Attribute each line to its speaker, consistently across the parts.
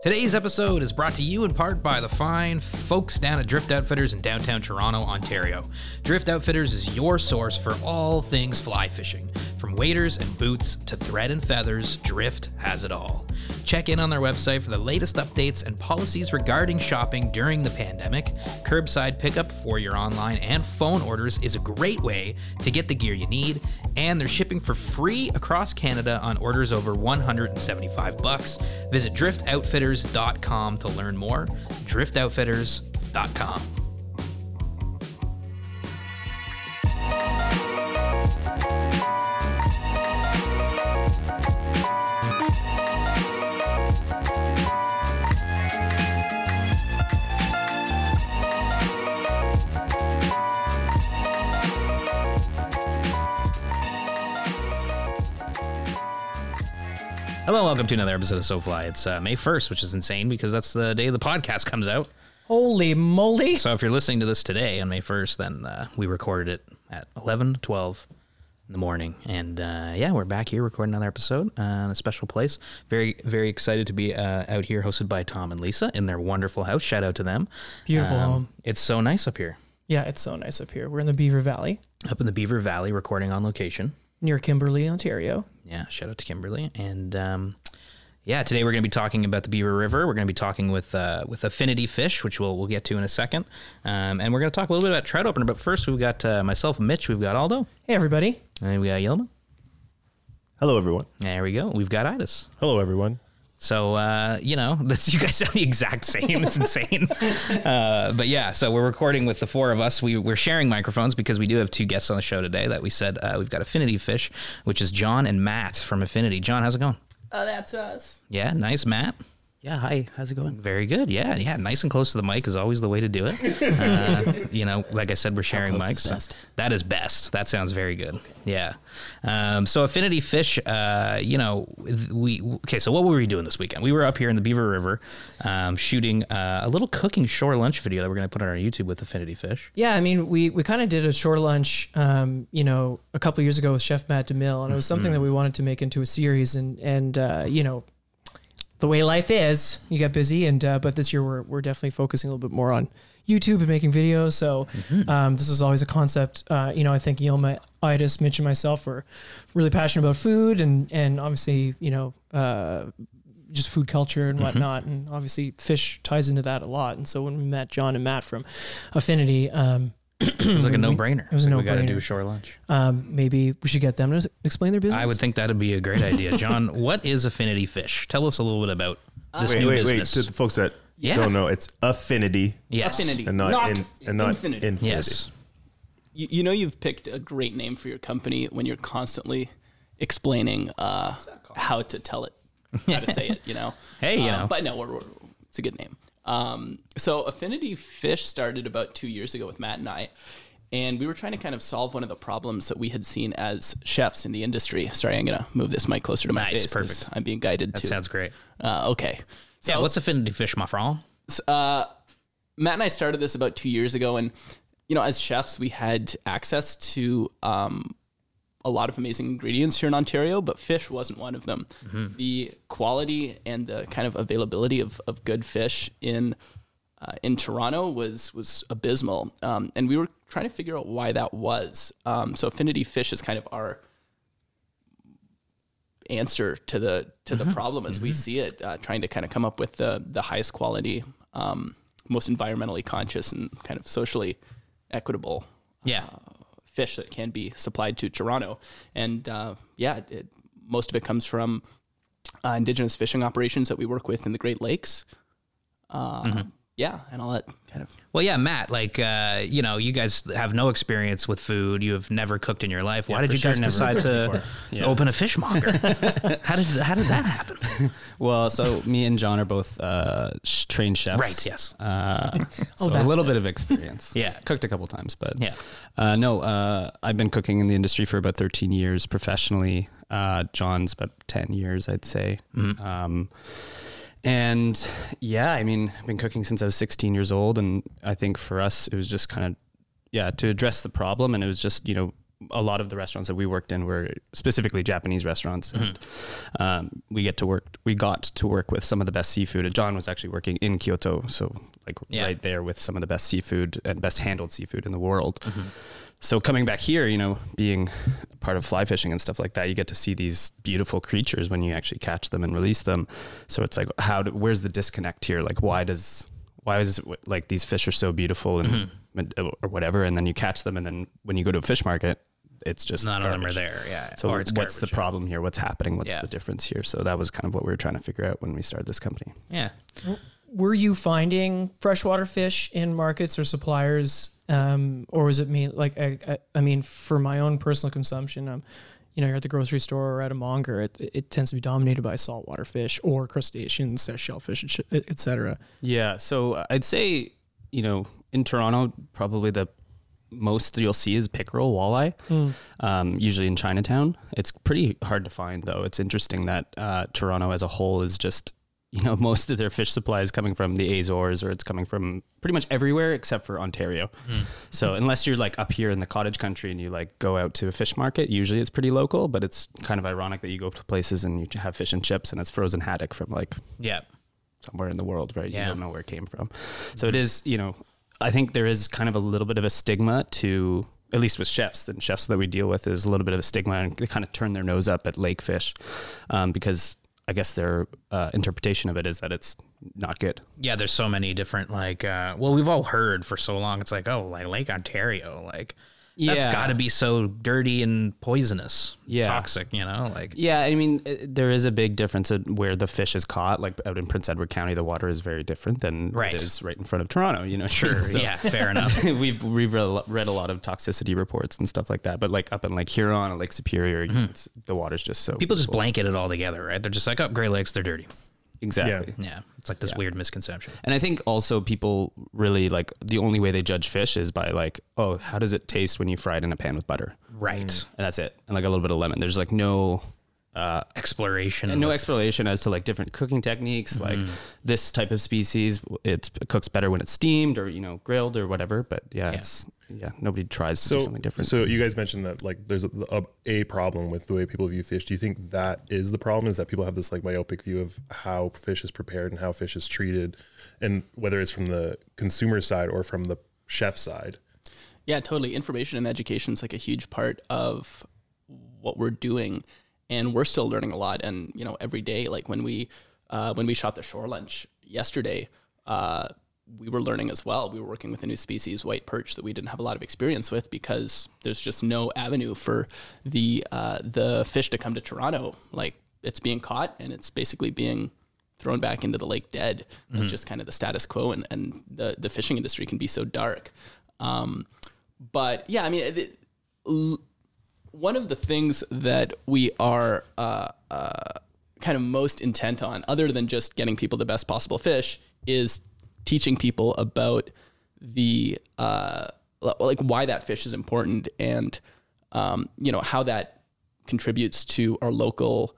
Speaker 1: Today's episode is brought to you in part by the fine folks down at Drift Outfitters in downtown Toronto, Ontario. Drift Outfitters is your source for all things fly fishing. From waders and boots to thread and feathers, Drift has it all. Check in on their website for the latest updates and policies regarding shopping during the pandemic. Curbside pickup for your online and phone orders is a great way to get the gear you need, and they're shipping for free across Canada on orders over 175 bucks. Visit driftoutfitters.com to learn more. driftoutfitters.com. Hello, and welcome to another episode of So Fly. It's uh, May 1st, which is insane because that's the day the podcast comes out.
Speaker 2: Holy moly.
Speaker 1: So if you're listening to this today on May 1st, then uh, we recorded it at 11, 12 in the morning. And uh, yeah, we're back here recording another episode uh, in a special place. Very, very excited to be uh, out here hosted by Tom and Lisa in their wonderful house. Shout out to them. Um,
Speaker 2: Beautiful home.
Speaker 1: It's so nice up here,
Speaker 2: Yeah, it's so nice up here. We're in the Beaver Valley
Speaker 1: up in the Beaver Valley, recording on location.
Speaker 2: near Kimberley, Ontario.
Speaker 1: Yeah, shout out to Kimberly. And um, yeah, today we're going to be talking about the Beaver River. We're going to be talking with uh, with Affinity Fish, which we'll we'll get to in a second. Um, and we're going to talk a little bit about trout opener. But first, we've got uh, myself, Mitch. We've got Aldo,
Speaker 2: Hey, everybody.
Speaker 1: and we got Yelma.
Speaker 3: Hello, everyone.
Speaker 1: There we go. We've got Idis.
Speaker 3: Hello, everyone.
Speaker 1: So uh, you know, that's, you guys sound the exact same. It's insane. Uh, but yeah, so we're recording with the four of us. We we're sharing microphones because we do have two guests on the show today. That we said uh, we've got Affinity Fish, which is John and Matt from Affinity. John, how's it going?
Speaker 2: Oh, that's us.
Speaker 1: Yeah, nice, Matt.
Speaker 4: Yeah, hi. How's it going?
Speaker 1: Very good. Yeah, yeah. Nice and close to the mic is always the way to do it. Uh, you know, like I said, we're sharing
Speaker 4: close
Speaker 1: mics.
Speaker 4: is
Speaker 1: so
Speaker 4: best?
Speaker 1: That is best. That sounds very good. Yeah. Um, so Affinity Fish, uh, you know, th- we okay. So what were we doing this weekend? We were up here in the Beaver River, um, shooting uh, a little cooking shore lunch video that we're going to put on our YouTube with Affinity Fish.
Speaker 2: Yeah, I mean, we, we kind of did a short lunch, um, you know, a couple years ago with Chef Matt DeMille, and it was something that we wanted to make into a series. And, and uh, you know, the way life is, you get busy. And, uh, but this year we're, we're definitely focusing a little bit more on YouTube and making videos. So um, this is always a concept. Uh, you know, I think Yilma, Idis, Mitch, and myself were really passionate about food and, and obviously, you know, uh, just food culture
Speaker 1: Mm-hmm.
Speaker 2: and whatnot. And obviously, fish ties into that a lot. And so when we met John and Matt from Affinity, um,
Speaker 1: It was like a
Speaker 4: Mm-hmm.
Speaker 1: no brainer.
Speaker 2: was a
Speaker 1: We got to
Speaker 2: no-brainer.
Speaker 1: do a shore lunch.
Speaker 4: Uh,
Speaker 2: um, maybe we should get them to s- explain their business.
Speaker 1: I would think that'd be a great idea, John. what is Affinity Fish? Tell us a little bit about this
Speaker 3: Wait,
Speaker 1: new
Speaker 3: wait, wait.
Speaker 1: business.
Speaker 3: To the folks that
Speaker 1: Yeah.
Speaker 3: don't know, it's affinity
Speaker 1: yes.
Speaker 5: Affinity.
Speaker 3: and not,
Speaker 5: Not
Speaker 3: in, and not
Speaker 5: infinity.
Speaker 3: infinity.
Speaker 1: Yes.
Speaker 5: You, you know you've picked a great name for your company when you're constantly explaining uh, how to tell it, how to say it. You know.
Speaker 1: Hey, you
Speaker 5: Um,
Speaker 1: know.
Speaker 5: But no, we're, we're, it's a good name. Um, so Affinity Fish started about two years ago with Matt and I, and we were trying to kind of solve one of the problems that we had seen as chefs in the industry. Sorry, I'm gonna move this mic closer to my
Speaker 1: Nice,
Speaker 5: face. 'cause
Speaker 1: perfect.
Speaker 5: I'm being guided
Speaker 1: That
Speaker 5: to.
Speaker 1: sounds great.
Speaker 5: uh, okay. So
Speaker 1: Yeah, what's Affinity Fish, my friend?
Speaker 5: Matt and I started this about two years ago, and you know, as chefs, we had access to um, a lot of amazing ingredients here in Ontario, but fish wasn't one of them. The quality and the kind of availability of, of good fish in uh, in Toronto was was abysmal, um, and we were trying to figure out why that was. Um, so Affinity Fish is kind of our answer to the to the problem as we see it, uh, trying to kind of come up with the the highest quality, um, most environmentally conscious and kind of socially equitable
Speaker 1: Yeah.
Speaker 5: fish that can be supplied to Toronto. And uh, yeah, it- it, most of it comes from uh, indigenous fishing operations that we work with in the Great Lakes. Uh, Yeah, and all that kind of
Speaker 1: Well, yeah, Matt. Like, uh, you know, you guys have no experience with food. You have never cooked in your life. Why did
Speaker 4: for
Speaker 1: you
Speaker 4: sure,
Speaker 1: guys
Speaker 4: never
Speaker 1: decide
Speaker 4: cooked
Speaker 1: to
Speaker 4: before. Yeah.
Speaker 1: open a fishmonger? how did how did that happen?
Speaker 4: Well, so me and John are both uh, sh- trained chefs.
Speaker 1: Right, yes.
Speaker 4: Uh, so a
Speaker 2: that's
Speaker 4: little bit of experience.
Speaker 1: Yeah.
Speaker 4: Cooked a couple times, but
Speaker 1: Yeah.
Speaker 4: Uh, no, uh, I've been cooking in the industry for about 13 years professionally. Uh, John's about 10 years, I'd say.
Speaker 1: Mm-hmm.
Speaker 4: Um, and yeah, I mean, I've been cooking since I was 16 years old. And I think for us, it was just kind of, yeah, to address the problem. And it was just, you know, a lot of the restaurants that we worked in were specifically Japanese restaurants. And, um, we get to work. We got to work with some of the best seafood. And John was actually working in Kyoto, so like
Speaker 1: Yeah.
Speaker 4: right there with some of the best seafood and best handled seafood in the world.
Speaker 1: Mm-hmm.
Speaker 4: So coming back here, you know, being part of fly fishing and stuff like that, you get to see these beautiful creatures when you actually catch them and release them. So it's like, how? Do, where's the disconnect here? Like, why does why is it wh- like these fish are so beautiful and
Speaker 1: Mm-hmm.
Speaker 4: or whatever, and then you catch them, and then when you go to a fish market, it's just
Speaker 1: None of them are
Speaker 4: garbage.
Speaker 1: there. Yeah.
Speaker 4: So
Speaker 1: or it's
Speaker 4: what's the
Speaker 1: garbage.
Speaker 4: problem here? What's happening? What's
Speaker 1: Yeah.
Speaker 4: the difference here? So that was kind of what we were trying to figure out when we started this company.
Speaker 1: Yeah.
Speaker 2: Were you finding freshwater fish in markets or suppliers, um, or was it me? Like, I, I, I mean, for my own personal consumption, um, you know, you're at the grocery store or at a monger. It, it tends to be dominated by saltwater fish or crustaceans, uh, shellfish, et- et cetera.
Speaker 4: Yeah, so I'd say you know in Toronto probably the most you'll see is pickerel walleye. Um, usually in Chinatown, it's pretty hard to find though. It's interesting that uh, Toronto as a whole is just you know most of their fish supply is coming from the Azores or it's coming from pretty much everywhere except for Ontario. So unless you're like up here in the cottage country and you like go out to a fish market, usually it's pretty local. But it's kind of ironic that you go to places and you have fish and chips and it's frozen haddock from like
Speaker 1: Yeah.
Speaker 4: somewhere in the world, right?
Speaker 1: Yeah.
Speaker 4: You don't know where it came from. So it is, you know, I think there is kind of a little bit of a stigma to, at least with chefs and chefs that we deal with, is a little bit of a stigma and they kind of turn their nose up at lake fish um, because I guess their uh, interpretation of it is that it's not good.
Speaker 1: Yeah. There's so many different like. Uh, well, we've all heard for so long. It's like, oh, like Lake Ontario, like. That's
Speaker 4: Yeah.
Speaker 1: got to be so dirty and poisonous,
Speaker 4: Yeah.
Speaker 1: toxic. You know, like
Speaker 4: Yeah, I mean, uh, there is a big difference in where the fish is caught. Like out in Prince Edward County, the water is very different than
Speaker 1: Right.
Speaker 4: it is right in front of Toronto, you know?
Speaker 1: sure,
Speaker 4: So-
Speaker 1: yeah, fair enough.
Speaker 4: we've we've read a, lot, read a lot of toxicity reports and stuff like that. But like up in Lake Huron and Lake Superior, you know,
Speaker 1: Mm-hmm.
Speaker 4: it's, the water's just so
Speaker 1: People just blanket it all together, right? They're just like, oh, Great Lakes, they're dirty.
Speaker 4: exactly.
Speaker 1: Yeah, it's like this weird misconception.
Speaker 4: And I think also people really like the only way they judge fish is by like, oh, how does it taste when you fry it in a pan with butter?
Speaker 1: Right.
Speaker 4: And that's it. And like a little bit of lemon. There's like no
Speaker 1: Exploration.
Speaker 4: and no
Speaker 1: of-
Speaker 4: explanation as to like different cooking techniques
Speaker 1: Mm-hmm.
Speaker 4: like this type of species it cooks better when it's steamed or you know grilled or whatever but yeah, it's yeah nobody tries to do something different
Speaker 3: So you guys mentioned that like there's a, a, a problem with the way people view fish. Do you think that is the problem? Is that people have this like myopic view of how fish is prepared and how fish is treated, and whether it's from the consumer side or from the chef side?
Speaker 5: Yeah, totally. Information and education is like a huge part of what we're doing, and we're still learning a lot. And you know, every day, like when we uh, when we shot the shore lunch yesterday, uh, we were learning as well. We were working with a new species, white perch, that we didn't have a lot of experience with because there's just no avenue for the uh, the fish to come to Toronto. Like it's being caught and it's basically being thrown back into the lake dead. That's just kind of the status quo, and, and the the fishing industry can be so dark. Um, but yeah, I mean, it, it- l- one of the things that we are uh, uh, kind of most intent on, other than just getting people the best possible fish, is teaching people about the uh, l- like why that fish is important and um, you know how that contributes to our local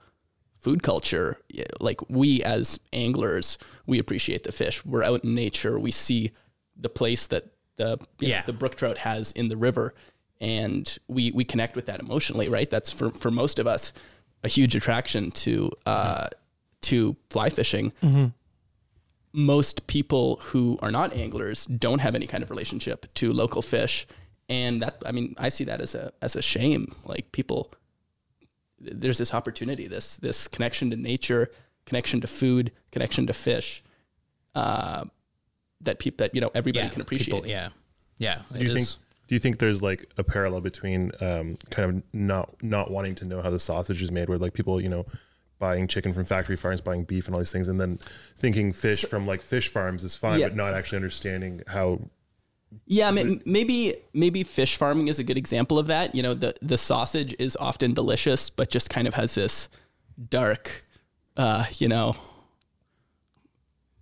Speaker 5: food culture Yeah, like we as anglers we appreciate the fish we're out in nature we see the place that the you know,
Speaker 1: Yeah.
Speaker 5: the brook trout has in the river and we we connect with that emotionally right that's for for most of us a huge attraction to uh to fly fishing
Speaker 1: Mm-hmm.
Speaker 5: most people who are not anglers don't have any kind of relationship to local fish and that i mean i see that as a as a shame like people there's this opportunity this this connection to nature connection to food connection to fish uh that people that you know everybody
Speaker 1: yeah,
Speaker 5: can appreciate
Speaker 1: people- yeah. Yeah.
Speaker 3: Do you think? Do you think there's like a parallel between um, kind of not not wanting to know how the sausage is made, where like people you know buying chicken from factory farms, buying beef and all these things, and then thinking fish from like fish farms is fine,
Speaker 5: Yeah.
Speaker 3: but not actually understanding how
Speaker 5: Yeah, ma- maybe maybe fish farming is a good example of that. You know, the the sausage is often delicious, but just kind of has this dark, uh, you know,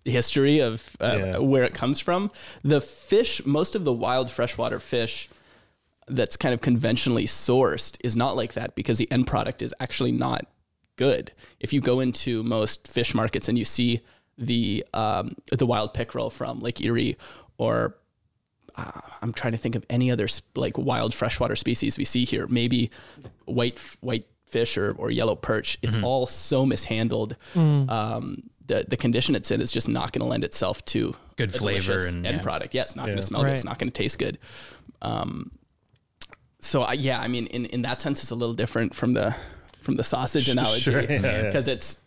Speaker 5: history of uh,
Speaker 3: Yeah.
Speaker 5: where it comes from. The fish, most of the wild freshwater fish that's kind of conventionally sourced is not like that because the end product is actually not good. If you go into most fish markets and you see the um, the wild pickerel from Lake Erie or uh, I'm trying to think of any other sp- like wild freshwater species we see here. Maybe white f- white fish or, or yellow perch. It's
Speaker 1: Mm-hmm.
Speaker 5: all so mishandled. Um, the the condition it's in is just not going to lend itself to
Speaker 1: Good
Speaker 5: a
Speaker 1: flavor
Speaker 5: delicious
Speaker 1: and-
Speaker 5: end
Speaker 1: yeah.
Speaker 5: product. Yeah, it's not going to smell good. It's
Speaker 2: Right.
Speaker 5: not going to taste good. Um, so I, yeah, I mean, in in that sense, it's a little different from the from the sausage analogy
Speaker 3: Sure, yeah,
Speaker 5: because
Speaker 3: yeah.
Speaker 5: it's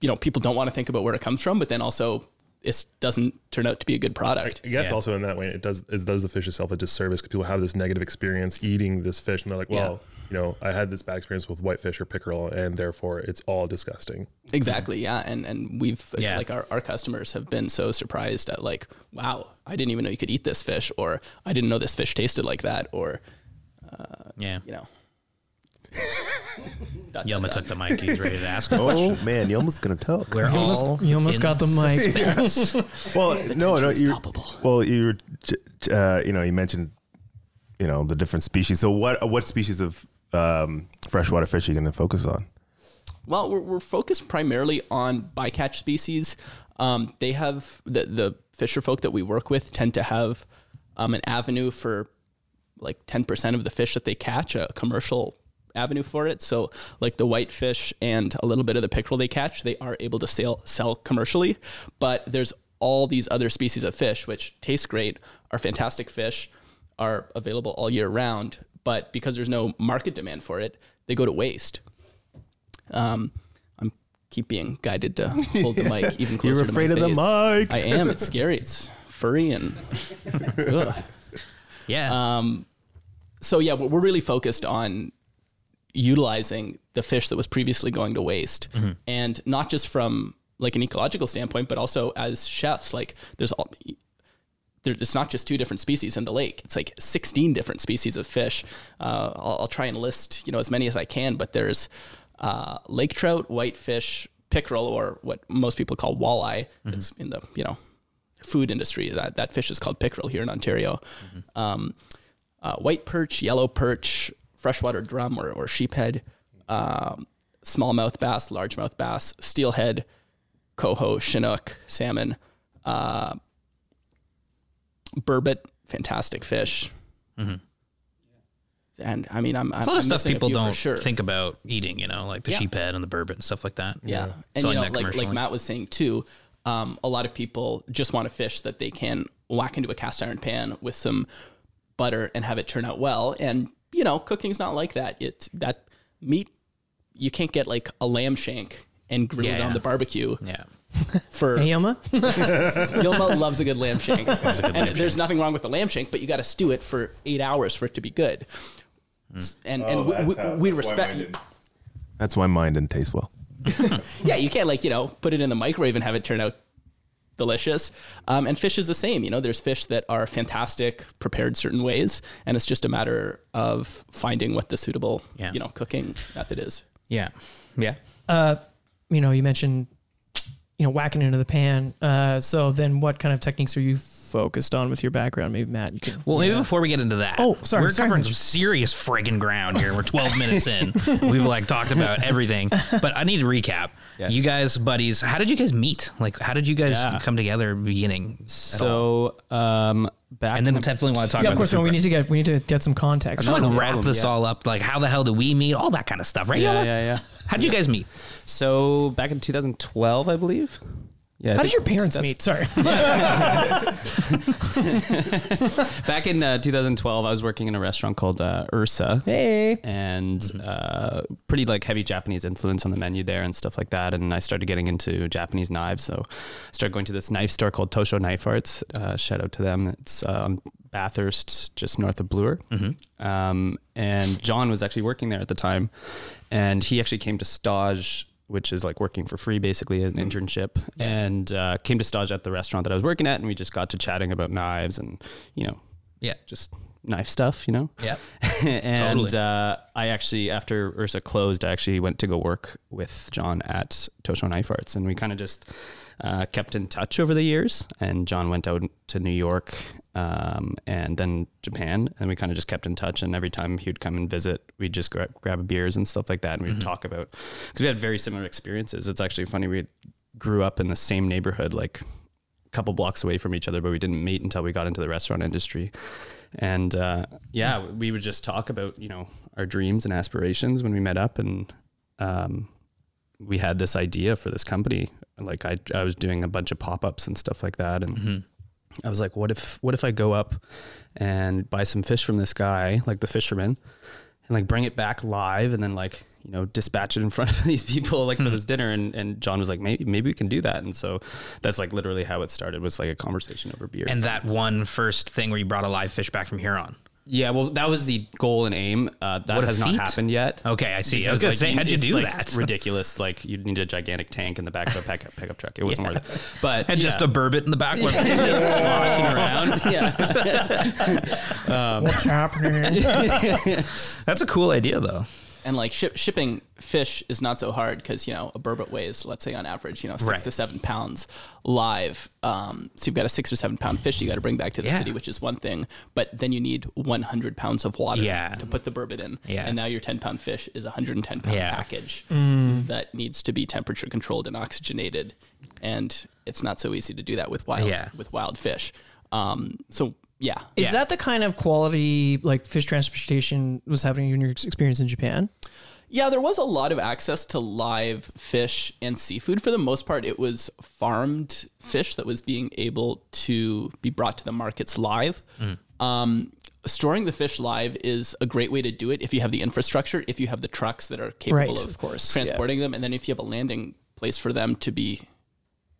Speaker 5: you know people don't want to think about where it comes from, but then also it doesn't turn out to be a good product.
Speaker 3: I guess
Speaker 1: Yeah.
Speaker 3: also in that way, it does it does the fish itself a disservice because people have this negative experience eating this fish, and they're like, well, you know, I had this bad experience with whitefish or pickerel, and therefore it's all disgusting.
Speaker 5: Exactly. Yeah. And and we've
Speaker 1: Yeah.
Speaker 5: like our, our customers have been so surprised at like, wow, I didn't even know you could eat this fish, or I didn't know this fish tasted like that, or uh,
Speaker 1: Yeah.
Speaker 5: you know.
Speaker 1: Yelma took the mic. He's ready to ask a question.
Speaker 6: Oh man, you almost gonna talk.
Speaker 1: We're
Speaker 2: You
Speaker 1: all
Speaker 2: almost, you almost
Speaker 1: in
Speaker 2: got the mic.
Speaker 1: suspense.
Speaker 6: well, no, no, you.
Speaker 5: palpable.
Speaker 6: Well, you, were j- j- uh, you know, you mentioned, you know, the different species. So, what what species of um, freshwater fish are you going to focus on?
Speaker 5: Well, we're, we're focused primarily on bycatch species. Um, they have the the fisher folk that we work with tend to have um, an avenue for like ten percent of the fish that they catch, a commercial avenue for it. So, like the whitefish and a little bit of the pickerel they catch, they are able to sell sell commercially. But there's all these other species of fish which taste great, are fantastic fish, are available all year round. But because there's no market demand for it, they go to waste. Um, I'm keep being guided to hold the mic even closer.
Speaker 6: You're
Speaker 5: to my
Speaker 6: afraid of the
Speaker 5: face.
Speaker 6: mic.
Speaker 5: I am. It's scary. It's furry and. Ugh Uh,
Speaker 1: yeah.
Speaker 5: Um, so yeah, we're we're really focused on utilizing the fish that was previously going to waste, and not just from like an ecological standpoint, but also as chefs. Like there's all. There, it's not just two different species in the lake. It's like 16 different species of fish. Uh, I'll, I'll try and list you know as many as I can, but there's uh, lake trout, whitefish, pickerel, or what most people call walleye. It's in the you know food industry that that fish is called pickerel here in Ontario
Speaker 1: Mm-hmm.
Speaker 5: uh, white perch, yellow perch, freshwater drum or, or sheephead, um, smallmouth bass, largemouth bass, steelhead, coho, chinook, salmon, uh, burbot, fantastic fish. And I mean, I'm
Speaker 1: Mm-hmm. It's a lot
Speaker 5: I'm
Speaker 1: of stuff
Speaker 5: missing
Speaker 1: people
Speaker 5: few for
Speaker 1: don't
Speaker 5: sure.
Speaker 1: think about eating, you know, like the
Speaker 5: Yeah.
Speaker 1: sheephead and the burbot and stuff like that.
Speaker 5: Yeah. And you
Speaker 1: Selling
Speaker 5: know,
Speaker 1: that
Speaker 5: like, like
Speaker 1: commercially.
Speaker 5: Matt was saying too, um, a lot of people just want a fish that they can whack into a cast iron pan with some butter and have it turn out well. And, you know, cooking's not like that. It's that meat, you can't get like a lamb shank and grill it
Speaker 1: Yeah,
Speaker 5: on
Speaker 1: yeah.
Speaker 5: the barbecue
Speaker 1: Yeah.
Speaker 5: for
Speaker 2: Hey, Yoma?
Speaker 5: Yilma loves a good lamb shank. and there's nothing wrong with the lamb shank, but you got to stew it for eight hours for it to be good. S- And,
Speaker 6: Oh,
Speaker 5: and we, we, we respect,
Speaker 6: That's why mine didn't taste well.
Speaker 5: yeah, you can't like you know put it in the microwave and have it turn out delicious. Um, and fish is the same. You know, there's fish that are fantastic prepared certain ways, and it's just a matter of finding what the suitable
Speaker 1: Yeah.
Speaker 5: you know cooking method is.
Speaker 1: Yeah. Yeah.
Speaker 2: uh, you know, you mentioned, you know, whacking into the pan. Uh, so then what kind of techniques are you focused on with your background? Maybe Matt, you can.
Speaker 1: Well, maybe before we get into that,
Speaker 2: Oh, sorry,
Speaker 1: we're
Speaker 2: sorry.
Speaker 1: covering some serious friggin' ground here. We're 12 minutes in. We've like talked about everything, but I need to recap.
Speaker 4: Yes.
Speaker 1: You guys, buddies, how did you guys meet? Like, how did you guys
Speaker 4: Yeah.
Speaker 1: come together at the beginning? at all?
Speaker 4: So um, back
Speaker 1: and then
Speaker 4: in
Speaker 1: we'll
Speaker 4: the-
Speaker 1: definitely want to talk
Speaker 2: Yeah,
Speaker 1: about
Speaker 2: of course.
Speaker 1: the
Speaker 2: no,
Speaker 1: food
Speaker 2: we
Speaker 1: prep.
Speaker 2: need to get we need to get some context.
Speaker 1: So, like
Speaker 4: Another
Speaker 1: wrap
Speaker 4: problem,
Speaker 1: this
Speaker 4: yeah.
Speaker 1: all up. Like, how the hell do we meet? All that kind of stuff, right?
Speaker 4: yeah,
Speaker 1: Yola?
Speaker 4: yeah, yeah.
Speaker 1: How'd you guys meet?
Speaker 4: So back in 2012, I believe. Yeah. I
Speaker 2: How
Speaker 4: think
Speaker 2: did your parents meet? Sorry.
Speaker 4: Back in uh, 2012, I was working in a restaurant called uh, Ursa.
Speaker 2: hey.
Speaker 4: and uh, pretty like heavy Japanese influence on the menu there and stuff like that. And I started getting into Japanese knives, so I started going to this knife store called Tosho Knife Arts. Uh, shout out to them. It's um, Bathurst, just north of Bloor. Um, and John was actually working there at the time, and he actually came to stage. Which is like working for free, basically as an internship, and uh, came to stage at the restaurant that I was working at, and we just got to chatting about knives and, you know,
Speaker 1: Yeah.
Speaker 4: just knife stuff, you know.
Speaker 1: Yep.
Speaker 4: and
Speaker 1: Totally.
Speaker 4: uh, I actually, after Ursa closed, I actually went to go work with John at Tosho Knife Arts, and we kind of just uh, kept in touch over the years. And John went out to New York um, and then Japan, and we kind of just kept in touch. And every time he would come and visit, we'd just gra- grab beers and stuff like that, and
Speaker 1: Mm-hmm.
Speaker 4: we'd talk about because we had very similar experiences. It's actually funny we grew up in the same neighborhood, like couple blocks away from each other, but we didn't meet until we got into the restaurant industry. And uh, yeah, we would just talk about you know our dreams and aspirations when we met up, and um, we had this idea for this company. Like I, I was doing a bunch of pop ups and stuff like that, and I was like, what if what if I go up and buy some fish from this guy, like the fisherman, and like bring it back live and then like you know dispatch it in front of these people like for this dinner and and John was like maybe maybe we can do that and so that's like literally how it started was like a conversation over beer
Speaker 1: And that one first thing where you brought a live fish back from Huron.
Speaker 4: yeah well that was the goal and aim uh, that
Speaker 1: What a
Speaker 4: has not
Speaker 1: feat.
Speaker 4: happened yet
Speaker 1: Okay, I see. I was
Speaker 4: Because,
Speaker 1: gonna say,
Speaker 4: like,
Speaker 1: how'd you
Speaker 4: it's,
Speaker 1: do
Speaker 4: like,
Speaker 1: that?
Speaker 4: ridiculous like you need a gigantic tank in the back of a pickup, pickup truck it wasn't worth it but
Speaker 1: and just a burbot in the back. Yeah.
Speaker 4: just sloshing around yeah
Speaker 7: What's happening?
Speaker 1: That's a cool idea, though.
Speaker 5: And like ship, shipping fish is not so hard because you know a burbot weighs, let's say on average, you know six
Speaker 1: Right.
Speaker 5: to seven pounds live. Um, so you've got a six or seven pound fish you got to bring back to the
Speaker 1: Yeah.
Speaker 5: city, which is one thing. But then you need 100 pounds of water
Speaker 1: Yeah.
Speaker 5: to put the burbot in.
Speaker 1: Yeah.
Speaker 5: And now your 10 pound fish is a 110 pound
Speaker 1: Yeah.
Speaker 5: package that needs to be temperature controlled and oxygenated, and it's not so easy to do that with wild
Speaker 1: Yeah.
Speaker 5: with wild fish. Um, so yeah,
Speaker 2: Is
Speaker 1: Yeah.
Speaker 2: that the kind of quality like fish transportation was happening in your ex- experience in Japan?
Speaker 5: Yeah, there was a lot of access to live fish and seafood. For the most part, it was farmed fish that was being able to be brought to the markets live.
Speaker 2: Mm.
Speaker 5: Um, storing the fish live is a great way to do it if you have the infrastructure, if you have the trucks that are capable
Speaker 2: Right,
Speaker 5: of,
Speaker 2: of course, yeah.
Speaker 5: transporting them, and then if you have a landing place for them to be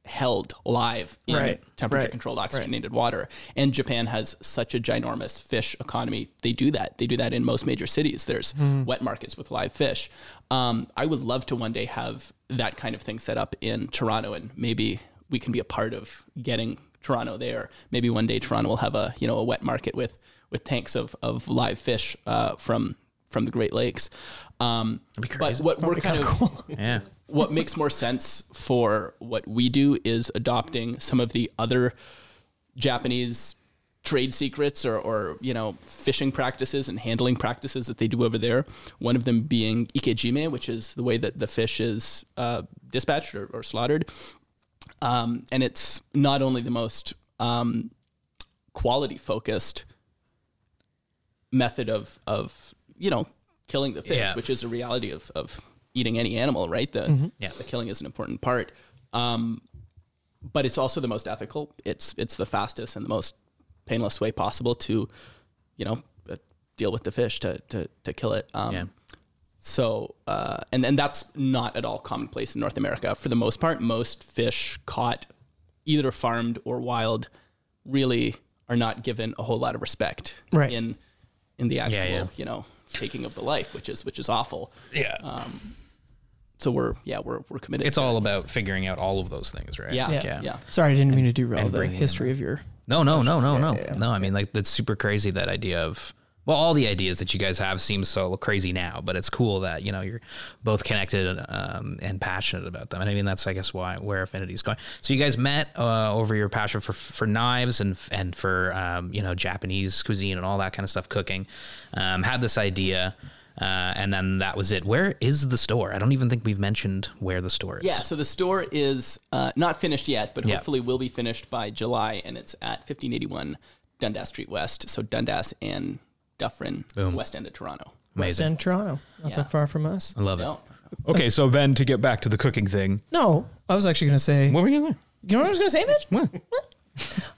Speaker 5: held live in
Speaker 2: Right,
Speaker 5: temperature
Speaker 2: right,
Speaker 5: controlled oxygenated water. And Japan has such a ginormous fish economy. They do that. They do that in most major cities. There's
Speaker 2: Mm-hmm.
Speaker 5: wet markets with live fish. Um, I would love to one day have that kind of thing set up in Toronto and maybe we can be a part of getting Toronto there. Maybe one day Toronto will have a, you know, a wet market with, with tanks of, of live fish uh, from, from the Great Lakes. Um, but what we're kind of
Speaker 1: Yeah.
Speaker 5: what makes more sense for what we do is adopting some of the other Japanese trade secrets or, or you know fishing practices and handling practices that they do over there. One of them being ikejime, which is the way that the fish is uh, dispatched or, or slaughtered. Um, and it's not only the most um, quality focused method of of you know killing the fish,
Speaker 1: Yeah.
Speaker 5: which is a reality of of eating any animal, right? The the killing is an important part, um, but it's also the most ethical. It's it's the fastest and the most painless way possible to you know uh, deal with the fish to to to kill it. Um,
Speaker 1: Yeah.
Speaker 5: So, uh, and and that's not at all commonplace in North America. For the most part, most fish caught, either farmed or wild, really are not given a whole lot of respect
Speaker 2: Right.
Speaker 5: in in the actual
Speaker 1: Yeah, yeah.
Speaker 5: you know taking of the life, which is which is awful.
Speaker 1: Yeah.
Speaker 5: Uh, So we're yeah we're we're committed.
Speaker 1: it's
Speaker 5: to
Speaker 1: all
Speaker 5: it.
Speaker 1: about figuring out all of those things, right?
Speaker 5: yeah
Speaker 2: Yeah.
Speaker 5: yeah yeah.
Speaker 2: Sorry, I didn't mean to derail the
Speaker 1: bringing it
Speaker 2: history of your.
Speaker 1: No, no, no, no, no, no. I mean, like that's super crazy. That idea of well, all the ideas that you guys have seem so crazy now, but it's cool that you know you're both connected um, and passionate about them. And I mean, that's I guess why where affinity is going. So you guys met uh, over your passion for for knives and and for um, you know Japanese cuisine and all that kind of stuff, cooking. Um, had this idea. Uh, and then that was it. Where is the store? I don't even think we've mentioned where the store is.
Speaker 5: Yeah, so the store is uh, not finished yet, but
Speaker 1: Yeah.
Speaker 5: hopefully will be finished by July, and it's at 1581 Dundas Street West. So Dundas and Dufferin, west end of Toronto. Oh,
Speaker 1: amazing.
Speaker 2: in Toronto, not
Speaker 5: Yeah.
Speaker 2: that far from us.
Speaker 1: I love it.
Speaker 5: No.
Speaker 7: okay, so then to get back to the cooking thing,
Speaker 2: No, I was actually gonna say.
Speaker 7: what were you gonna say?
Speaker 2: You know what I was gonna say, Mitch? What?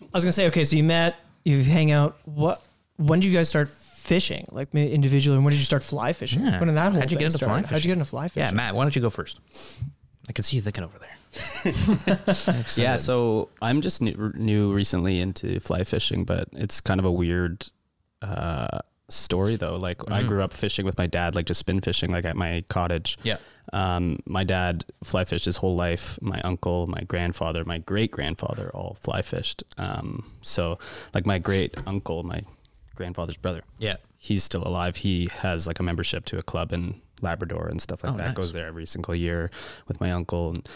Speaker 2: I was gonna say. Okay, so you met, you hang out. What? When did you guys start fishing, like ma- individually? And when did you start fly fishing?
Speaker 1: Yeah.
Speaker 2: When did that whole
Speaker 1: How'd you
Speaker 2: thing
Speaker 1: get into
Speaker 2: start?
Speaker 1: fly
Speaker 2: How'd you
Speaker 1: fishing?
Speaker 2: get into fly fishing?
Speaker 1: Yeah, Matt, why don't you go first? I can see you thinking over there.
Speaker 4: Yeah, so I'm just new, new recently into fly fishing, but it's kind of a weird uh, story though. Like I
Speaker 1: Mm.
Speaker 4: grew up fishing with my dad, like just spin fishing, like at my cottage.
Speaker 1: Yeah.
Speaker 4: Um, my dad fly fished his whole life. My uncle, my grandfather, my great grandfather all fly fished. Um, so like my great uncle, my grandfather's brother.
Speaker 1: Yeah.
Speaker 4: He's still alive. He has like a membership to a club in Labrador and stuff like
Speaker 1: Oh,
Speaker 4: that.
Speaker 1: nice.
Speaker 4: Goes there every single year with my uncle and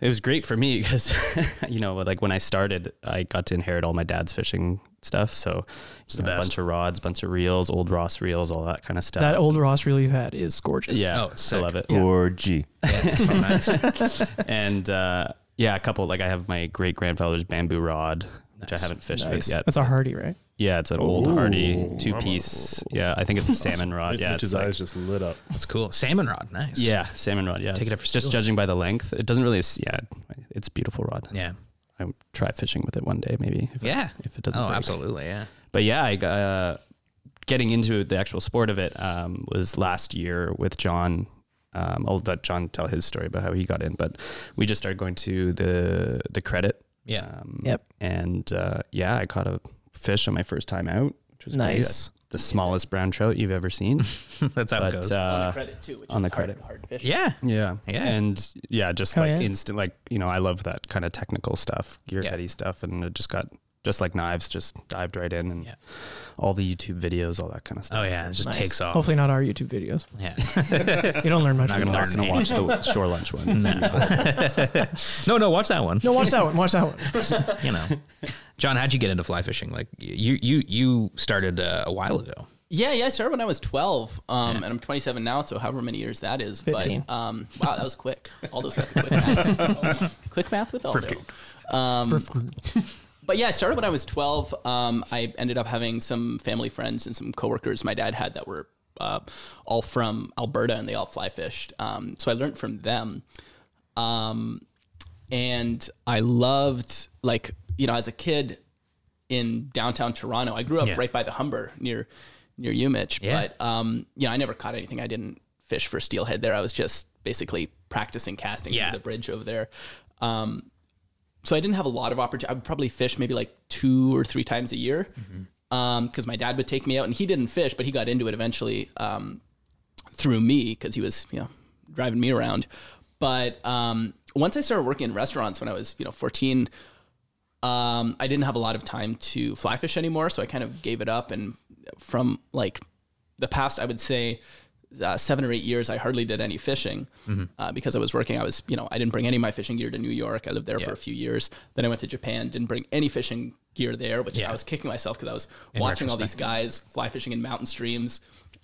Speaker 4: it was great for me because you know like when i started i got to inherit all my dad's fishing stuff so just a
Speaker 1: best.
Speaker 4: bunch of rods bunch of reels old ross reels all that kind of stuff
Speaker 2: That old Ross reel you had is gorgeous.
Speaker 4: yeah
Speaker 1: Oh, it's
Speaker 4: i
Speaker 1: sick.
Speaker 4: love it
Speaker 6: Or G.
Speaker 1: Yeah, so nice.
Speaker 4: and uh, Yeah, a couple. Like I have my great grandfather's bamboo rod, which I haven't fished with yet.
Speaker 2: That's a hardy, right?
Speaker 4: yeah, it's an old hardy two piece. Yeah, I think it's a salmon rod. Yeah,
Speaker 3: Mitch's
Speaker 4: it's like-
Speaker 3: eyes just lit up.
Speaker 1: That's cool. Salmon rod, nice.
Speaker 4: yeah, salmon rod. Yeah,
Speaker 1: Take it
Speaker 4: it's-
Speaker 1: up for
Speaker 4: just
Speaker 1: stealing.
Speaker 4: judging by the length, it doesn't really. s- Yeah, it's a beautiful rod.
Speaker 1: yeah,
Speaker 4: I will try fishing with it one day, maybe. If
Speaker 1: yeah.
Speaker 4: it, if it doesn't.
Speaker 1: oh,
Speaker 4: break.
Speaker 1: absolutely, yeah.
Speaker 4: But yeah, I got, uh, getting into the actual sport of it um, was last year with John. Um, I'll let John tell his story about how he got in, but we just started going to the the credit.
Speaker 1: Yeah.
Speaker 4: Um,
Speaker 2: Yep.
Speaker 4: And uh, yeah, I caught a fish on my first time out, which was great.
Speaker 2: Nice.
Speaker 4: The smallest brown trout you've ever seen,
Speaker 1: That's how it
Speaker 4: but
Speaker 1: goes.
Speaker 5: on
Speaker 4: uh,
Speaker 5: the credit too, which
Speaker 4: on
Speaker 5: is
Speaker 4: the
Speaker 5: hard-
Speaker 4: credit.
Speaker 5: hard fish.
Speaker 1: yeah,
Speaker 4: yeah,
Speaker 1: Yeah.
Speaker 4: and yeah, just
Speaker 2: Hell
Speaker 4: like
Speaker 2: yeah.
Speaker 4: instant, like you know, I love that kind of technical stuff, gearheady
Speaker 1: Yeah.
Speaker 4: stuff, and it just got just like knives, just dived right in, and
Speaker 1: Yeah.
Speaker 4: all the YouTube videos, all that kind of stuff.
Speaker 1: Oh yeah, it just
Speaker 2: Nice. Oh.
Speaker 1: takes off.
Speaker 2: Hopefully not our YouTube videos.
Speaker 1: Yeah.
Speaker 2: You don't learn much.
Speaker 1: Not
Speaker 2: from
Speaker 1: gonna
Speaker 2: those.
Speaker 4: I'm not gonna watch the shore lunch one. It's gonna be-
Speaker 1: no, no, watch that one.
Speaker 2: No, watch that one. Watch that one.
Speaker 1: you know, John, how'd you get into fly fishing? Like you, you, you started uh, a while ago.
Speaker 5: Yeah, yeah. I started when I was 12, um, and I'm 27 now, so however many years that is.
Speaker 2: 15.
Speaker 5: But um, wow, that was quick. Aldo's got the quick math. Oh, quick math with Aldo. Um, but yeah, I started when I was 12. Um, I ended up having some family friends and some coworkers my dad had that were uh, all from Alberta, and they all fly fished. Um, so I learned from them. Um, and I loved like you know as a kid in downtown Toronto. I grew up
Speaker 1: Yeah.
Speaker 5: right by the Humber near near Umich,
Speaker 1: Yeah.
Speaker 5: but um, you know I never caught anything. I didn't fish for steelhead there. I was just basically practicing casting
Speaker 1: Yeah.
Speaker 5: the bridge over there. Um, so I didn't have a lot of opportunity. I would probably fish maybe like two or three times a year.
Speaker 1: Mm-hmm.
Speaker 5: Um, 'cause because my dad would take me out and he didn't fish, but he got into it eventually. Um, through me because he was you know driving me around. But um, once I started working in restaurants when I was you know 14, um, I didn't have a lot of time to fly fish anymore, so I kind of gave it up. And from like the past, I would say uh, seven or eight years, I hardly did any fishing uh, because I was working. I was you know I didn't bring any of my fishing gear to New York. I lived there for a few years. Then I went to Japan, didn't bring any fishing gear there, which I was kicking myself because I was watching all these guys fly fishing in mountain streams.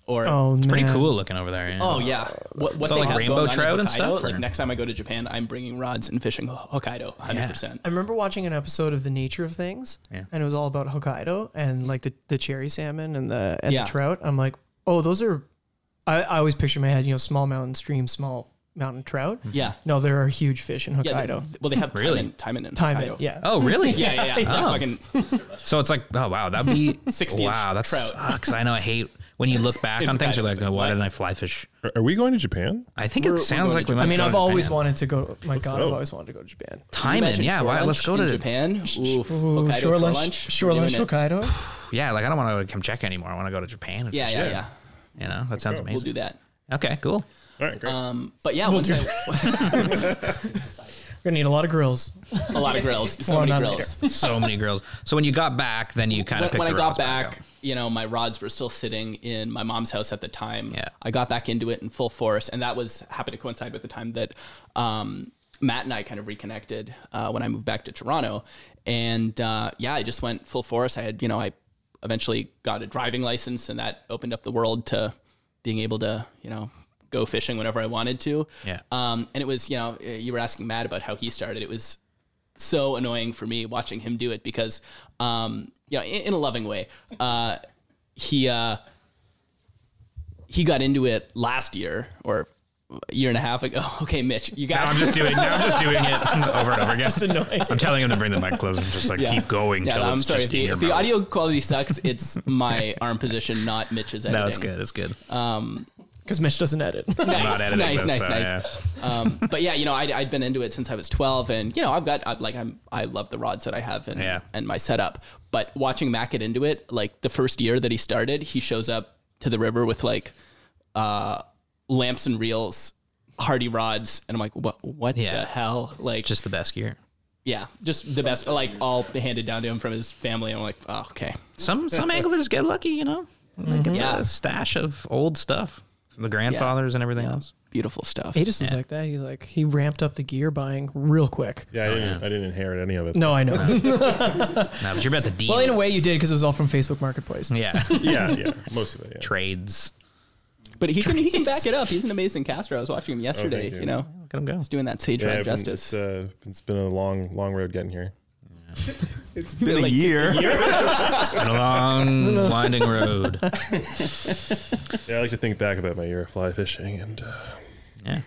Speaker 5: Or
Speaker 2: Oh, it's
Speaker 1: Pretty cool looking over there. Yeah.
Speaker 5: Oh yeah,
Speaker 2: Uh,
Speaker 5: what, what
Speaker 1: all
Speaker 5: they
Speaker 1: like
Speaker 5: have
Speaker 1: rainbow
Speaker 5: going on in
Speaker 1: trout and
Speaker 5: Hokkaido,
Speaker 1: stuff,
Speaker 5: Like
Speaker 1: or-
Speaker 5: next time I go to Japan, I'm bringing rods and fishing Hokkaido, 100. percent
Speaker 2: I remember watching an episode of The Nature of Things,
Speaker 1: Yeah.
Speaker 2: and it was all about Hokkaido and like the, the cherry salmon and the and
Speaker 5: Mm-hmm. Yeah.
Speaker 2: the trout. I'm like, oh, those are. I, I always picture in my head, you know, small mountain stream, small mountain trout.
Speaker 5: Yeah,
Speaker 2: No, there are huge fish in
Speaker 5: Mm-hmm. yeah.
Speaker 2: Hokkaido.
Speaker 5: they- well, they have
Speaker 1: Really?
Speaker 5: really time in
Speaker 2: Time
Speaker 5: Hokkaido.
Speaker 2: it, yeah.
Speaker 1: Oh really?
Speaker 5: yeah, yeah, yeah.
Speaker 1: Oh.
Speaker 5: Fucking,
Speaker 1: So it's like, oh wow, that'd be
Speaker 5: 60 inch
Speaker 1: Wow, that
Speaker 5: trout.
Speaker 1: sucks. I know. I hate when you look back on things. You're like, oh, why didn't I fly fish?
Speaker 3: Are, are we going to Japan?
Speaker 1: I think
Speaker 5: We're-
Speaker 1: it
Speaker 5: we're
Speaker 1: sounds
Speaker 5: going
Speaker 1: like
Speaker 5: to
Speaker 1: we might.
Speaker 2: I mean,
Speaker 1: go
Speaker 2: I've
Speaker 1: to
Speaker 2: always
Speaker 1: Japan.
Speaker 2: wanted to go. My God,
Speaker 3: go.
Speaker 2: I've always wanted to go to Japan.
Speaker 1: Time in,
Speaker 5: imagine
Speaker 1: yeah.
Speaker 5: shore
Speaker 1: Why? Let's go
Speaker 5: lunch
Speaker 1: to
Speaker 5: in Japan. Oof, Hokkaido
Speaker 2: shore
Speaker 5: for
Speaker 2: lunch,
Speaker 5: lunch.
Speaker 2: shore
Speaker 5: We're
Speaker 2: lunch,
Speaker 5: doing it.
Speaker 2: Hokkaido.
Speaker 1: Yeah, like I don't want to come check anymore. I want to go to Japan. And
Speaker 5: Yeah,
Speaker 1: fish
Speaker 5: yeah,
Speaker 1: there.
Speaker 5: yeah.
Speaker 1: You know, that sounds
Speaker 5: We'll
Speaker 1: amazing.
Speaker 5: do that.
Speaker 1: Okay, cool.
Speaker 3: All right, great.
Speaker 5: Um, but yeah, once I,
Speaker 2: We're gonna need a lot of grills.
Speaker 5: a lot of grills, so
Speaker 2: More on
Speaker 5: many
Speaker 2: that
Speaker 5: grills.
Speaker 1: So many girls. So when you got back, then you kind of
Speaker 5: when,
Speaker 1: picked
Speaker 5: when I
Speaker 1: the
Speaker 5: got
Speaker 1: rods
Speaker 5: back,
Speaker 1: up.
Speaker 5: you know, my rods were still sitting in my mom's house at the time.
Speaker 1: Yeah.
Speaker 5: I got back into it in full force, and that was happened to coincide with the time that um, Matt and I kind of reconnected uh, when I moved back to Toronto. And uh, yeah, I just went full force. I had, you know, I eventually got a driving license, and that opened up the world to being able to, you know, go fishing whenever I wanted to.
Speaker 1: Yeah.
Speaker 5: Um, and it was, you know, you were asking Matt about how he started. It was so annoying for me watching him do it because, um, you know, in, in a loving way, uh, he uh, he got into it last year or a year and a half ago. Okay, Mitch, you
Speaker 1: Now
Speaker 5: got
Speaker 1: I'm just doing. Now I'm just doing it over and over again. Just
Speaker 2: annoying.
Speaker 1: I'm telling him to bring the mic closer. I'm just like keep going.
Speaker 5: Yeah,
Speaker 1: till
Speaker 5: I'm
Speaker 1: it's
Speaker 5: sorry.
Speaker 1: Just
Speaker 5: If
Speaker 1: in
Speaker 5: the,
Speaker 1: your
Speaker 5: if the
Speaker 1: mouth.
Speaker 5: audio quality sucks, it's my arm position, not Mitch's editing.
Speaker 1: No, it's good. It's good.
Speaker 2: Because Mitch doesn't edit.
Speaker 5: Nice,
Speaker 1: I'm not editing
Speaker 5: nice,
Speaker 1: this,
Speaker 5: nice,
Speaker 1: so,
Speaker 5: nice.
Speaker 1: yeah.
Speaker 5: um, but yeah, you know, I'd, I'd been into it since I was 12 and, you know, I've got, i like, I'm, I love the rods that I have and,
Speaker 1: Yeah.
Speaker 5: and my setup, but watching Mac get into it, like the first year that he started, he shows up to the river with like, uh, lamps and reels, hardy rods. And I'm like, what, what
Speaker 1: Yeah.
Speaker 5: the hell? Like,
Speaker 1: Just the best gear.
Speaker 5: yeah, just the best, like all handed down to him from his family. I'm like, oh, okay.
Speaker 1: Some some anglers get lucky, you know. They get
Speaker 5: Yeah.
Speaker 1: the stash of old stuff, from the grandfathers and everything else.
Speaker 5: Beautiful stuff.
Speaker 2: Atis was like that. He's like he ramped up the gear buying real quick.
Speaker 3: yeah, I
Speaker 4: Oh,
Speaker 3: didn't, I didn't inherit any of it.
Speaker 2: No, I know.
Speaker 1: No, but you're about the deal.
Speaker 5: Mm.
Speaker 2: well, in a way, you did because it was all from Facebook Marketplace.
Speaker 1: Yeah,
Speaker 3: Yeah, yeah, most of it. Yeah.
Speaker 1: trades.
Speaker 5: But he can, he can back it up. He's an amazing caster. I was watching
Speaker 1: Oh,
Speaker 5: him yesterday.
Speaker 3: you.
Speaker 5: you. know,
Speaker 2: Look at him go.
Speaker 5: he's doing that sage
Speaker 3: Yeah,
Speaker 5: rod
Speaker 3: I've been- It's,
Speaker 5: justice.
Speaker 3: uh, it's been a long, long road getting here.
Speaker 5: It's
Speaker 6: Been a year.
Speaker 1: Been a long, winding road.
Speaker 3: Yeah, I like to think back about my year of fly fishing, and uh,
Speaker 1: Yeah.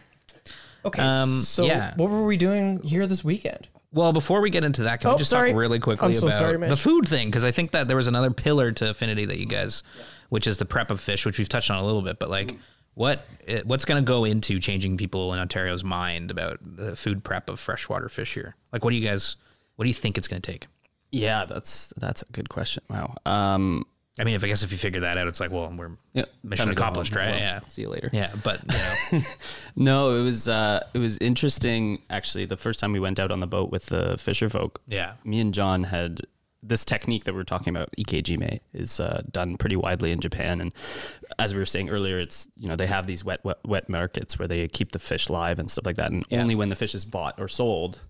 Speaker 2: Okay,
Speaker 1: Um,
Speaker 2: so
Speaker 1: yeah.
Speaker 2: what were we doing here this weekend?
Speaker 1: Well, before we get into that, can
Speaker 2: Oh,
Speaker 1: we just
Speaker 2: sorry.
Speaker 1: talk really quickly
Speaker 2: I'm so
Speaker 1: about
Speaker 2: sorry, Mitch.
Speaker 1: the food thing? Because I think that there was another pillar to affinity that you guys, which is the prep of fish, which we've touched on a little bit. But like, what eh, what's going to go into changing people in Ontario's mind about the food prep of freshwater fish here? Like, what do you guys, what do you think it's going to take?
Speaker 4: Yeah, that's that's a good question. Wow. Um,
Speaker 1: I mean, if I guess if you figure that out, it's like, well, we're
Speaker 4: yeah,
Speaker 1: mission
Speaker 4: time to go
Speaker 1: accomplished,
Speaker 4: home.
Speaker 1: right?
Speaker 4: Well,
Speaker 1: yeah,
Speaker 4: See you later.
Speaker 1: yeah. But you know,
Speaker 4: No, it was uh, it was interesting actually. The first time we went out on the boat with the fisher folk,
Speaker 1: yeah,
Speaker 4: me and John had this technique that we're talking about, E ikejime, is uh, done pretty widely in Japan. And as we were saying earlier, it's you know they have these wet wet, wet markets where they keep the fish live and stuff like that. And only when the fish is bought or sold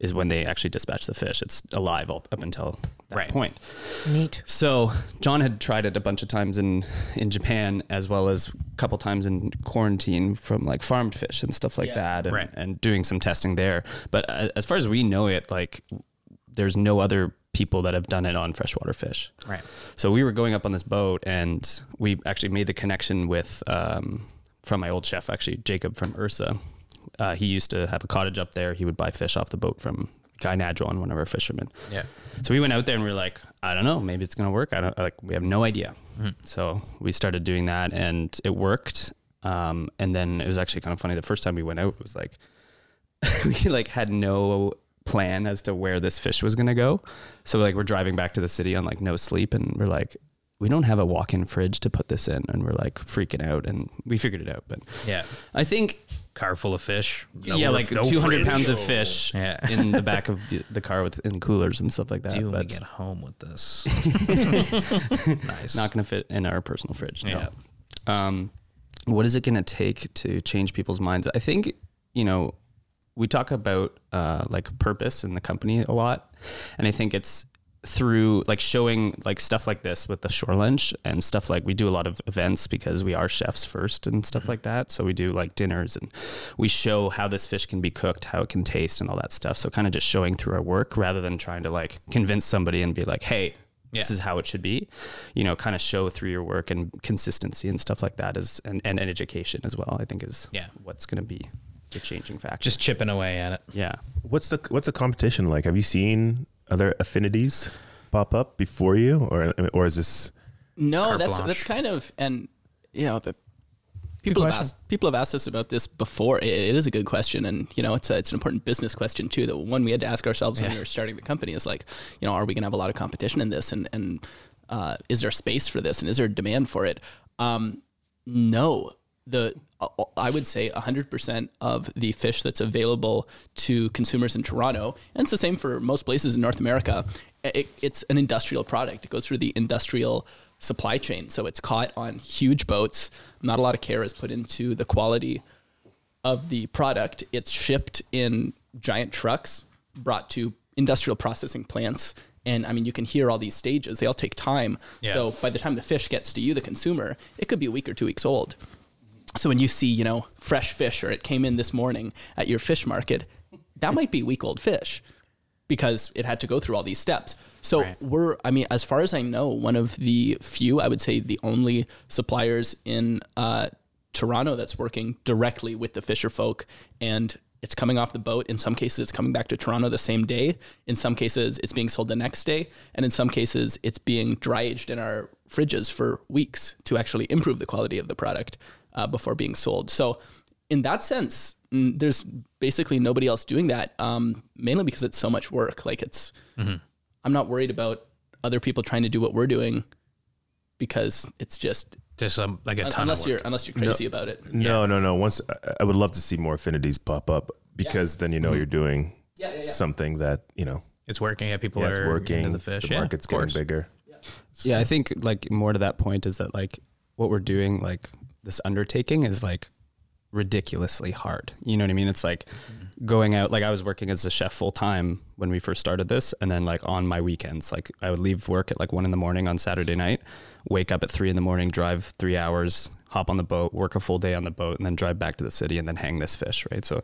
Speaker 4: is when they actually dispatch the fish. It's alive up, up until that
Speaker 1: Right.
Speaker 4: point.
Speaker 2: Neat.
Speaker 4: So John had tried it a bunch of times in in Japan, as well as a couple times in quarantine from like farmed fish and stuff like that, and,
Speaker 1: Right.
Speaker 4: and doing some testing there. But a- as far as we know it, like there's no other people that have done it on freshwater fish.
Speaker 1: right.
Speaker 4: So we were going up on this boat, and we actually made the connection with um, from my old chef, actually Jacob from Ursa. Uh, he used to have a cottage up there. He would buy fish off the boat from Guy Nadron, one of our fishermen.
Speaker 1: Yeah.
Speaker 4: So we went out there and we were like, I don't know, maybe it's gonna work. I don't like we have no idea.
Speaker 1: Mm-hmm.
Speaker 4: So we started doing that and it worked. Um, and then it was actually kind of funny. The first time we went out, it was like we like had no plan as to where this fish was gonna go. So like we're driving back to the city on like no sleep, and we're like, we don't have a walk-in fridge to put this in, and we're like freaking out, and we figured it out. But
Speaker 1: Yeah.
Speaker 4: I think
Speaker 1: Car full of fish. No-
Speaker 4: yeah, like
Speaker 1: no
Speaker 4: 200
Speaker 1: fridge.
Speaker 4: pounds of fish
Speaker 1: Yeah.
Speaker 4: in the back of the, the car with in coolers and stuff like that.
Speaker 1: Do we
Speaker 4: but
Speaker 1: get home with this? nice.
Speaker 4: not going to fit in our personal fridge. No.
Speaker 1: Yeah.
Speaker 4: Um, what is it going to take to change people's minds? I think, you know, we talk about uh, like purpose in the company a lot. And I think it's through like showing like stuff like this with the shore lunch and stuff like we do a lot of events because we are chefs first and
Speaker 1: Mm-hmm.
Speaker 4: stuff like that. So we do like dinners and we show how this fish can be cooked, how it can taste and all that stuff. So kind of just showing through our work rather than trying to like convince somebody and be like, hey, this
Speaker 1: Yeah.
Speaker 4: is how it should be you know kind of show through your work and consistency and stuff like that is and, and and education as well i think is
Speaker 1: Yeah.
Speaker 4: what's going to be the changing factor
Speaker 1: just chipping away at it.
Speaker 4: yeah
Speaker 6: What's the what's the competition like? Have you seen other affinities pop up before you, or or is this
Speaker 5: No,
Speaker 1: Carte
Speaker 5: that's
Speaker 1: blanche.
Speaker 5: that's kind of and you know, but people have
Speaker 2: question.
Speaker 5: asked people have asked us about this before. It, it is a good question, and you know, it's a, it's an important business question too. That one we had to ask ourselves when we were starting the company is like, you know, are we going to have a lot of competition in this, and and uh, is there space for this, and is there demand for it? Um, no, the uh, I would say 100% of the fish that's available to consumers in Toronto, and it's the same for most places in North America. It, it's an industrial product. It goes through the industrial supply chain, so it's caught on huge boats. Not a lot of care is put into the quality of the product. It's shipped in giant trucks, brought to industrial processing plants. And I mean, you can hear all these stages. They all take time.
Speaker 1: Yeah.
Speaker 5: So by the time the fish gets to you, the consumer, it could be a week or two weeks old. So when you see, you know, fresh fish or it came in this morning at your fish market, that might be week old fish because it had to go through all these steps. So
Speaker 1: Right.
Speaker 5: we're, I mean, as far as I know, one of the few, I would say the only suppliers in uh, Toronto that's working directly with the fisher folk and it's coming off the boat. In some cases, it's coming back to Toronto the same day. In some cases, it's being sold the next day. And in some cases, it's being dry aged in our fridges for weeks to actually improve the quality of the product uh, before being sold. So in that sense, mm, there's basically nobody else doing that, um, mainly because it's so much work. Like it's,
Speaker 1: Mm-hmm.
Speaker 5: I'm not worried about other people trying to do what we're doing because it's just
Speaker 1: Just um, like a
Speaker 5: un-
Speaker 1: ton
Speaker 5: unless
Speaker 1: of work.
Speaker 5: you're unless you're crazy about it.
Speaker 6: no, no, no? Once I- I would love to see more affinities pop up because then
Speaker 5: Mm-hmm.
Speaker 6: you know you're doing something that you know
Speaker 1: It's working. Yeah, people
Speaker 6: yeah,
Speaker 1: are
Speaker 6: it's
Speaker 1: into
Speaker 6: working.
Speaker 1: the fish. yeah,
Speaker 6: market's
Speaker 1: of
Speaker 6: getting
Speaker 1: course.
Speaker 6: bigger.
Speaker 4: yeah i think like more to that point is that like what we're doing like this undertaking is like ridiculously hard you know what i mean it's like going out like i was working as a chef full time when we first started this and then like on my weekends like i would leave work at like one in the morning on saturday night wake up at three in the morning drive three hours hop on the boat, work a full day on the boat, and then drive back to the city and then hang this fish, right? So,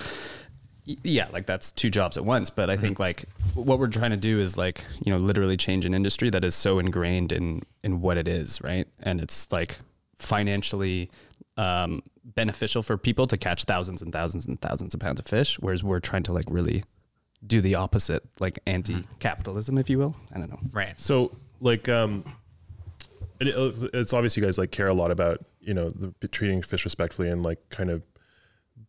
Speaker 4: y- yeah, like that's two jobs at once. But I think
Speaker 1: Mm-hmm.
Speaker 4: like what we're trying to do is like you know literally change an industry that is so ingrained in in what it is, right? And it's like financially um, beneficial for people to catch thousands and thousands and thousands of pounds of fish, whereas we're trying to like really do the opposite, like
Speaker 1: Mm-hmm.
Speaker 4: anti-capitalism, if you will. I don't know.
Speaker 1: Right.
Speaker 3: So like um, it, it's obvious you guys like care a lot about you know the, treating fish respectfully and like kind of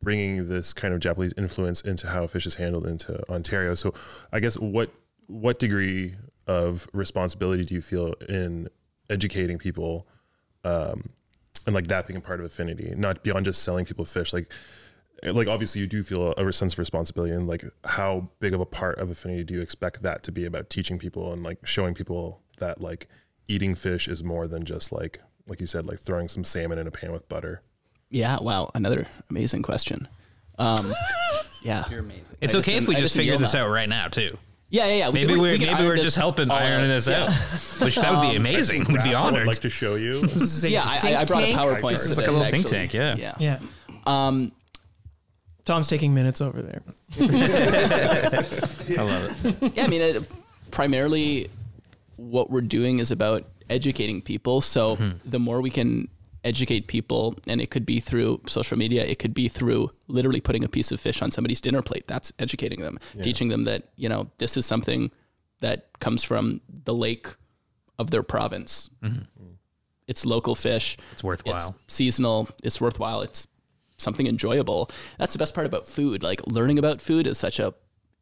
Speaker 3: bringing this kind of Japanese influence into how fish is handled into Ontario. So I guess what what degree of responsibility do you feel in educating people um, and like that being a part of affinity, not beyond just selling people fish like like obviously you do feel a sense of responsibility and like how big of a part of affinity do you expect that to be about teaching people and like showing people that like eating fish is more than just like like you said like throwing some salmon in a pan with butter
Speaker 5: Yeah. Wow. Another amazing question. Um, yeah. You're amazing.
Speaker 1: It's okay if we just figure this out right now too.
Speaker 5: Yeah, yeah, yeah. We
Speaker 1: Maybe
Speaker 5: could-
Speaker 1: we're
Speaker 5: we could
Speaker 1: maybe
Speaker 5: iron Um,
Speaker 1: we're
Speaker 5: this
Speaker 1: just helping
Speaker 5: all
Speaker 1: ironing
Speaker 5: out.
Speaker 1: this out, which that would be amazing. We'd be
Speaker 3: Perhaps I would
Speaker 1: honored.
Speaker 3: like to show you
Speaker 2: This is
Speaker 5: Yeah, I, I- I brought a
Speaker 2: tank.
Speaker 5: PowerPoint.
Speaker 3: This
Speaker 5: for
Speaker 3: is
Speaker 1: like a
Speaker 5: this,
Speaker 1: little think
Speaker 5: actually.
Speaker 1: tank, yeah.
Speaker 5: Yeah.
Speaker 2: Yeah.
Speaker 5: Um,
Speaker 2: Tom's taking minutes over there.
Speaker 1: I love it.
Speaker 5: yeah, I mean, it, primarily what we're doing is about educating people. So the more we can educate people, and it could be through social media, it could be through literally putting a piece of fish on somebody's dinner plate. That's educating them, teaching them that, you know, this is something that comes from the lake of their province. It's local fish.
Speaker 1: Mm-hmm. It's worthwhile.
Speaker 5: It's seasonal. It's worthwhile. It's something enjoyable. That's the best part about food. Like learning about food is such a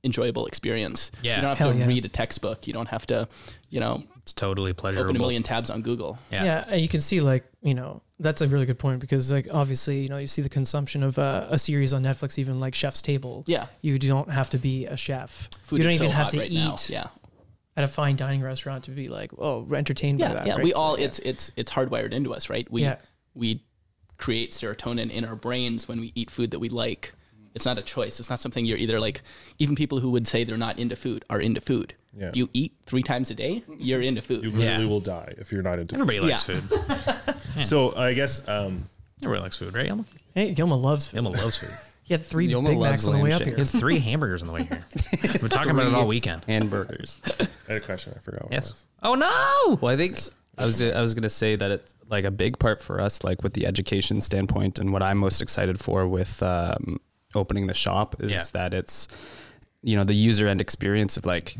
Speaker 5: enjoyable experience.
Speaker 1: Yeah.
Speaker 5: You don't have
Speaker 2: Hell
Speaker 5: to
Speaker 2: yeah.
Speaker 5: read a textbook. You don't have to, you know,
Speaker 1: It's totally pleasurable.
Speaker 5: open a million tabs on Google.
Speaker 1: Yeah.
Speaker 2: Yeah. and you can see like you know that's a really good point because like obviously you know you see the consumption of uh, a series on Netflix, even like Chef's Table.
Speaker 5: Yeah.
Speaker 2: you don't have to be a chef.
Speaker 5: Food
Speaker 2: you don't
Speaker 5: is
Speaker 2: even
Speaker 5: so
Speaker 2: have
Speaker 5: hot
Speaker 2: to
Speaker 5: right
Speaker 2: eat
Speaker 5: now. Yeah.
Speaker 2: at a fine dining restaurant to be like oh we're entertained
Speaker 5: Yeah.
Speaker 2: by that.
Speaker 5: yeah.
Speaker 2: right?
Speaker 5: We
Speaker 2: So,
Speaker 5: all,
Speaker 2: yeah.
Speaker 5: it's, it's, it's hardwired into us, right? We,
Speaker 2: Yeah.
Speaker 5: we create serotonin in our brains when we eat food that we like. It's not a choice. It's not something you're either like, even people who would say they're not into food are into food.
Speaker 3: Yeah.
Speaker 5: You eat three times a day, you're
Speaker 3: you
Speaker 5: into food.
Speaker 3: literally
Speaker 1: Yeah.
Speaker 3: will die if you're not into
Speaker 1: Everybody likes
Speaker 5: Yeah.
Speaker 1: food.
Speaker 3: food. so I guess um
Speaker 1: Everybody likes food, right? Yelma?
Speaker 2: hey Yoma loves food.
Speaker 1: Yelma loves food.
Speaker 2: He had three
Speaker 4: Yoma
Speaker 2: Big Macs
Speaker 4: loves
Speaker 2: on the
Speaker 4: lamb
Speaker 2: way up here.
Speaker 4: shanks.
Speaker 1: We had three hamburgers on the way here. We've been talking about it all weekend.
Speaker 4: And burgers.
Speaker 3: I had a question I forgot what it was.
Speaker 1: Yes. Oh no!
Speaker 4: Well, I think I was I was gonna say that it's like a big part for us, like with the education standpoint, and what I'm most excited for with um, opening the shop is
Speaker 1: Yeah.
Speaker 4: that it's you know the user end experience of like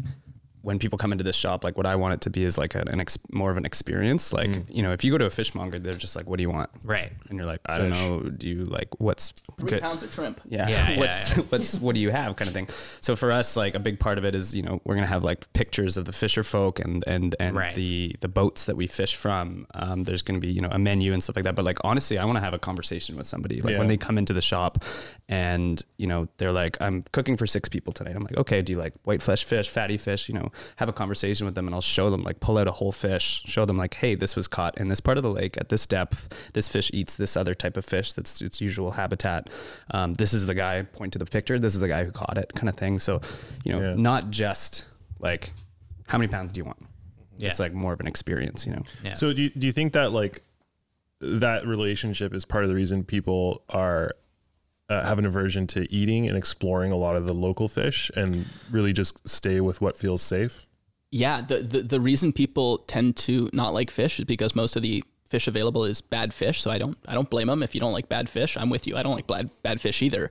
Speaker 4: when people come into this shop, like what I want it to be is like an, an ex, more of an experience. Like you know, if you go to a fishmonger, they're just like, "What do you want?"
Speaker 1: Mm. Right.
Speaker 4: And you're like, "I don't know. Do you like what's
Speaker 5: Three
Speaker 4: good?"
Speaker 5: pounds of shrimp.
Speaker 4: yeah,
Speaker 1: Yeah, yeah,
Speaker 4: what's what's what do you have kind of thing so for us like a big part of it is you know we're gonna have like pictures of the fisher folk and and and
Speaker 1: Right.
Speaker 4: the the boats that we fish from um, there's gonna be you know a menu and stuff like that but like honestly i want to have a conversation with somebody like
Speaker 3: Yeah.
Speaker 4: when they come into the shop and you know they're like i'm cooking for six people tonight i'm like okay do you like white flesh fish fatty fish you know have a conversation with them and i'll show them like pull out a whole fish show them like hey this was caught in this part of the lake at this depth this fish eats this other type of fish that's its usual habitat um, this is the guy point to the picture this is the guy who caught it kind of thing so you know
Speaker 3: Yeah.
Speaker 4: not just like how many pounds do you want
Speaker 1: Yeah.
Speaker 4: it's like more of an experience you know
Speaker 1: Yeah.
Speaker 3: So do you, do you think that like that relationship is part of the reason people are uh, have an aversion to eating and exploring a lot of the local fish and really just stay with what feels safe?
Speaker 5: Yeah, the, the the reason people tend to not like fish is because most of the fish available is bad fish. So I don't I don't blame them if you don't like bad fish. I'm with you. I don't like bad bad fish either.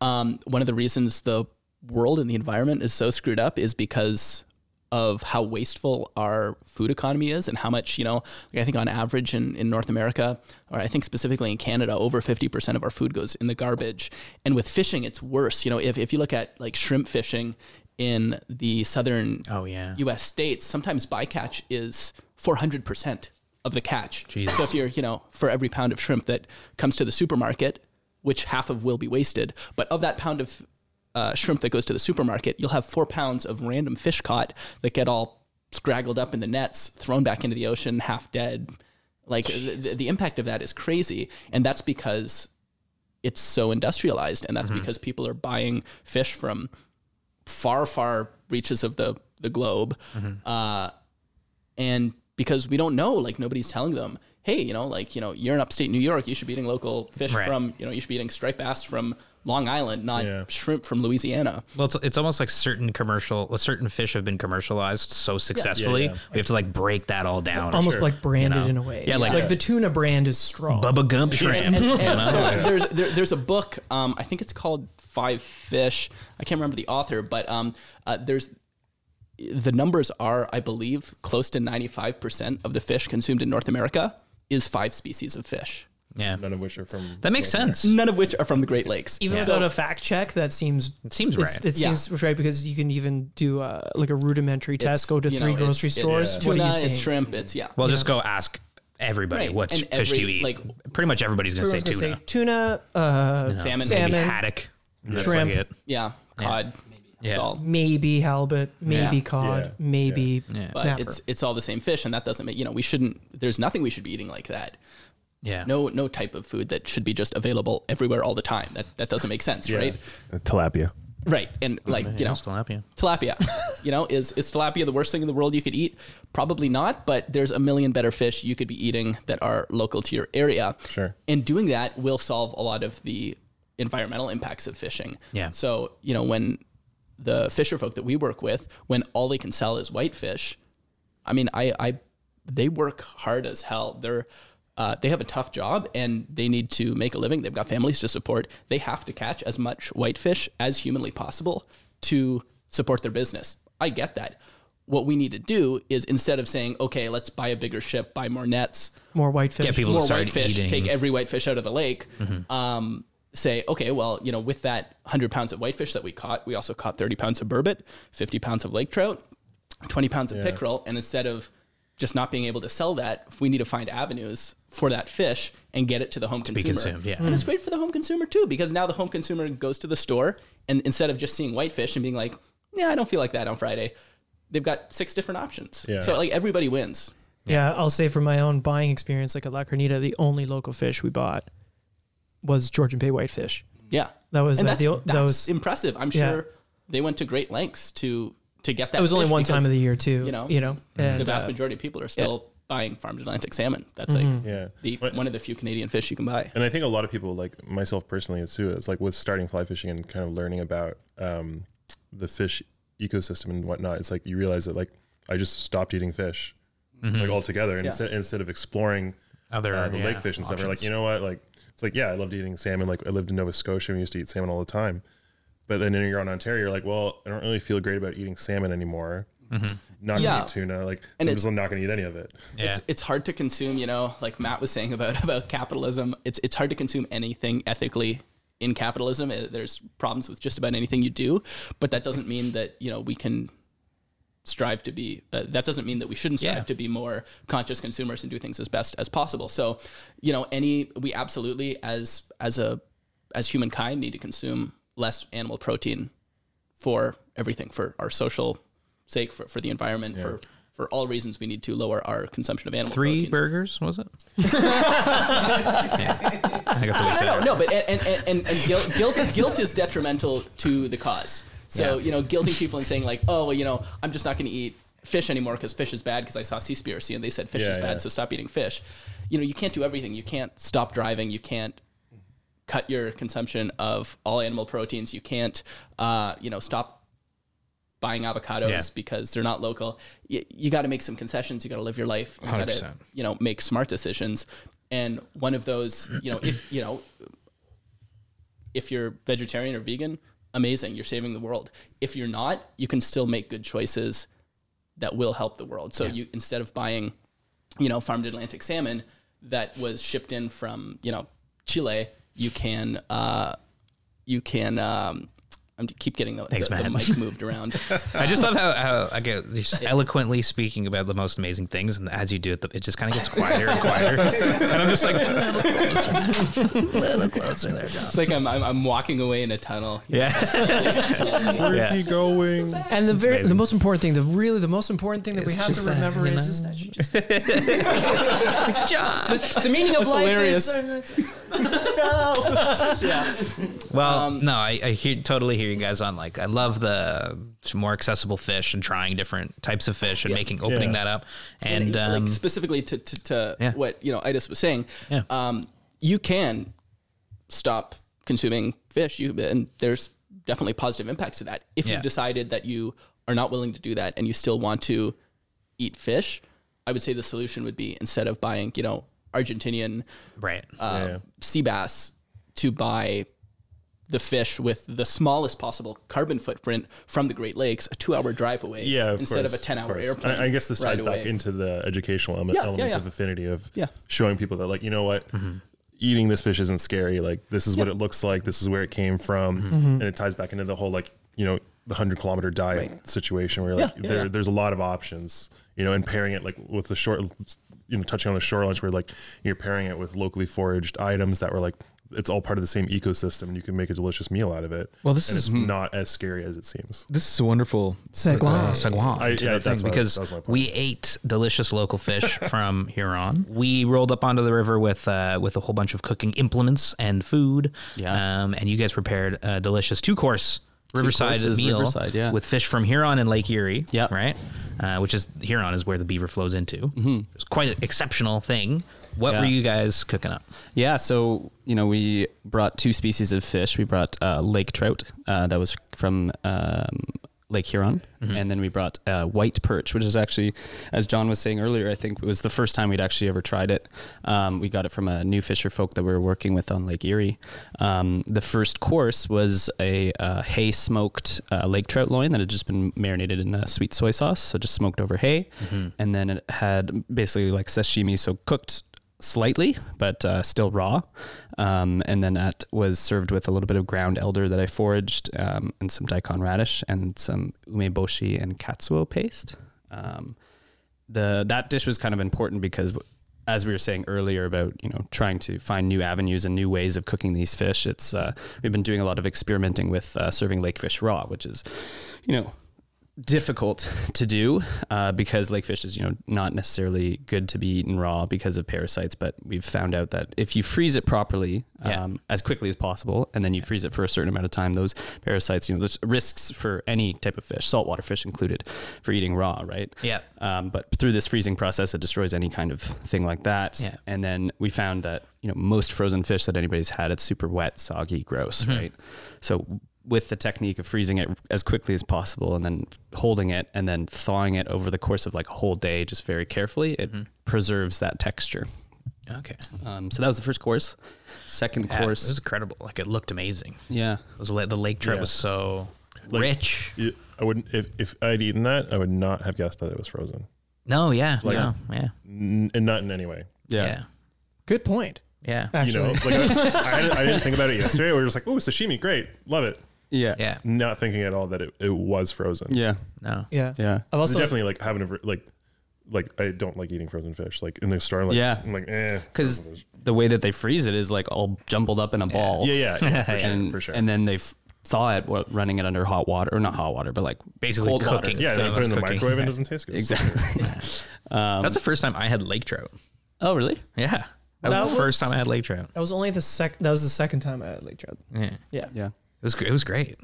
Speaker 5: Um, one of the reasons the world and the environment is so screwed up is because of how wasteful our food economy is and how much you know like i think on average in, in north america or i think specifically in canada over 50% of our food goes in the garbage and with fishing it's worse you know if, if you look at like shrimp fishing in the southern
Speaker 1: Oh yeah.
Speaker 5: U.S. states, sometimes bycatch is 400 percent of the catch.
Speaker 1: Jesus.
Speaker 5: So if you're, you know, for every pound of shrimp that comes to the supermarket, which half of will be wasted, but of that pound of uh, shrimp that goes to the supermarket, you'll have four pounds of random fish caught that get all scraggled up in the nets, thrown back into the ocean, half dead. Like the, the impact of that is crazy, and that's because it's so industrialized, and that's
Speaker 1: Mm-hmm.
Speaker 5: because people are buying fish from far, far reaches of the the globe, uh, and because we don't know, like nobody's telling them, hey, you know, like, you know, you're in upstate New York, you should be eating local fish
Speaker 1: Right.
Speaker 5: from, you know, you should be eating striped bass from Long Island, not
Speaker 3: Yeah.
Speaker 5: shrimp from Louisiana.
Speaker 1: Well, it's, it's almost like certain commercial, well, certain fish have been commercialized so successfully.
Speaker 3: yeah.
Speaker 1: We have to like break that all down.
Speaker 2: almost like branded
Speaker 1: You know?
Speaker 2: in a way.
Speaker 1: Yeah, like- uh,
Speaker 2: the tuna brand is strong.
Speaker 1: Bubba Gump shrimp. you
Speaker 5: And
Speaker 1: know?
Speaker 5: so there's there, there's a book. Um, I think it's called Five Fish. I can't remember the author, but um, uh, there's the numbers are, I believe, close to 95% of the fish consumed in North America is five species of fish,
Speaker 1: Yeah,
Speaker 3: none of which are from.
Speaker 1: that makes sense.
Speaker 5: none of which are from the Great Lakes.
Speaker 2: even
Speaker 5: So-
Speaker 2: without a fact check, that seems
Speaker 1: It seems
Speaker 2: it's-
Speaker 1: right.
Speaker 2: It
Speaker 5: Yeah.
Speaker 2: seems right because you can even do uh, like a rudimentary test.
Speaker 5: it's,
Speaker 2: Go to
Speaker 5: you
Speaker 2: three
Speaker 5: know,
Speaker 2: grocery
Speaker 5: it's-
Speaker 2: stores.
Speaker 5: It's
Speaker 2: what
Speaker 5: tuna,
Speaker 2: are you saying?
Speaker 5: it's shrimp, it's, yeah.
Speaker 1: Well, just go ask everybody
Speaker 5: Right,
Speaker 1: what's
Speaker 5: and
Speaker 1: fish do you
Speaker 5: every,
Speaker 1: eat.
Speaker 5: like-
Speaker 1: pretty much everybody's gonna say
Speaker 2: Everyone's
Speaker 1: tuna,
Speaker 2: gonna say tuna, uh,
Speaker 5: salmon,
Speaker 1: maybe
Speaker 2: salmon,
Speaker 1: haddock, That's like
Speaker 2: shrimp,
Speaker 1: it.
Speaker 5: yeah, cod. It's
Speaker 1: Yeah.
Speaker 5: all.
Speaker 2: maybe halibut, maybe
Speaker 5: Yeah.
Speaker 2: cod,
Speaker 3: Yeah.
Speaker 2: maybe
Speaker 5: But
Speaker 2: snapper.
Speaker 5: it's it's all the same fish, and that doesn't make you know we shouldn't. There's nothing we should be eating like that.
Speaker 1: Yeah,
Speaker 5: no no type of food that should be just available everywhere all the time. That that doesn't make sense, right?
Speaker 6: Tilapia.
Speaker 5: Right. And
Speaker 2: Oh,
Speaker 5: like, you know,
Speaker 1: tilapia.
Speaker 5: tilapia, you know, is is tilapia the worst thing in the world you could eat? Probably not, but there's a million better fish you could be eating that are local to your area.
Speaker 3: Sure.
Speaker 5: And doing that will solve a lot of the environmental impacts of fishing.
Speaker 1: Yeah.
Speaker 5: So, you know, when the fisher folk that we work with, when all they can sell is whitefish, I mean, I, I, they work hard as hell. They're, uh, they have a tough job and they need to make a living. They've got families to support. They have to catch as much whitefish as humanly possible to support their business. I get that. What we need to do is instead of saying, okay, let's buy a bigger ship, buy more nets,
Speaker 2: More whitefish.
Speaker 1: Yeah, people
Speaker 5: more
Speaker 1: start
Speaker 5: whitefish,
Speaker 1: eating. Mm-hmm.
Speaker 5: take every whitefish out of the lake. Um, say, okay, well, you know, with that 100 pounds of whitefish that we caught, we also caught 30 pounds of burbot, 50 pounds of lake trout, 20 pounds of pickerel. And instead of just not being able to sell that, we need to find avenues for that fish and get it to the home
Speaker 1: be
Speaker 5: consumer.
Speaker 1: consumed, yeah. Mm.
Speaker 5: And it's great for the home consumer too, because now the home consumer goes to the store and instead of just seeing whitefish and being like, yeah, I don't feel like that on Friday, they've got six different options.
Speaker 3: Yeah.
Speaker 5: So like everybody wins.
Speaker 2: Yeah, I'll say from my own buying experience, like at La Carnita, the only local fish we bought was Georgian Bay whitefish.
Speaker 5: Yeah,
Speaker 2: That was,
Speaker 5: And
Speaker 2: uh,
Speaker 5: that's,
Speaker 2: the o- that
Speaker 5: that's
Speaker 2: was-
Speaker 5: impressive. I'm
Speaker 2: yeah.
Speaker 5: sure they went to great lengths to to get that.
Speaker 2: It was only
Speaker 5: fish
Speaker 2: one time
Speaker 5: because
Speaker 2: of the year too.
Speaker 5: you know,
Speaker 2: you know, and
Speaker 5: The
Speaker 2: uh,
Speaker 5: vast
Speaker 2: Mm-hmm.
Speaker 5: majority of people are still buying farmed Atlantic salmon. That's like
Speaker 3: Yeah.
Speaker 5: the
Speaker 3: But-
Speaker 5: one of the few Canadian fish you can buy.
Speaker 3: And I think a lot of people, like myself personally, it's too, it's like with starting fly fishing and kind of learning about um, the fish ecosystem and whatnot. It's like you realize that like I just stopped eating fish
Speaker 1: Mm-hmm.
Speaker 3: like altogether, and
Speaker 5: Yeah.
Speaker 3: instead, instead of exploring
Speaker 1: Other
Speaker 3: uh, the
Speaker 1: yeah,
Speaker 3: lake fish and stuff, are like
Speaker 1: options.
Speaker 3: you know what, like it's like yeah, I loved eating salmon. Like I lived in Nova Scotia and we used to eat salmon all the time. But then you're on Ontario, you're like, well, I don't really feel great about eating salmon anymore.
Speaker 1: Mm-hmm.
Speaker 3: Not gonna
Speaker 5: Yeah.
Speaker 3: eat tuna, like
Speaker 5: And
Speaker 3: so I'm
Speaker 5: it's-
Speaker 3: just not gonna eat any of it.
Speaker 1: yeah.
Speaker 5: It's, it's hard to consume, you know, like Matt was saying about about capitalism. It's it's hard to consume anything ethically in capitalism. Uh, There's problems with just about anything you do, but that doesn't mean that you know we can strive to be. Uh, that doesn't mean that we shouldn't strive
Speaker 1: Yeah.
Speaker 5: to be more conscious consumers and do things as best as possible. So, you know, any we absolutely as as a as humankind need to consume less animal protein for everything for our social sake for, for the environment for for all reasons we need to lower our consumption of animal
Speaker 1: Three
Speaker 5: proteins.
Speaker 1: burgers was it? yeah. I think that's what we
Speaker 5: no,
Speaker 1: said.
Speaker 5: no, no, but and and, and, and guilt, guilt guilt is detrimental to the cause. So
Speaker 1: Yeah.
Speaker 5: you know, guilting people and saying like, oh, well, you know, I'm just not going to eat fish anymore because fish is bad because I saw Seaspiracy and they said fish
Speaker 3: Yeah,
Speaker 5: is bad,
Speaker 3: yeah.
Speaker 5: so stop eating fish. You know, you can't do everything. You can't stop driving. You can't cut your consumption of all animal proteins. You can't, uh, you know, stop buying avocados
Speaker 1: Yeah.
Speaker 5: because they're not local. You, you got to make some concessions. You got to live your life. You got to,
Speaker 1: 100%.
Speaker 5: you know, make smart decisions. And one of those, you know, if you know, if you're vegetarian or vegan, amazing, you're saving the world. If you're not, you can still make good choices that will help the world. So you instead of buying, you know, farmed Atlantic salmon that was shipped in from you know Chile, you can uh, you can um, I'm keep getting the,
Speaker 1: Thanks,
Speaker 5: the, the
Speaker 1: Matt.
Speaker 5: mic moved around.
Speaker 1: I just love how, how I get you're just eloquently speaking about the most amazing things, and as you do it, the- it just kind of gets quieter and quieter. and I'm just like, a little closer, a little closer there, John.
Speaker 5: It's like I'm, I'm I'm walking away in a tunnel.
Speaker 1: Yeah,
Speaker 3: Where's
Speaker 1: Yeah.
Speaker 3: he going?
Speaker 2: and the very, the most important thing, the really the most important thing that we
Speaker 1: It's
Speaker 2: have to
Speaker 1: just that,
Speaker 2: remember
Speaker 1: you
Speaker 2: is,
Speaker 1: know.
Speaker 2: is that you just the, the meaning of
Speaker 5: That's
Speaker 2: life
Speaker 5: hilarious.
Speaker 2: is
Speaker 5: No. yeah.
Speaker 1: Um, Well, no, I, I hear, totally hear you guys on like I love the more accessible fish and trying different types of fish and making opening
Speaker 3: Yeah.
Speaker 1: that up and,
Speaker 5: and,
Speaker 1: um,
Speaker 5: like specifically to, to, to
Speaker 1: Yeah.
Speaker 5: what you know Idis was saying,
Speaker 1: Yeah.
Speaker 5: um, you can stop consuming fish. You and there's definitely positive impacts to that. If
Speaker 1: Yeah.
Speaker 5: you decided that you are not willing to do that and you still want to eat fish, I would say the solution would be instead of buying you know Argentinian
Speaker 1: right
Speaker 5: uh, sea bass, to buy the fish with the smallest possible carbon footprint from the Great Lakes, a two-hour drive away,
Speaker 3: Yeah, of
Speaker 5: instead
Speaker 3: course,
Speaker 5: of a ten-hour
Speaker 3: course.
Speaker 5: airplane.
Speaker 3: I, I guess this
Speaker 5: ride
Speaker 3: ties back
Speaker 5: away.
Speaker 3: into the educational ele-
Speaker 5: Yeah, yeah,
Speaker 3: elements
Speaker 5: yeah.
Speaker 3: of affinity of
Speaker 5: Yeah.
Speaker 3: showing people that, like, you know what,
Speaker 7: Mm-hmm.
Speaker 3: eating this fish isn't scary. Like, this is what it looks like. This is where it came from,
Speaker 7: Mm-hmm.
Speaker 5: Mm-hmm.
Speaker 3: and it ties back into the whole like, you know, the hundred kilometer diet situation where like
Speaker 5: yeah,
Speaker 3: there,
Speaker 5: yeah.
Speaker 3: there's a lot of options. You know, and pairing it like with the short, you know, touching on the shore lunch where like you're pairing it with locally foraged items that were like. It's all part of the same ecosystem, and you can make a delicious meal out of it.
Speaker 7: Well, this
Speaker 3: and
Speaker 7: is-
Speaker 3: it's not as scary as it seems.
Speaker 7: This is a wonderful.
Speaker 1: uh,
Speaker 2: Segway.
Speaker 1: Saguan
Speaker 3: I-
Speaker 1: to
Speaker 3: yeah,
Speaker 1: the
Speaker 3: that's
Speaker 1: thing
Speaker 3: what I-
Speaker 1: because
Speaker 3: that was my point.
Speaker 1: we ate delicious local fish from Huron. We rolled up onto the river with uh, with a whole bunch of cooking implements and food.
Speaker 4: Yeah.
Speaker 1: Um, and you guys prepared a delicious two course riverside
Speaker 4: courses,
Speaker 1: meal
Speaker 4: Riverside, yeah.
Speaker 1: with fish from Huron and Lake Erie.
Speaker 4: Yeah.
Speaker 1: Right. Uh, which is Huron is where the beaver flows into. It's quite an exceptional thing. What
Speaker 4: Yeah.
Speaker 1: were you guys cooking up?
Speaker 4: Yeah, so you know we brought two species of fish. We brought uh, lake trout uh, that was from um, Lake Huron, and then we brought uh, white perch, which is actually, as John was saying earlier, I think it was the first time we'd actually ever tried it. Um, we got it from a new fisher folk that we were working with on Lake Erie. Um, the first course was a uh, hay smoked uh, lake trout loin that had just been marinated in uh, sweet soy sauce, so just smoked over hay, and then it had basically like sashimi, so cooked slightly, but uh, still raw. Um, and then that was served with a little bit of ground elder that I foraged um, and some daikon radish and some umeboshi and katsuo paste. Um, the that dish was kind of important because as we were saying earlier about you know trying to find new avenues and new ways of cooking these fish it's uh, we've been doing a lot of experimenting with uh, serving lake fish raw which is you know difficult to do uh, because lake fish is you know not necessarily good to be eaten raw because of parasites but we've found out that if you freeze it properly
Speaker 1: Yeah.
Speaker 4: um, as quickly as possible and then you freeze it for a certain amount of time those parasites you know there's risks for any type of fish saltwater fish included for eating raw right
Speaker 1: Yeah.
Speaker 4: um, but through this freezing process, it destroys any kind of thing like that.
Speaker 1: Yeah.
Speaker 4: And then we found that you know most frozen fish that anybody's had, it's super wet, soggy, gross,
Speaker 1: Mm-hmm.
Speaker 4: right? So with the technique of freezing it as quickly as possible and then holding it and then thawing it over the course of like a whole day, just very carefully, it
Speaker 1: Mm-hmm.
Speaker 4: preserves that texture.
Speaker 1: Okay.
Speaker 4: Um, so that was the first course. Second
Speaker 1: Yeah,
Speaker 4: course,
Speaker 1: It was incredible. Like it looked amazing.
Speaker 4: yeah,
Speaker 1: It was la- the lake trout
Speaker 3: Yeah.
Speaker 1: was so
Speaker 3: Like-
Speaker 1: rich.
Speaker 3: Yeah, I wouldn't if, if I'd eaten that, I would not have guessed that it was frozen,
Speaker 1: No, yeah.
Speaker 3: Like-
Speaker 1: no, yeah.
Speaker 3: N- and not in any way.
Speaker 1: Yeah.
Speaker 2: Good point.
Speaker 1: Yeah.
Speaker 3: You
Speaker 2: Actually,
Speaker 3: know, like I, I, didn't- I didn't think about it yesterday. We were just like, "Oh, sashimi, great, love it."
Speaker 4: yeah,
Speaker 1: Yeah.
Speaker 3: Not thinking at all that it, it was frozen.
Speaker 4: yeah,
Speaker 1: No.
Speaker 2: yeah.
Speaker 4: yeah.
Speaker 2: I've
Speaker 3: It's
Speaker 2: also
Speaker 3: definitely like having a ver- like like I don't like eating frozen fish. Like in the store, I'm like
Speaker 4: Yeah.
Speaker 3: I'm like eh.
Speaker 4: Because the way that they freeze it is like all jumbled up in a ball.
Speaker 3: Yeah, yeah, yeah, for sure,
Speaker 4: and,
Speaker 3: for sure.
Speaker 4: And then they f- thaw it, while running it under hot water, or not hot water, but like
Speaker 1: Basically
Speaker 4: cold
Speaker 1: cooking it.
Speaker 4: Water.
Speaker 1: so
Speaker 3: yeah, then I put it in the
Speaker 1: it's cooking.
Speaker 3: microwave and it doesn't taste good.
Speaker 4: Exactly.
Speaker 1: That's the first time I had lake trout.
Speaker 4: Um, oh, really?
Speaker 1: Yeah. That, was
Speaker 2: That
Speaker 1: the first
Speaker 2: was-
Speaker 1: time I had lake trout.
Speaker 2: that was only the sec. That was the second time I had lake trout.
Speaker 1: Yeah. It
Speaker 2: Yeah.
Speaker 4: Yeah.
Speaker 1: was gr- it was great.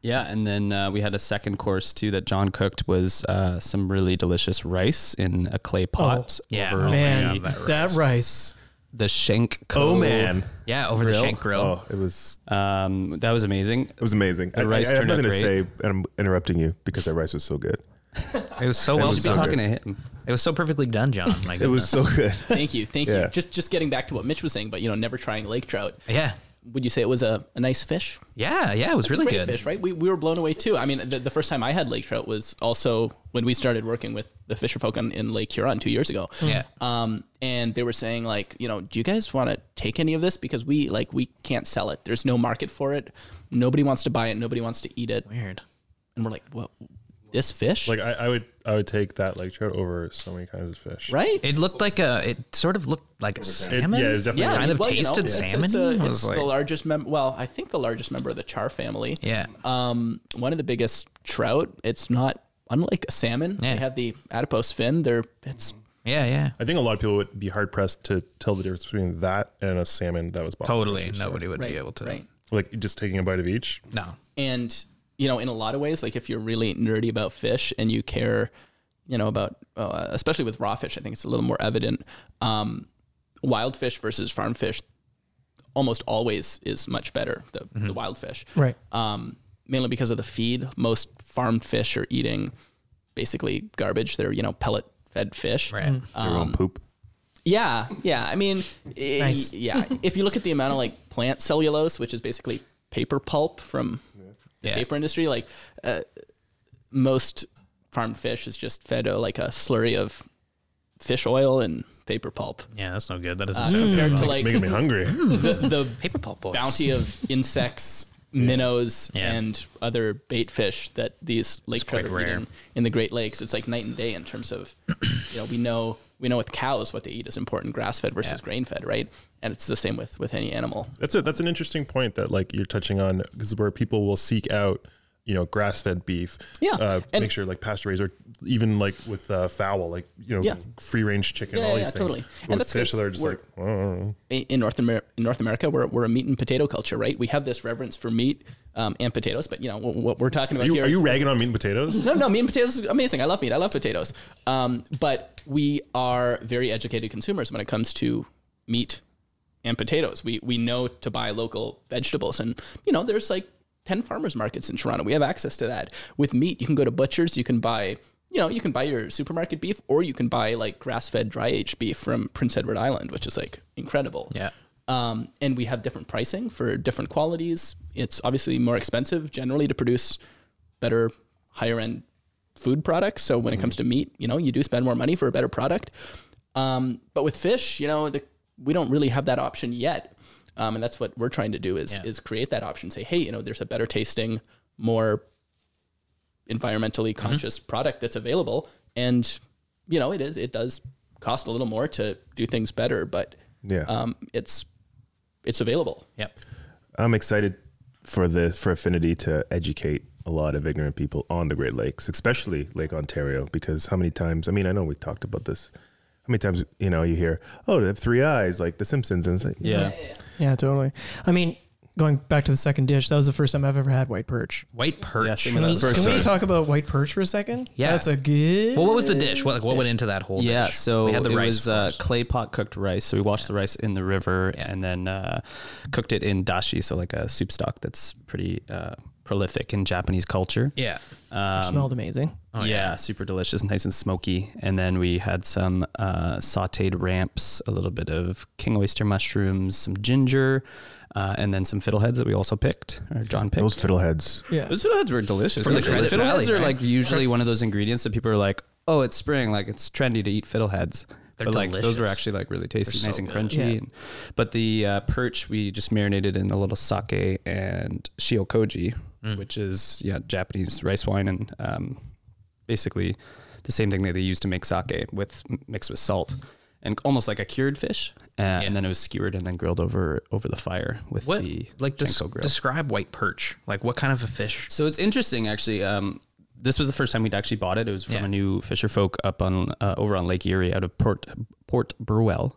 Speaker 4: Yeah, and then uh, we had a second course too that John cooked was uh, some really delicious rice in a clay pot.
Speaker 2: Oh,
Speaker 1: yeah.
Speaker 4: over
Speaker 1: Oh,
Speaker 2: Man,
Speaker 1: God, that
Speaker 2: that rice.
Speaker 4: the shank. Co.
Speaker 6: Oh man,
Speaker 1: Yeah, over the
Speaker 4: Grill?
Speaker 1: shank grill.
Speaker 6: oh it was
Speaker 4: Um, that was amazing.
Speaker 6: it was amazing. I, I, I
Speaker 4: rice
Speaker 6: have
Speaker 4: turned out
Speaker 6: nothing
Speaker 4: great.
Speaker 6: to say, and I'm interrupting you because that rice was so good.
Speaker 1: It was so
Speaker 6: That
Speaker 1: well
Speaker 6: was
Speaker 1: done.
Speaker 6: so
Speaker 4: Talking to him.
Speaker 1: It was so perfectly done, John. My
Speaker 6: It
Speaker 1: goodness.
Speaker 6: was so good.
Speaker 5: Thank you, thank
Speaker 6: Yeah.
Speaker 5: you. Just just getting back to what Mitch was saying, but you know, never trying lake trout.
Speaker 1: Yeah.
Speaker 5: Would you say it was a, a nice fish?
Speaker 1: Yeah, yeah, it was
Speaker 5: It's a
Speaker 1: really
Speaker 5: great
Speaker 1: good.
Speaker 5: fish, right? We, we were blown away too. I mean, the, the first time I had lake trout was also when we started working with the fisher folk on, in Lake Huron two years ago.
Speaker 1: Yeah.
Speaker 5: Um, and they were saying like, you know, do you guys want to take any of this because we like we can't sell it. There's no market for it. Nobody wants to buy it. Nobody wants to eat it.
Speaker 1: Weird.
Speaker 5: And we're like, well, this fish,
Speaker 3: Like I, I would I would take that lake trout over so many kinds of fish.
Speaker 5: right?
Speaker 1: It looked like a it sort of looked like a
Speaker 3: It,
Speaker 1: salmon.
Speaker 3: yeah, it was definitely
Speaker 5: yeah,
Speaker 1: kind of
Speaker 5: well, you know,
Speaker 1: tasted
Speaker 5: it's-
Speaker 1: salmon.
Speaker 5: It's, a-
Speaker 1: I
Speaker 5: it's
Speaker 1: was like-
Speaker 5: the largest member. Well, I think the largest member of the char family.
Speaker 1: yeah.
Speaker 5: Um, one of the biggest trout. It's not unlike a salmon.
Speaker 1: Yeah.
Speaker 5: They have the adipose fin. They're it's
Speaker 1: Yeah, yeah.
Speaker 3: I think a lot of people would be hard pressed to tell the difference between that and a salmon that was bought.
Speaker 1: Totally. Nobody would Mm. be
Speaker 5: Right,
Speaker 1: able to.
Speaker 5: right.
Speaker 3: Like just taking a bite of each.
Speaker 1: No.
Speaker 5: and you know in a lot of ways like if you're really nerdy about fish and you care you know about uh, especially with raw fish i think it's a little more evident um, wild fish versus farm fish almost always is much better the,
Speaker 1: Mm-hmm.
Speaker 5: the wild fish
Speaker 2: Right.
Speaker 5: um, mainly because of the feed most farmed fish are eating basically garbage they're you know pellet fed fish Um,
Speaker 1: Right. Mm.
Speaker 6: Your own poop.
Speaker 5: yeah, yeah. I mean, i-
Speaker 2: Nice.
Speaker 5: yeah. if you look at the amount of like plant cellulose, which is basically paper pulp from the
Speaker 1: Yeah.
Speaker 5: paper industry, like uh, most farmed fish is just fed uh, like a slurry of fish oil and paper pulp.
Speaker 1: Yeah, that's no good. That doesn't sound
Speaker 5: Compared to like
Speaker 3: Making me hungry.
Speaker 5: the, the
Speaker 1: paper pulp boys.
Speaker 5: bounty of insects, minnows,
Speaker 1: Yeah.
Speaker 5: and other bait fish that these lake
Speaker 1: quite
Speaker 5: trout are
Speaker 1: rare.
Speaker 5: eating in the Great Lakes. It's like night and day in terms of, you know, we know we know with cows what they eat is important, grass fed versus
Speaker 1: Yeah.
Speaker 5: grain fed, right? And it's the same with with any animal.
Speaker 3: That's a that's an interesting point that like you're touching on because where people will seek out you know grass fed beef,
Speaker 5: Yeah,
Speaker 3: uh,
Speaker 5: and-
Speaker 3: make sure like pasture raised or even like with uh, fowl, like you know
Speaker 5: Yeah.
Speaker 3: free range chicken,
Speaker 5: Yeah,
Speaker 3: all
Speaker 5: yeah,
Speaker 3: these
Speaker 5: yeah,
Speaker 3: things.
Speaker 5: totally.
Speaker 3: But
Speaker 5: And
Speaker 3: With
Speaker 5: that's
Speaker 3: fish,
Speaker 5: 'cause
Speaker 3: they're just
Speaker 5: we're-
Speaker 3: like, oh,
Speaker 5: In in North America, in North America, we're we're a meat and potato culture, right? We have this reverence for meat um, and potatoes, but you know what, what we're talking
Speaker 3: are
Speaker 5: about
Speaker 3: you
Speaker 5: here
Speaker 3: are you
Speaker 5: is-
Speaker 3: ragging on meat and potatoes?
Speaker 5: No, no, meat and potatoes is amazing. I love meat. I love potatoes. Um, but we are very educated consumers when it comes to meat and potatoes. We we know to buy local vegetables, and you know, there's like ten farmers markets in Toronto. We have access to that. With meat, you can go to butchers. You can buy. You know, you can buy your supermarket beef, or you can buy like grass-fed, dry-aged beef from Prince Edward Island, which is like incredible.
Speaker 1: Yeah.
Speaker 5: Um, and we have different pricing for different qualities. It's obviously more expensive generally to produce better, higher end food products. So when it comes to meat, you know, you do spend more money for a better product. Um, but with fish, you know, the, we don't really have that option yet. Um, and that's what we're trying to do is
Speaker 1: Yeah.
Speaker 5: is create that option. Say, hey, you know, there's a better tasting, more environmentally conscious product that's available. And you know, it is it does cost a little more to do things better, but
Speaker 6: Yeah.
Speaker 5: um, it's it's available.
Speaker 1: Yep.
Speaker 6: I'm excited for the for Affinity to educate a lot of ignorant people on the Great Lakes, especially Lake Ontario, because how many times? I mean, I know we talked about this. How many times you know you hear, "Oh, they have three eyes," like The Simpsons, and it's like,
Speaker 4: Yeah.
Speaker 2: Yeah, totally. I mean, going back to the second dish, that was the first time I've ever had white perch.
Speaker 1: White perch.
Speaker 4: same
Speaker 2: Can
Speaker 4: with
Speaker 2: we,
Speaker 4: us.
Speaker 6: First
Speaker 2: can we
Speaker 6: time.
Speaker 2: talk about white perch for a second?
Speaker 1: Yeah.
Speaker 2: that's a good.
Speaker 1: well, what was the dish? What like what went into that whole dish?
Speaker 4: Yeah, so
Speaker 1: we had the
Speaker 4: it
Speaker 1: rice.
Speaker 4: was uh,
Speaker 1: first.
Speaker 4: clay pot cooked rice. So we washed the rice in the river and then uh, cooked it in dashi, so like a soup stock that's pretty uh, prolific in Japanese culture.
Speaker 1: yeah.
Speaker 2: It smelled amazing.
Speaker 1: Oh,
Speaker 4: yeah,
Speaker 1: yeah.
Speaker 4: super delicious, nice and smoky. And then we had some uh, sautéed ramps, a little bit of king oyster mushrooms, some ginger, uh, and then some fiddleheads that we also picked, or John picked.
Speaker 6: those fiddleheads.
Speaker 2: Yeah,
Speaker 4: Those fiddleheads were delicious.
Speaker 1: From the
Speaker 4: actually.
Speaker 1: Credit
Speaker 4: fiddleheads
Speaker 1: Valley,
Speaker 4: are
Speaker 1: right?
Speaker 4: like usually one of those ingredients that people are like, oh, it's spring, like it's trendy to eat fiddleheads.
Speaker 1: They're
Speaker 4: but like those were
Speaker 1: delicious.
Speaker 4: actually like really tasty, nice
Speaker 1: so
Speaker 4: and
Speaker 1: good.
Speaker 4: crunchy.
Speaker 2: Yeah.
Speaker 4: And, but the uh, perch we just marinated in a little sake and shiokoji,
Speaker 1: Mm.
Speaker 4: which is yeah Japanese rice wine and um, basically the same thing that they use to make sake with mixed with salt and almost like a cured fish. Uh, And then it was skewered and then grilled over over the fire with
Speaker 1: What
Speaker 4: the
Speaker 1: like des-
Speaker 4: Senko grill.
Speaker 1: describe white perch? Like what kind of a fish?
Speaker 4: So it's interesting, actually. Um, this was the first time we'd actually bought it. It was from
Speaker 1: Yeah.
Speaker 4: a new fisher folk up on uh, over on Lake Erie, out of Port Port Burwell,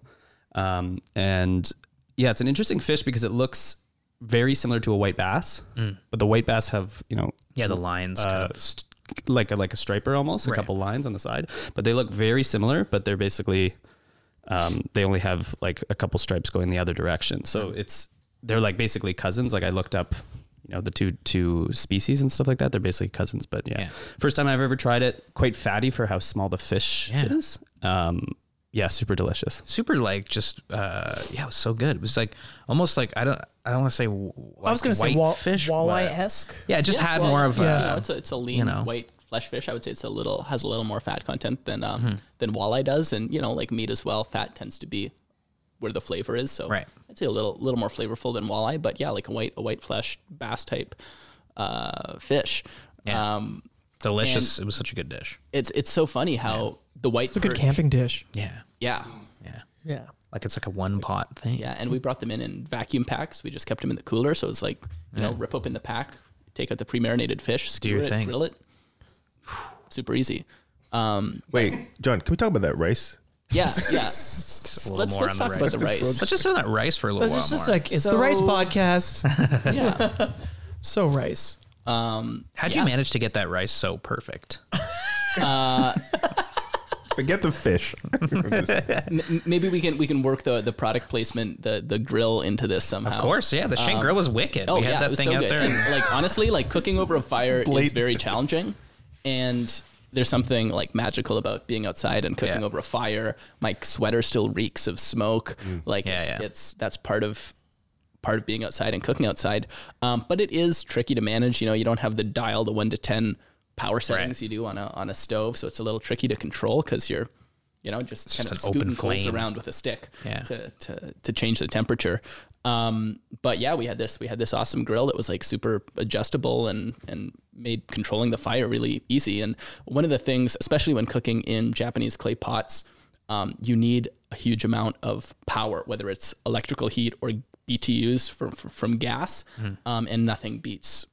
Speaker 4: um, and yeah, it's an interesting fish because it looks very similar to a white bass, but the white bass have you know
Speaker 1: Yeah, the lines.
Speaker 4: uh,
Speaker 1: kind of.
Speaker 4: st- like a like a striper almost, a
Speaker 1: Right.
Speaker 4: couple lines on the side, but they look very similar. But they're basically um, they only have like a couple stripes going the other direction. So it's they're like basically cousins. Like I looked up, you know, the two two species and stuff like that. They're basically cousins. But yeah,
Speaker 1: Yeah.
Speaker 4: first time I've ever tried it. Quite fatty for how small the fish
Speaker 1: Yeah.
Speaker 4: is. Um, yeah, super delicious.
Speaker 1: Super like just uh yeah, it was so good. It was like almost like I don't I don't want to say w- like
Speaker 2: I was gonna
Speaker 1: white
Speaker 2: say wall,
Speaker 1: fish but-
Speaker 2: walleye esque.
Speaker 1: Yeah, it just
Speaker 5: Yeah,
Speaker 1: had
Speaker 5: well,
Speaker 1: more of
Speaker 5: it's,
Speaker 1: a,
Speaker 5: you know, it's a it's a lean
Speaker 1: know.
Speaker 5: white flesh fish. I would say it's a little has a little more fat content than um,
Speaker 1: Mm-hmm.
Speaker 5: than walleye does, and you know like meat as well. Fat tends to be where the flavor is. So
Speaker 1: Right.
Speaker 5: I'd say a little little more flavorful than walleye, but yeah, like a white a white flesh bass type uh, fish.
Speaker 1: Yeah.
Speaker 5: Um,
Speaker 1: delicious. it was such a good dish.
Speaker 5: it's it's so funny how the white
Speaker 2: It's a good
Speaker 5: perch-
Speaker 2: camping dish.
Speaker 1: Yeah.
Speaker 5: Yeah.
Speaker 1: Yeah.
Speaker 2: Yeah,
Speaker 1: Like it's like a one pot thing.
Speaker 5: Yeah, and we brought them in in vacuum packs. We just kept them in the cooler, so it's like you know, rip open the pack, take out the pre-marinated fish,
Speaker 1: your
Speaker 5: skewer it,
Speaker 1: thing.
Speaker 5: grill it. Super easy. Um,
Speaker 6: Wait, John, can we talk about that rice?
Speaker 5: Yeah, yeah.
Speaker 1: Just a little
Speaker 5: let's
Speaker 1: more
Speaker 5: let's
Speaker 1: on
Speaker 5: talk
Speaker 1: the
Speaker 5: about
Speaker 1: rice.
Speaker 5: the rice.
Speaker 1: Let's just do that rice for a little
Speaker 2: It's
Speaker 1: while
Speaker 2: just, just
Speaker 1: more.
Speaker 2: like it's the rice
Speaker 5: So-
Speaker 2: podcast.
Speaker 5: yeah.
Speaker 2: so rice.
Speaker 5: Um,
Speaker 1: How'd
Speaker 5: yeah. Oh.
Speaker 1: you manage to get that rice so perfect?
Speaker 6: Forget the fish.
Speaker 5: M- m- maybe we can we can work the the product placement the the grill into this somehow.
Speaker 1: Of course, yeah. The shank grill was wicked.
Speaker 5: Oh
Speaker 1: we had
Speaker 5: yeah,
Speaker 1: that
Speaker 5: it was
Speaker 1: thing
Speaker 5: so
Speaker 1: out
Speaker 5: good.
Speaker 1: there.
Speaker 5: And, like honestly, like cooking over a fire is
Speaker 6: Blatant.
Speaker 5: very challenging, and there's something like magical about being outside and cooking
Speaker 1: Yeah.
Speaker 5: over a fire. My sweater still reeks of smoke. Like
Speaker 1: Yeah,
Speaker 5: it's,
Speaker 1: yeah.
Speaker 5: it's that's part of part of being outside and cooking outside. Um, but it is tricky to manage. You know, you don't have the dial the one to ten power settings you do on a on a stove, so it's a little tricky to control because you're you know just kind
Speaker 1: just
Speaker 5: of
Speaker 1: an open
Speaker 5: scooting coals
Speaker 1: flame.
Speaker 5: around around with a stick
Speaker 1: Yeah.
Speaker 5: to, to to change the temperature. Um, but yeah, we had this we had this awesome grill that was like super adjustable and and made controlling the fire really easy. And one of the things, especially when cooking in Japanese clay pots, um, you need a huge amount of power, whether it's electrical heat or BTUs from from, from gas, um, and nothing beats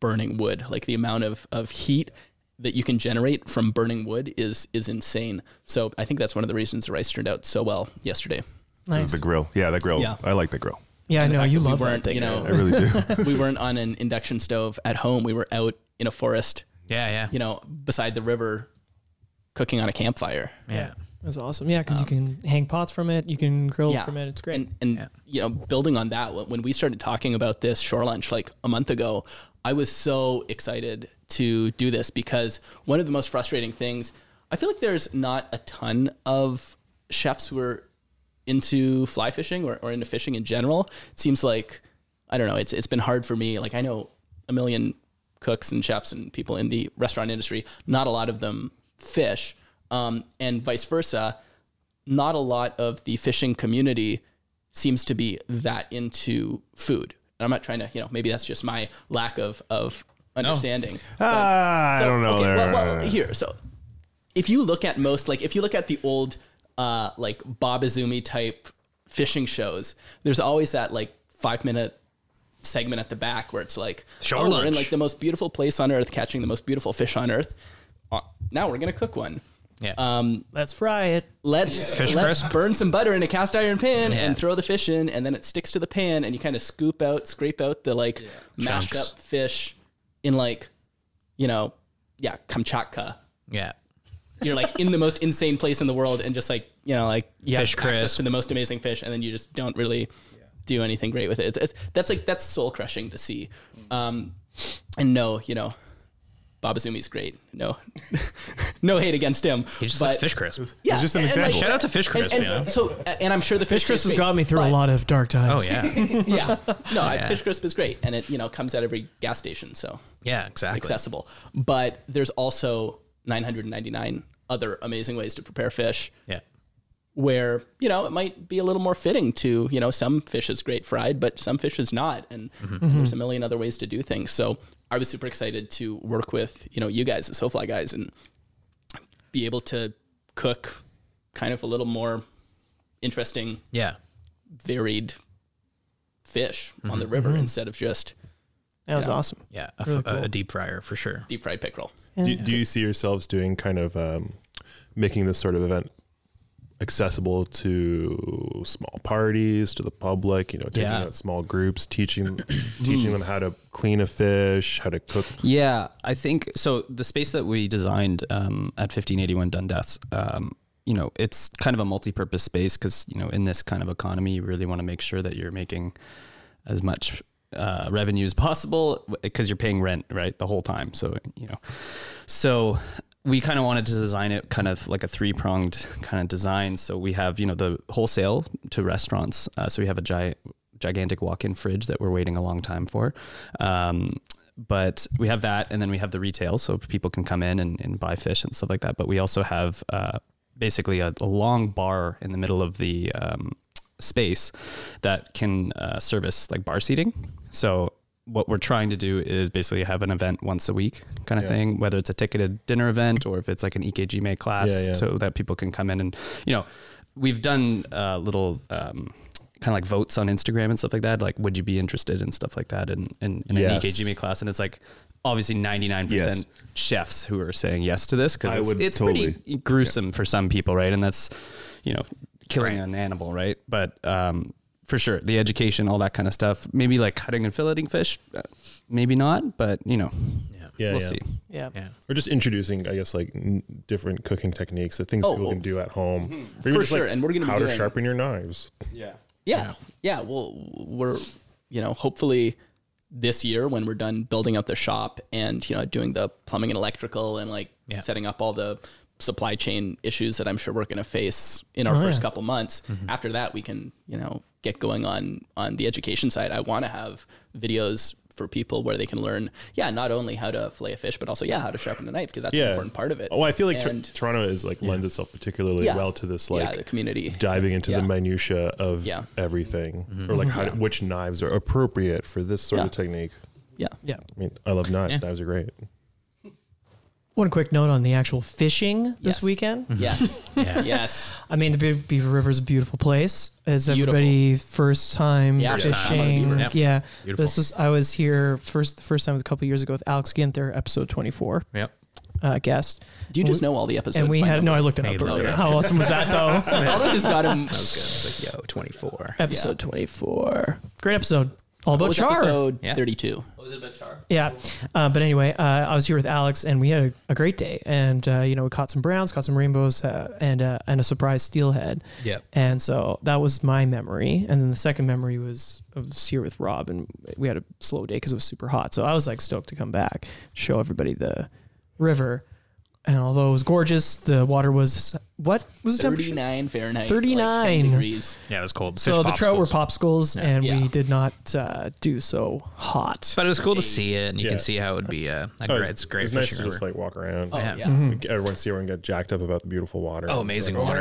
Speaker 5: burning wood. Like the amount of, of heat that you can generate from burning wood is is insane. So I think that's one of the reasons the rice turned out so well yesterday.
Speaker 6: This is the grill. Yeah, the grill.
Speaker 5: Yeah.
Speaker 6: I like the grill.
Speaker 2: Yeah, I know you
Speaker 5: that we
Speaker 2: love that
Speaker 5: weren't,
Speaker 2: thing.
Speaker 5: you know,
Speaker 6: I really do.
Speaker 5: we weren't on an induction stove at home. We were out in a forest,
Speaker 1: Yeah, yeah.
Speaker 5: you know, beside the river, cooking on a campfire.
Speaker 1: yeah.
Speaker 2: It was awesome. Yeah, because you can hang pots from it, you can grill from it. It's great.
Speaker 5: And, and you know, building on that, when when we started talking about this shore lunch like a month ago, I was so excited to do this because one of the most frustrating things, I feel like there's not a ton of chefs who are into fly fishing or, or into fishing in general. It seems like I don't know, it's it's been hard for me. Like I know a million cooks and chefs and people in the restaurant industry, not a lot of them fish. Um, and vice versa, not a lot of the fishing community seems to be that into food. And I'm not trying to, you know, maybe that's just my lack of of understanding.
Speaker 6: Ah, I
Speaker 5: So,
Speaker 6: don't know.
Speaker 5: Okay,
Speaker 6: there.
Speaker 5: well, well, here, so if you look at most, like if you look at the old, uh, like Bob Izumi type fishing shows, there's always that like five minute segment at the back where it's like,
Speaker 1: Shore
Speaker 5: oh, we're in
Speaker 1: lunch.
Speaker 5: like the most beautiful place on earth, catching the most beautiful fish on earth. Uh, Now we're gonna cook one.
Speaker 1: Yeah.
Speaker 5: um,
Speaker 2: Let's fry it.
Speaker 5: Let's
Speaker 1: Fish
Speaker 5: let's
Speaker 1: crisp.
Speaker 5: burn some butter in a cast iron pan
Speaker 1: Yeah.
Speaker 5: and throw the fish in, and then it sticks to the pan, and you kind of scoop out, scrape out the like mashed
Speaker 1: Chunks.
Speaker 5: up fish in like, you know, yeah, Kamchatka
Speaker 1: yeah.
Speaker 5: you're like in the most insane place in the world and just like you know like you
Speaker 1: Fish
Speaker 5: have access
Speaker 1: crisp.
Speaker 5: to the most amazing fish and then you just don't really do anything great with it. It's, it's, that's like that's soul crushing to see. Um, and no, you know, Bob Azumi's great. No, no hate against him.
Speaker 1: He just
Speaker 5: but-
Speaker 1: likes fish crisp.
Speaker 5: Yeah,
Speaker 6: It's just an
Speaker 5: and- and, like,
Speaker 6: example.
Speaker 1: Shout out to Fish Crisp,
Speaker 5: and,
Speaker 1: you know?
Speaker 5: and so, and I'm sure the fish,
Speaker 2: Fish crisp has
Speaker 5: is
Speaker 2: got me through a
Speaker 5: but-
Speaker 2: lot of dark
Speaker 1: Oh
Speaker 2: times.
Speaker 1: yeah.
Speaker 5: yeah, no, I fish crisp is great, and it you know comes at every gas station. So
Speaker 1: Yeah, exactly.
Speaker 5: accessible. But there's also 999 other amazing ways to prepare fish
Speaker 1: Yeah.
Speaker 5: where, you know, it might be a little more fitting to, you know, some fish is great fried, but some fish is not. And there's a million other ways to do things. So I was super excited to work with, you know, you guys, the SoFly guys, and be able to cook kind of a little more interesting,
Speaker 1: Yeah.
Speaker 5: varied fish on the river instead of just
Speaker 2: That was awesome.
Speaker 1: Yeah. A,
Speaker 2: Really
Speaker 1: a- a
Speaker 2: cool.
Speaker 1: deep fryer for sure.
Speaker 5: deep fried pickerel.
Speaker 3: Do, do you see yourselves doing kind of um, making this sort of event accessible to small parties, to the public? You know, taking
Speaker 4: Yeah.
Speaker 3: out small groups, teaching teaching them how to clean a fish, how to cook.
Speaker 4: Yeah, I think so. The space that we designed um, at 1581 Dundas, um, you know, it's kind of a multi-purpose space because you know, in this kind of economy, you really want to make sure that you're making as much uh, revenue as possible because you're paying rent right the whole time. So you know, so we kind of wanted to design it kind of like a three pronged kind of design. So we have you know the wholesale to restaurants. Uh, so we have a giant gigantic walk-in fridge that we're waiting a long time for. Um, but we have that, and then we have the retail, so people can come in and, and buy fish and stuff like that. But we also have uh, basically a, a long bar in the middle of the um, space that can uh, service like bar seating. So what we're trying to do is basically have an event once a week kind of thing, whether it's a ticketed dinner event or if it's like an EKG May class,
Speaker 3: Yeah, yeah.
Speaker 4: so that people can come in and you know, we've done uh, little. Um, Kind of like votes on Instagram and stuff like that. Like, would you be interested in stuff like that? And and, and
Speaker 3: Yes.
Speaker 4: an EKG May class, and it's like obviously ninety nine
Speaker 6: Yes.
Speaker 4: percent chefs who are saying yes to this because
Speaker 6: I
Speaker 4: it's,
Speaker 6: would
Speaker 4: it's
Speaker 6: totally-
Speaker 4: pretty gruesome for some people, right? And that's you know, killing an animal, right? But um, for sure, the education, all that kind of stuff. Maybe like cutting and filleting fish, uh, maybe not, but you know,
Speaker 3: Yeah,
Speaker 4: we'll
Speaker 3: yeah.
Speaker 4: see.
Speaker 2: Yeah.
Speaker 1: Yeah.
Speaker 3: Or just introducing, I guess, like n- different cooking techniques that things
Speaker 5: Oh,
Speaker 3: people
Speaker 5: well,
Speaker 3: can do at home. For
Speaker 5: sure, and we're gonna be
Speaker 3: how to
Speaker 5: doing-
Speaker 3: sharpen your knives.
Speaker 5: Yeah. Yeah. Well, we're, you know, hopefully this year when we're done building up the shop and, you know, doing the plumbing and electrical and like
Speaker 1: Yeah.
Speaker 5: setting up all the supply chain issues that I'm sure we're going to face in
Speaker 3: Oh,
Speaker 5: our first couple months.
Speaker 3: Mm-hmm.
Speaker 5: After that, we can, you know, get going on on the education side. I want to have videos for people where they can learn, yeah, not only how to fillet a fish, but also, yeah, how to sharpen a knife because that's an
Speaker 3: Yeah,
Speaker 5: important part of it.
Speaker 3: Oh, I feel like Tor-
Speaker 5: And-
Speaker 3: Toronto is like lends itself particularly
Speaker 5: Yeah.
Speaker 3: well to this,
Speaker 5: yeah,
Speaker 3: like
Speaker 5: the community.
Speaker 3: diving into
Speaker 5: Yeah.
Speaker 3: the minutia of
Speaker 5: Yeah.
Speaker 3: everything,
Speaker 1: Mm-hmm.
Speaker 3: or like how to- which knives are appropriate for this sort
Speaker 5: Yeah.
Speaker 3: of technique.
Speaker 5: Yeah.
Speaker 2: Yeah.
Speaker 3: I mean, I love knives.
Speaker 1: Yeah.
Speaker 3: Knives are great.
Speaker 2: One quick note on the actual fishing this
Speaker 5: Yes. Mm-hmm.
Speaker 2: weekend.
Speaker 5: Yes.
Speaker 1: Yeah.
Speaker 5: yes.
Speaker 2: I mean, the Be- Beaver River is a beautiful place. As
Speaker 5: Beautiful.
Speaker 2: everybody first time
Speaker 5: Yeah,
Speaker 1: first time on the
Speaker 2: fishing,
Speaker 1: Beaver.
Speaker 2: yeah.
Speaker 1: Yep. Beautiful.
Speaker 2: This was I was here first the first time was a couple years ago with Alex Ginther, episode twenty four
Speaker 1: Yep.
Speaker 2: uh, guest,
Speaker 5: Do you just know all the episodes?
Speaker 2: and we
Speaker 5: by
Speaker 2: had
Speaker 5: now?
Speaker 2: no, I looked it
Speaker 1: Hey,
Speaker 2: up
Speaker 1: look it
Speaker 2: earlier.
Speaker 1: up.
Speaker 2: How awesome was that though?
Speaker 5: Aldo just got him.
Speaker 1: It's like, yo, 24.
Speaker 2: episode twenty four, great episode, all
Speaker 5: What
Speaker 2: about
Speaker 5: was
Speaker 2: char.
Speaker 5: episode
Speaker 1: Yeah.
Speaker 5: 32.
Speaker 2: Yeah. Uh, but anyway, uh, I was here with Alex and we had a, a great day. And, uh, you know, we caught some browns, caught some rainbows, uh, and, uh, and a surprise steelhead.
Speaker 1: Yep.
Speaker 2: And so that was my memory. And then the second memory was I was here with Rob and we had a slow day because it was super hot. So I was like stoked to come back, show everybody the river. And although it was gorgeous, the water was what was the temperature?
Speaker 5: 39 Fahrenheit.
Speaker 2: 39.
Speaker 5: Like 10 degrees.
Speaker 1: Yeah, it was cold.
Speaker 2: So the trout were popsicles, and
Speaker 5: Yeah.
Speaker 2: we did not uh, do so hot.
Speaker 1: But it was cool to see it, and you
Speaker 3: Yeah.
Speaker 1: can see how it would be. Uh, a great, it's great
Speaker 3: Oh, It's nice
Speaker 1: fishing
Speaker 3: to
Speaker 1: river.
Speaker 3: just like walk around.
Speaker 5: Oh, yeah.
Speaker 2: Mm-hmm.
Speaker 3: Like, Everyone see everyone get jacked up about the beautiful water.
Speaker 1: Mm-hmm. Oh, amazing water.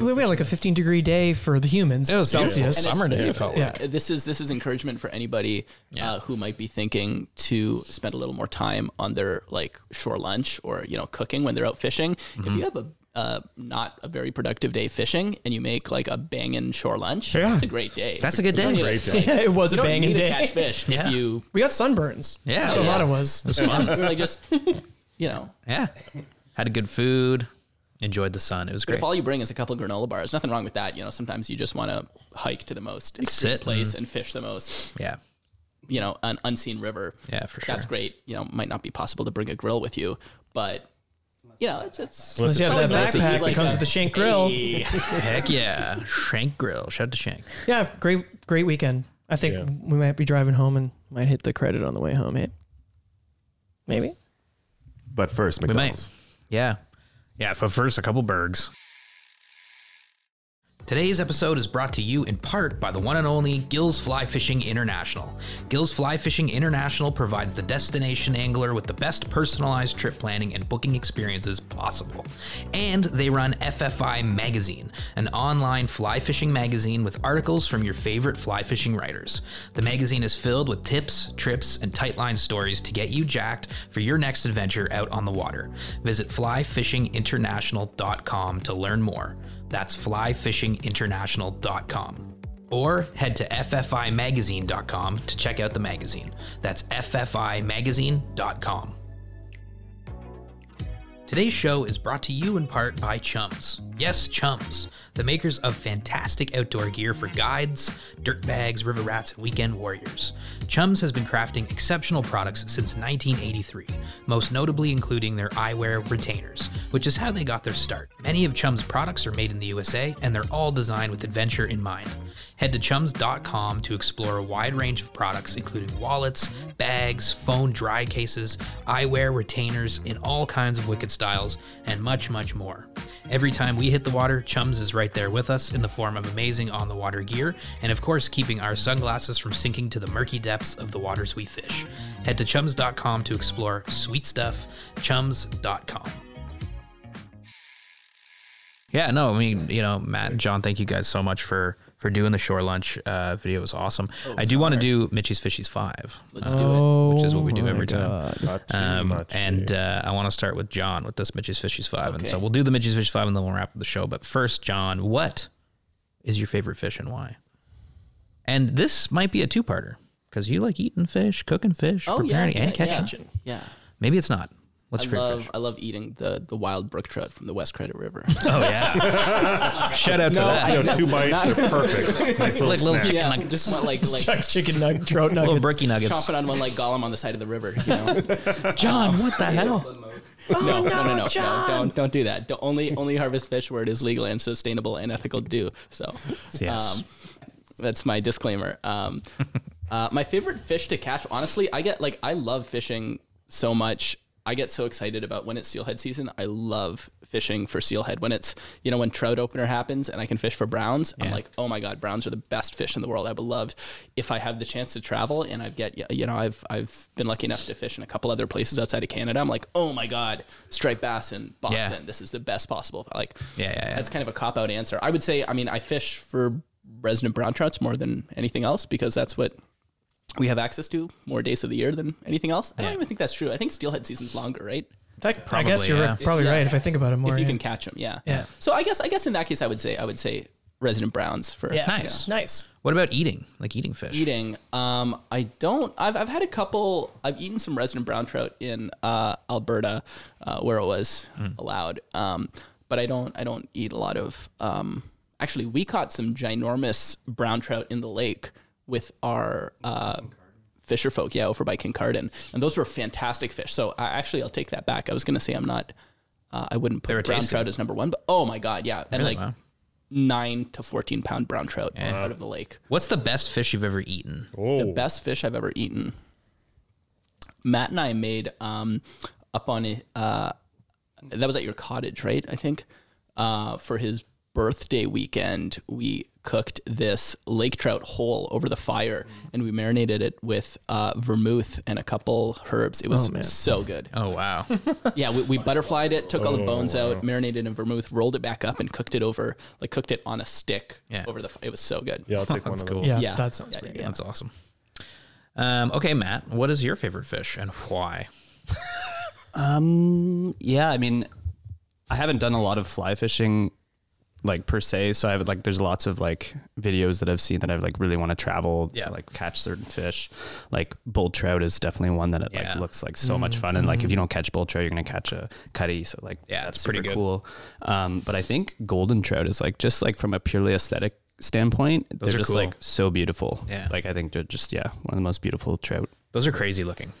Speaker 2: We had like a 15 degree day for the humans.
Speaker 1: it was
Speaker 5: And
Speaker 1: Celsius.
Speaker 5: it's
Speaker 1: Summer day, it felt
Speaker 2: Yeah.
Speaker 1: like.
Speaker 5: Uh, This is this is encouragement for anybody uh, who might be thinking to spend a little more time on their like shore lunch or you know cooking when they're out fishing.
Speaker 1: Mm-hmm.
Speaker 5: If you have a uh, not a very productive day fishing and you make like a banging shore lunch, yeah. it's a great day.
Speaker 1: That's a good day.
Speaker 3: Great day.
Speaker 2: it was a
Speaker 5: You don't
Speaker 2: banging
Speaker 5: need
Speaker 2: day.
Speaker 5: to catch fish
Speaker 1: Yeah.
Speaker 5: if you
Speaker 2: We got sunburns.
Speaker 1: Yeah.
Speaker 2: that's
Speaker 1: Oh,
Speaker 2: what a lot
Speaker 5: yeah.
Speaker 2: of was.
Speaker 1: It was fun.
Speaker 5: like just you know.
Speaker 1: yeah. Had a good food, enjoyed the sun. It was
Speaker 5: But
Speaker 1: great.
Speaker 5: if all you bring is a couple granola bars, nothing wrong with that. You know, sometimes you just want to hike to the most extreme
Speaker 1: sit.
Speaker 5: place and fish the most
Speaker 1: Yeah.
Speaker 5: you know, an unseen river.
Speaker 1: Yeah, for
Speaker 5: That's
Speaker 1: sure.
Speaker 5: great. You know, might not be possible to bring a grill with you, but you know, it's it's
Speaker 2: Unless you have
Speaker 5: always
Speaker 2: that
Speaker 5: nice to eat
Speaker 2: backpack that
Speaker 5: like
Speaker 2: comes
Speaker 5: a-
Speaker 2: with the shank grill.
Speaker 1: Heck yeah. Shank Grill. Shout out to Shank.
Speaker 2: Yeah, great, great weekend. I think
Speaker 3: Yeah.
Speaker 2: we might be driving home and might hit the credit on the way home. eh? Maybe.
Speaker 6: But first,
Speaker 1: We
Speaker 6: McDonald's.
Speaker 1: might. Yeah. Yeah, but first, a couple bergs. Today's episode is brought to you in part by the one and only Gills Fly Fishing International. Gills Fly Fishing International provides the destination angler with the best personalized trip planning and booking experiences possible. And they run FFI Magazine, an online fly fishing magazine with articles from your favorite fly fishing writers. The magazine is filled with tips, trips, and tightline stories to get you jacked for your next adventure out on the water. Visit flyfishinginternational.com to learn more. That's flyfishinginternational.com. Or head to ffimagazine.com to check out the magazine. That's ffimagazine.com. Today's show is brought to you in part by Chums. Yes, Chums, the makers of fantastic outdoor gear for guides, dirt bags, river rats, and weekend warriors. Chums has been crafting exceptional products since 1983, most notably including their eyewear retainers, which is how they got their start. Many of Chums' products are made in the USA, and they're all designed with adventure in mind. Head to chums.com to explore a wide range of products, including wallets, bags, phone dry cases, eyewear retainers in all kinds of wicked styles, and much, much more. Every time we hit the water, Chums is right there with us in the form of amazing on the water gear, and of course, keeping our sunglasses from sinking to the murky depths of the waters we fish. Head to chums.com to explore sweet stuff. Chums.com. Yeah, no, I mean, you know, Matt and John, thank you guys so much for for doing the shore lunch uh, video. It was awesome.
Speaker 5: Oh,
Speaker 1: I do want to do Mitchie's Fishies Five,
Speaker 5: Let's do it.
Speaker 2: Oh,
Speaker 1: which is what we do every time.
Speaker 3: Not too
Speaker 1: Um,
Speaker 3: much.
Speaker 1: and uh, I want to start with John with this Mitchie's Fishies Five, and so
Speaker 5: Okay.
Speaker 1: we'll do the Mitchie's Fishies Five, and then we'll wrap up the show. But first, John, what is your favorite fish and why? And this might be a two parter because you like eating fish, cooking fish,
Speaker 5: Oh yeah,
Speaker 1: preparing
Speaker 5: yeah,
Speaker 1: and catching.
Speaker 5: yeah. yeah.
Speaker 1: Maybe it's not. What's
Speaker 5: I
Speaker 1: free
Speaker 5: love
Speaker 1: fish?
Speaker 5: I love eating the the wild brook trout from the West Credit River.
Speaker 1: Oh yeah,
Speaker 7: Shout out to
Speaker 5: No,
Speaker 7: that.
Speaker 5: I-
Speaker 3: You know, two bites, they're perfect. Nice little
Speaker 1: like little
Speaker 3: snack.
Speaker 1: chicken
Speaker 5: yeah,
Speaker 1: nuggets,
Speaker 5: just want like like
Speaker 2: Chuck's chicken nug- trout
Speaker 1: little
Speaker 2: nuggets.
Speaker 1: bricky nuggets.
Speaker 5: chomping on one like Gollum on the side of the river. You know?
Speaker 1: John, what the hell? Oh,
Speaker 5: no, no, no, no, no, don't don't do that. Don't, only only harvest fish where it is legal and sustainable and ethical do. So,
Speaker 1: Yes.
Speaker 5: um, that's my disclaimer. Um, uh, my favorite fish to catch, honestly, I get like I love fishing so much. I get so excited about when it's steelhead season. I love fishing for steelhead when it's you know when trout opener happens and I can fish for browns. I'm like, oh my god, browns are the best fish in the world. I would love if I have the chance to travel and I get you know I've I've been lucky enough to fish in a couple other places outside of Canada. I'm like, oh my god, striped bass in Boston. This is the best possible. Like,
Speaker 1: Yeah, yeah, yeah.
Speaker 5: that's kind of a cop out answer. I would say, I mean, I fish for resident brown trouts more than anything else because that's what we have access to more days of the year than anything else. I don't even think that's true. I think steelhead season's longer, right?
Speaker 2: That- I
Speaker 1: Probably,
Speaker 2: guess you're
Speaker 1: yeah.
Speaker 2: probably
Speaker 5: Yeah.
Speaker 2: right if I think about it more.
Speaker 5: if you
Speaker 2: yeah.
Speaker 5: can catch them, yeah.
Speaker 2: Yeah.
Speaker 5: So I guess I guess in that case, I would say I would say resident browns for
Speaker 2: Yeah.
Speaker 1: Nice.
Speaker 2: Nice.
Speaker 1: What about eating? Like eating fish?
Speaker 5: eating. Um, I don't. I've, I've had a couple. I've eaten some resident brown trout in uh, Alberta, uh, where it was
Speaker 1: Mm.
Speaker 5: allowed. Um, but I don't. I don't eat a lot of. Um, actually, we caught some ginormous brown trout in the lake with our uh, fisher folk. Yeah, over by Kincardine, and those were fantastic fish. So I, actually, I'll take that back. I was going to say I'm not. Uh, I wouldn't put
Speaker 1: were
Speaker 5: brown
Speaker 1: tasty.
Speaker 5: trout as number one, but oh my god, yeah, and like
Speaker 1: Wow.
Speaker 5: nine to fourteen pound brown trout out of the lake
Speaker 1: What's the best fish you've ever eaten?
Speaker 3: Oh.
Speaker 5: the best fish I've ever eaten. Matt and I made um, up on a, uh, that was at your cottage, right? I think uh, for his birthday weekend, we cooked this lake trout whole over the fire, and we marinated it with uh, vermouth and a couple herbs. It was so good.
Speaker 1: Oh wow.
Speaker 5: Yeah, we, we butterflied it, took all the bones out, marinated in vermouth, rolled it back up, and cooked it over like cooked it on a stick
Speaker 1: Yeah.
Speaker 5: over the. f- It was so good.
Speaker 3: Yeah, I'll take one
Speaker 1: That's
Speaker 3: of
Speaker 1: cool.
Speaker 3: those.
Speaker 2: Yeah,
Speaker 5: Yeah.
Speaker 2: that sounds
Speaker 5: Yeah,
Speaker 2: pretty
Speaker 5: yeah,
Speaker 2: good.
Speaker 1: That's awesome. Um, okay, Matt, what is your favorite fish and why?
Speaker 4: Um, yeah, I mean, I haven't done a lot of fly fishing like per se, so I have like there's lots of like videos that I've seen that I like really want to travel
Speaker 1: Yeah.
Speaker 4: to like catch certain fish. Like bull trout is definitely one that it
Speaker 1: Yeah.
Speaker 4: like looks like so much fun and like if you don't catch bull trout, you're going to catch a cutty, so like
Speaker 1: Yeah,
Speaker 4: that's
Speaker 1: it's pretty
Speaker 4: super
Speaker 1: good.
Speaker 4: cool. Um, but I think golden trout is like just like from a purely aesthetic standpoint,
Speaker 1: are
Speaker 4: they're just
Speaker 1: cool.
Speaker 4: like so beautiful.
Speaker 1: Yeah.
Speaker 4: Like I think they're just yeah, one of the most beautiful trout.
Speaker 1: Those are crazy looking.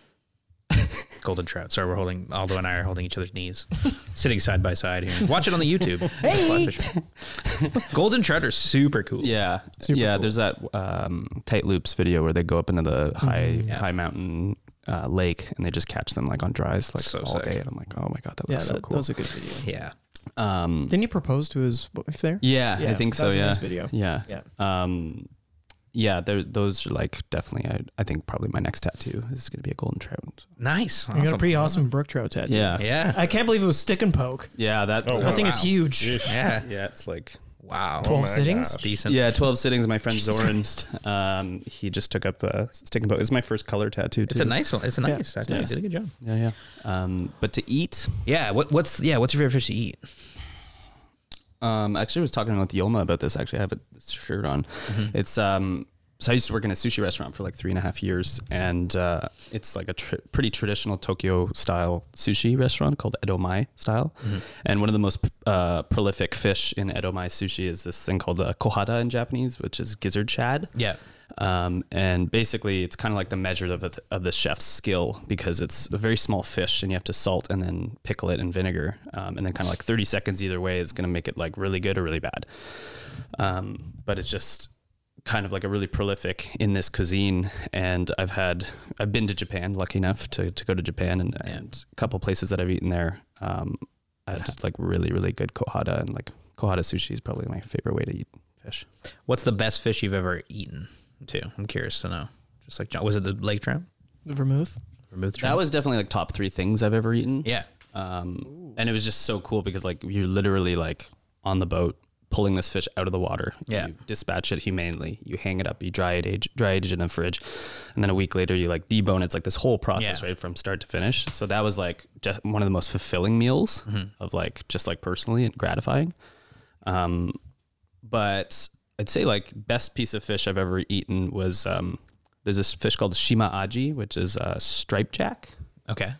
Speaker 1: Golden trout. Sorry, we're holding Aldo and I are holding each other's knees, sitting side by side here. Watch it on the YouTube. Fly fishing. Golden trout are super cool.
Speaker 4: Yeah, yeah. There's that um, tight loops video where they go up into the
Speaker 2: Mm-hmm.
Speaker 4: high high mountain uh, lake and they just catch them like on dries like
Speaker 1: So
Speaker 4: all
Speaker 1: sick.
Speaker 4: day, and I'm like, oh my god, that
Speaker 2: Yeah,
Speaker 4: looks so
Speaker 2: that,
Speaker 4: cool.
Speaker 2: that was a good video.
Speaker 1: yeah.
Speaker 4: um,
Speaker 2: Didn't he propose to his wife there?
Speaker 4: yeah,
Speaker 2: Yeah,
Speaker 4: I think
Speaker 2: that
Speaker 4: so.
Speaker 2: was a
Speaker 4: yeah,
Speaker 2: nice video.
Speaker 4: yeah,
Speaker 2: Yeah.
Speaker 4: Um, yeah, they're- those are like definitely. I, I think probably my next tattoo is going to be a golden trout.
Speaker 1: Nice.
Speaker 2: You got
Speaker 1: Awesome.
Speaker 2: a pretty awesome brook trout tattoo.
Speaker 4: Yeah,
Speaker 1: Yeah.
Speaker 2: I can't believe it was stick and poke.
Speaker 4: yeah. That
Speaker 3: Oh,
Speaker 2: I
Speaker 3: wow.
Speaker 2: think it's huge.
Speaker 1: Yeah.
Speaker 4: yeah, it's like
Speaker 1: Wow.
Speaker 2: 12
Speaker 3: my
Speaker 2: sittings?
Speaker 3: gosh.
Speaker 1: Decent.
Speaker 4: yeah, twelve sittings. My friend Zoran, um, he just took up a stick and boat. It's my first color tattoo.
Speaker 1: It's a nice one. It's a
Speaker 2: Yeah,
Speaker 1: nice. tattoo. You
Speaker 4: nice.
Speaker 1: did a good job.
Speaker 4: yeah, yeah. Um, but to eat,
Speaker 1: Yeah. What, what's yeah? What's your favorite fish to eat?
Speaker 4: Um, actually, I was talking with Yolma about this. Actually, I have a this shirt on. It's um, so I used to work in a sushi restaurant for like three and a half years, and uh, it's like a tr- pretty traditional Tokyo style sushi restaurant called Edomai style. And one of the most uh, prolific fish in Edomai sushi is this thing called uh, kohada in Japanese, which is gizzard shad.
Speaker 1: Yeah.
Speaker 4: Um, and basically, it's kind of like the measure of, it- of the chef's skill because it's a very small fish and you have to salt and then pickle it in vinegar. Um, and then, kind of like 30 seconds either way is going to make it like really good or really bad. Um, but it's just kind of like a really prolific in this cuisine. And I've had, I've been to Japan, lucky enough to, to go to Japan and, and a couple places that I've eaten there. Um, I've had like really, really good kohada and like kohada sushi is probably my favorite way to eat fish.
Speaker 1: What's the best fish you've ever eaten? Too. I'm curious to know. Just like John, was it the lake trout?
Speaker 2: The vermouth.
Speaker 1: Vermouth trout.
Speaker 4: That was definitely like top three things I've ever eaten.
Speaker 1: yeah.
Speaker 4: Um, and it was just so cool because like you're literally like on the boat pulling this fish out of the water.
Speaker 1: Yeah.
Speaker 4: You dispatch it humanely. You hang it up. You dry it age dry age it in the fridge, and then a week later you like debone. it. It's like this whole process
Speaker 1: Yeah.
Speaker 4: right from start to finish. So that was like just one of the most fulfilling meals
Speaker 1: Mm-hmm.
Speaker 4: of like just like personally and gratifying. Um, but I'd say like best piece of fish I've ever eaten was um, there's this fish called shima aji, which is a striped uh, jack.
Speaker 1: Okay.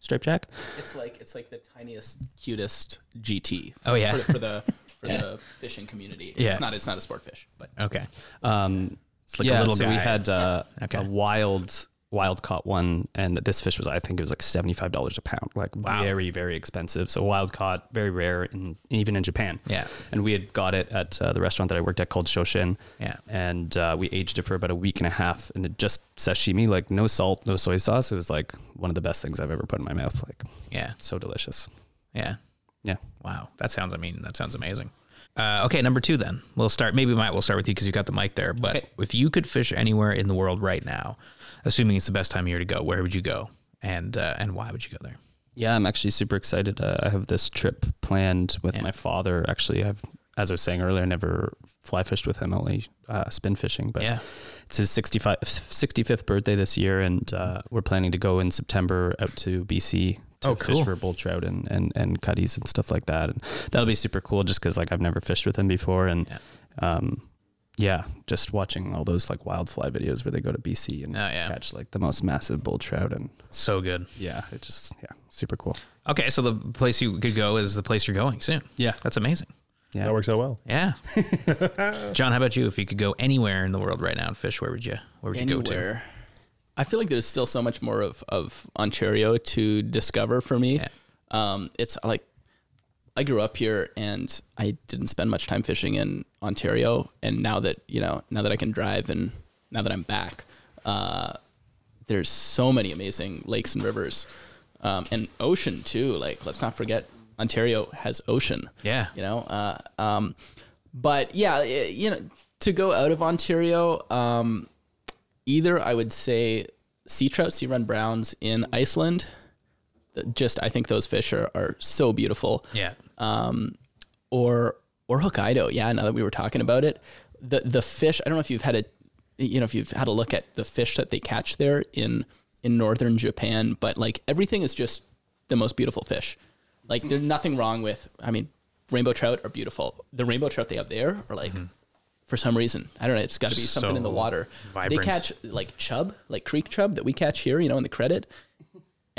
Speaker 4: striped jack.
Speaker 5: It's like it's like the tiniest, cutest GT.
Speaker 1: Oh, yeah.
Speaker 5: for, the- for the for the fishing community.
Speaker 1: Yeah.
Speaker 5: it's not it's not a sport fish, but
Speaker 1: Okay.
Speaker 4: Um, it's
Speaker 1: like a little
Speaker 4: so
Speaker 1: guy.
Speaker 4: we had uh,
Speaker 1: Okay.
Speaker 4: a wild, wild caught one, and this fish was, I think it was like seventy five dollars a pound, like very, very expensive. So wild caught, very rare, in, even in Japan.
Speaker 1: Yeah.
Speaker 4: and we had got it at uh, the restaurant that I worked at called Shoshin.
Speaker 1: Yeah.
Speaker 4: and uh, we aged it for about a week and a half, and it just sashimi, like no salt, no soy sauce. It was like one of the best things I've ever put in my mouth. Like,
Speaker 1: Yeah.
Speaker 4: so delicious.
Speaker 1: Yeah.
Speaker 4: Yeah.
Speaker 1: Wow, that sounds. I mean, that sounds amazing. Uh, okay, number two. Then we'll start. Maybe Matt, we'll start with you because you got the mic there. But if you could fish anywhere in the world right now, assuming it's the best time of year to go, where would you go, and uh, and why would you go there?
Speaker 4: Yeah, I'm actually super excited. Uh, I have this trip planned with my father. Actually, I've, as I was saying earlier, I never fly fished with him, only uh, spin fishing. But
Speaker 1: Yeah.
Speaker 4: it's his 65, 65th birthday this year, and uh, we're planning to go in September out to BC to
Speaker 1: Oh, cool.
Speaker 4: fish for bull trout and, and, and cuties and stuff like that. And that'll be super cool just because like I've never fished with him before. And um, yeah, just watching all those like wild fly videos where they go to BC and
Speaker 1: Oh, yeah.
Speaker 4: catch like the most massive bull trout. And
Speaker 1: So good.
Speaker 4: yeah, it just, yeah, super cool.
Speaker 1: Okay, so the place you could go is the place you're going soon.
Speaker 4: Yeah.
Speaker 1: that's amazing.
Speaker 4: Yeah.
Speaker 3: That works out
Speaker 5: Um,
Speaker 3: well.
Speaker 1: Yeah. John, how about you? If you could go anywhere in the world right now and fish, where would you? Where would you go to?
Speaker 5: anywhere. I feel like there's still so much more of, of Ontario to discover for me.
Speaker 1: Yeah.
Speaker 5: Um, it's like I grew up here and I didn't spend much time fishing in Ontario. And now that, you know, now that I can drive and now that I'm back, uh, there's so many amazing lakes and rivers um, and ocean too. Like, let's not forget Ontario has ocean.
Speaker 1: Yeah.
Speaker 5: You know, uh, um, but yeah, i- you know, to go out of Ontario, um, either I would say sea trout, sea run browns in Iceland. Th- Just, I think those fish are, are so beautiful.
Speaker 1: Yeah.
Speaker 5: Or or Hokkaido. Yeah, now that we were talking about it, the the fish. I don't know if you've had a, you know, if you've had a look at the fish that they catch there in in northern Japan, but like everything is just the most beautiful fish. Like there's nothing wrong with. I mean, rainbow trout are beautiful. The rainbow trout they have there are like. For some reason, I don't know. It's got to be something in the
Speaker 1: Mm-hmm. So
Speaker 5: water.
Speaker 1: vibrant.
Speaker 5: They catch like chub, like creek chub that we catch here, you know, in the credit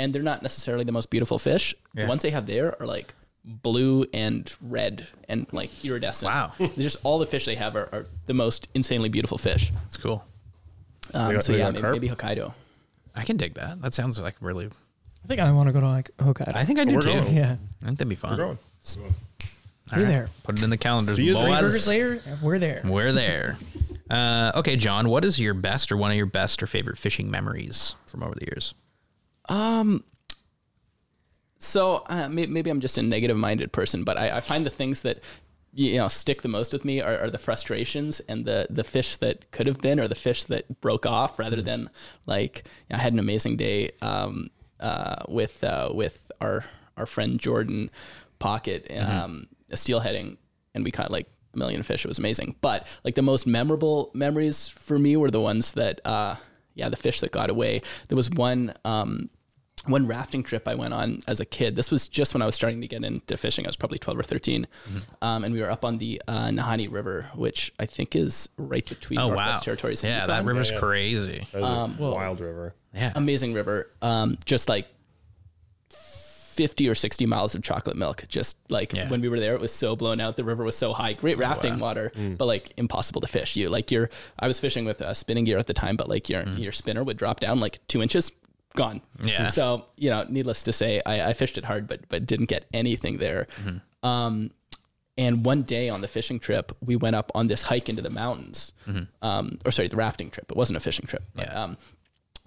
Speaker 5: and they're not necessarily the most beautiful fish. The ones they have there are like blue and red and like iridescent.
Speaker 1: Wow.
Speaker 5: They're just all the fish they have are, are the most insanely beautiful fish.
Speaker 1: That's cool.
Speaker 5: Um,
Speaker 3: got-
Speaker 5: so
Speaker 3: they
Speaker 5: yeah,
Speaker 3: got
Speaker 5: maybe,
Speaker 3: carp?
Speaker 5: maybe Hokkaido.
Speaker 1: I can dig that. That sounds like really.
Speaker 2: I think I want to go to like Hokkaido.
Speaker 1: I think I do
Speaker 3: We're
Speaker 1: too.
Speaker 3: going.
Speaker 2: yeah.
Speaker 1: I think that'd be fun.
Speaker 3: Growing.
Speaker 1: All
Speaker 2: We're there.
Speaker 1: Put it in the calendar.
Speaker 3: See you three
Speaker 1: Boaz.
Speaker 2: Burgers later, we're there.
Speaker 1: We're there. uh, okay, John, what is your best or one of your best or favorite fishing memories from over the years?
Speaker 5: So uh, may- maybe I'm just a negative minded person, but I, I find the things that you know stick the most with me are, are the frustrations and the the fish that could have been or the fish that broke off rather than like I had an amazing day um, uh, with uh, with our our friend Jordan Pocket um, steelheading and we caught like a million fish. It was amazing, but like the most memorable memories for me were the ones that uh, yeah the fish that got away. There was one. Um, one rafting trip I went on as a kid. This was just when I was starting to get into fishing. I was probably 12 or 13.
Speaker 1: Mm-hmm.
Speaker 5: Um, and we were up on the uh, Nahani River, which I think is right between
Speaker 1: Oh,
Speaker 5: Northwest
Speaker 1: wow.
Speaker 5: Territories and
Speaker 1: yeah,
Speaker 5: Yukon.
Speaker 1: that river's crazy.
Speaker 3: That was a wild river.
Speaker 1: Yeah.
Speaker 5: Amazing river. Um, just like 50 or 60 miles of chocolate milk. Just like
Speaker 1: Yeah.
Speaker 5: when we were there, it was so blown out. The river was so high. Great rafting water,
Speaker 1: Mm.
Speaker 5: but like impossible to fish. You like your, I was fishing with a spinning gear at the time, but like your, your spinner would drop down like two inches, gone.
Speaker 1: Mm. Yeah.
Speaker 5: So, you know, needless to say, I, I fished it hard, but, but didn't get anything there.
Speaker 1: Mm-hmm.
Speaker 5: Um, and one day on the fishing trip, we went up on this hike into the mountains,
Speaker 1: Mm-hmm.
Speaker 5: um, or sorry, the rafting trip. It wasn't a fishing trip, but, um,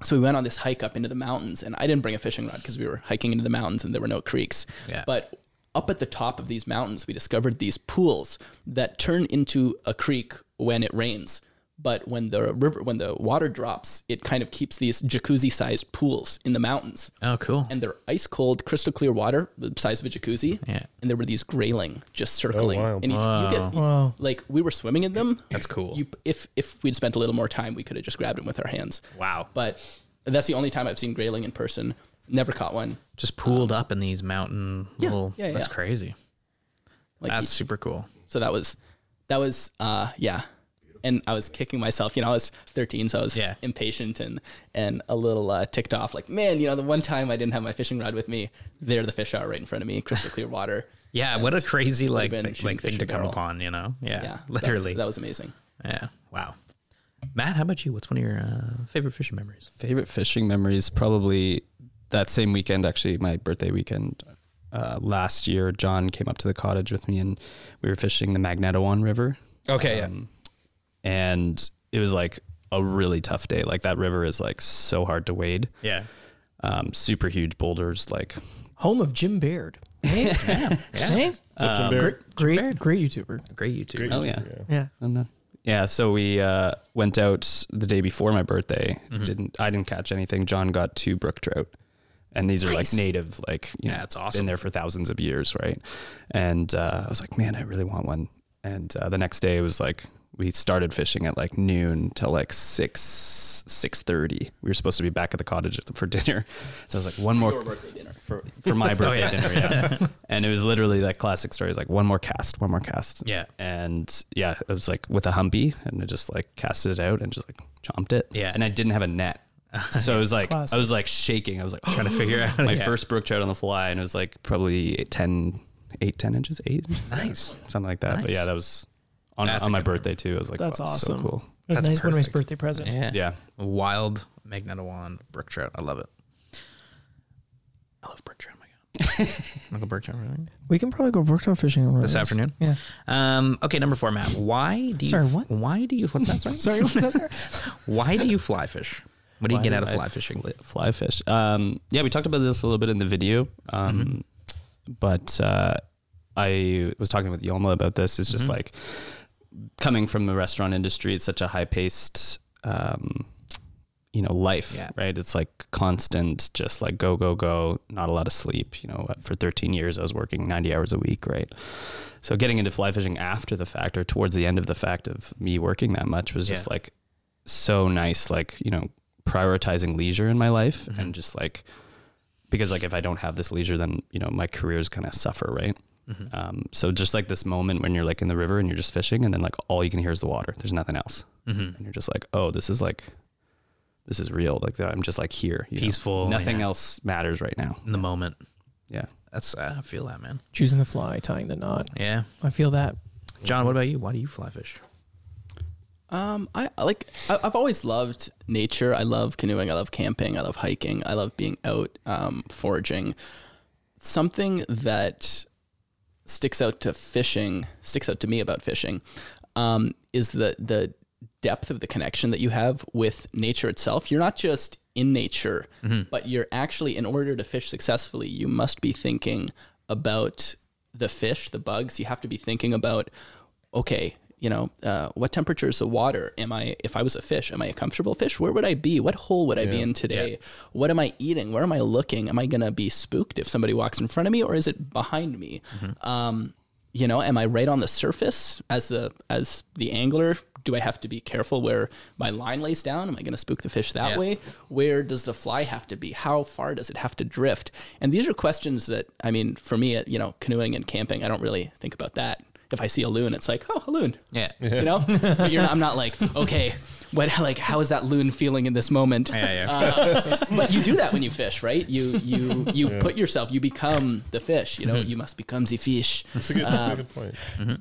Speaker 5: so we went on this hike up into the mountains and i didn't bring a fishing rod because we were hiking into the mountains and there were no creeks
Speaker 1: Yeah.
Speaker 5: but up at the top of these mountains we discovered these pools that turn into a creek when it rains but when the river when the water drops it kind of keeps these jacuzzi sized pools in the mountains
Speaker 1: Oh, cool.
Speaker 5: and they're ice cold, crystal clear water, the size of a jacuzzi.
Speaker 1: Yeah.
Speaker 5: And there were these grayling just circling.
Speaker 3: wild.
Speaker 5: and you, you get
Speaker 2: Wow.
Speaker 5: like we were swimming in them.
Speaker 1: That's cool.
Speaker 5: You, if if we'd spent a little more time, we could have just grabbed them with our hands.
Speaker 1: Wow.
Speaker 5: But that's the only time I've seen grayling in person. Never caught one.
Speaker 1: Just pooled up in these mountain little.
Speaker 5: yeah,
Speaker 1: that's
Speaker 5: yeah.
Speaker 1: crazy.
Speaker 5: Like
Speaker 1: That's super cool.
Speaker 5: so that was that was uh yeah. and I was kicking myself. You know, I was 13, so I was
Speaker 1: Yeah.
Speaker 5: impatient and and a little uh, ticked off. Like, man, you know, the one time I didn't have my fishing rod with me, there the fish are right in front of me, crystal clear water.
Speaker 1: Yeah, what a crazy like
Speaker 5: been
Speaker 1: th-
Speaker 5: shooting
Speaker 1: like thing
Speaker 5: fish
Speaker 1: to
Speaker 5: in a
Speaker 1: come
Speaker 5: barrel.
Speaker 1: upon, you know? Yeah,
Speaker 5: Yeah, so that's-
Speaker 1: literally.
Speaker 5: that was amazing.
Speaker 1: yeah, wow. Matt, how about you? What's one of your uh, favorite fishing memories?
Speaker 4: Favorite fishing memories probably that same weekend, actually my birthday weekend uh, last year. John came up to the cottage with me, and we were fishing the Magnetowan River. Um,
Speaker 1: Okay, yeah.
Speaker 4: and it was like a really tough day. Like that river is like so hard to wade.
Speaker 1: Yeah,
Speaker 4: Um, super huge boulders, like
Speaker 2: Home of Jim Baird. Hey?
Speaker 1: um,
Speaker 2: great, great, great YouTuber.
Speaker 1: great YouTube.
Speaker 4: oh yeah,
Speaker 2: Yeah.
Speaker 4: I don't know. Yeah, so we uh, went out the day before my birthday. Didn't I didn't catch anything. John got two brook trout, and these are like native, like you
Speaker 1: Yeah,
Speaker 4: know,
Speaker 1: it's awesome.
Speaker 4: Been there for thousands of years, right? And uh, I was like, man, I really want one. And uh, the next day it was like we started fishing at like noon till like six six thirty. We were supposed to be back at the cottage for dinner, so I was like, one more
Speaker 5: Your birthday dinner.
Speaker 4: for, for my
Speaker 1: Oh,
Speaker 4: birthday dinner. Yeah. and it was literally that classic story. It's like one more cast, one more cast.
Speaker 1: Yeah.
Speaker 4: And yeah, it was like with a humpy and I just like casted it out and just like chomped it.
Speaker 1: Yeah.
Speaker 4: And I didn't have a net. So it was like, I was like shaking. I was like trying to figure out my first brook trout on the fly. And it was like probably eight, 10, eight, 10 inches, eight, inches?
Speaker 1: Nice.
Speaker 4: something like that. But yeah, that was on,
Speaker 1: That's a
Speaker 4: on my
Speaker 1: good one.
Speaker 4: birthday too. I was like,
Speaker 2: That's
Speaker 4: wow,
Speaker 2: awesome.
Speaker 4: So cool.
Speaker 2: That's
Speaker 1: That's
Speaker 2: nice one of his
Speaker 1: perfect.
Speaker 2: birthday presents.
Speaker 1: Yeah.
Speaker 4: Yeah.
Speaker 1: Wild Magnetowan brook trout. I love it. I love brook trout. Oh my God. Wanna go brook trout really?
Speaker 2: We can probably go workshop fishing on
Speaker 1: This afternoon?
Speaker 2: Yeah.
Speaker 1: Um, okay, number four, Matt. Why do you?
Speaker 2: Sorry, what?
Speaker 1: Why do you? What's that? Sorry.
Speaker 2: Sorry, what's that? Sorry?
Speaker 1: Why do you fly fish? What do you
Speaker 4: Why
Speaker 1: get
Speaker 4: do
Speaker 1: out of
Speaker 4: I
Speaker 1: fly fishing?
Speaker 4: fl- fly fish. Um, yeah, we talked about this a little bit in the video, um,
Speaker 1: Mm-hmm.
Speaker 4: but uh, I was talking with Yoma about this. It's just
Speaker 1: Mm-hmm.
Speaker 4: like coming from the restaurant industry, it's such a high paced. Um, you know, life,
Speaker 1: Yeah.
Speaker 4: right? It's like constant, just like go, go, go, not a lot of sleep. You know, for 13 years, I was working 90 hours a week, right? So getting into fly fishing after the fact or towards the end of the fact of me working that much was just
Speaker 1: Yeah.
Speaker 4: like so nice, like, you know, prioritizing leisure in my life and just like because like if I don't have this leisure, then you know my career's gonna suffer, right?
Speaker 1: Mm-hmm.
Speaker 4: Um, so just like this moment when you're like in the river and you're just fishing, and then like all you can hear is the water. There's nothing else,
Speaker 1: Mm-hmm.
Speaker 4: and you're just like, oh, this is like, this is real. Like I'm just like here, you know?
Speaker 1: Peaceful,
Speaker 4: Nothing
Speaker 1: yeah.
Speaker 4: else matters right now.
Speaker 1: In the moment.
Speaker 4: Yeah.
Speaker 1: That's I feel that man.
Speaker 2: Choosing the fly, tying the knot.
Speaker 1: Yeah.
Speaker 2: I feel that.
Speaker 1: John, what about you? Why do you fly fish?
Speaker 5: Um, I I like. I, I've always loved nature. I love canoeing. I love camping. I love hiking. I love being out um, foraging. Something that sticks out to fishing sticks out to me about fishing um, is the the depth of the connection that you have with nature itself. You're not just in nature, but you're actually in order to fish successfully, you must be thinking about the fish, the bugs. You have to be thinking about okay, you know, uh, what temperature is the water? Am I, if I was a fish, am I a comfortable fish? Where would I be? What hole would I be in today? What am I eating? Where am I looking? Am I going to be spooked if somebody walks in front of me or is it behind me? Um, you know, am I right on the surface as the, as the angler? Do I have to be careful where my line lays down? Am I going to spook the fish that
Speaker 1: Yeah.
Speaker 5: way? Where does the fly have to be? How far does it have to drift? And these are questions that, I mean, for me, uh, you know, canoeing and camping, I don't really think about that. If I see a loon, it's like, oh, a loon,
Speaker 1: Yeah.
Speaker 5: you know But you're not, i'm not like okay what like how is that loon feeling in this moment
Speaker 1: Yeah, yeah.
Speaker 5: but you do that when you fish right you you you put yourself you become the fish you know
Speaker 1: Mm-hmm.
Speaker 5: you must become the fish
Speaker 3: That's a good,
Speaker 5: Um,
Speaker 3: that's a good point.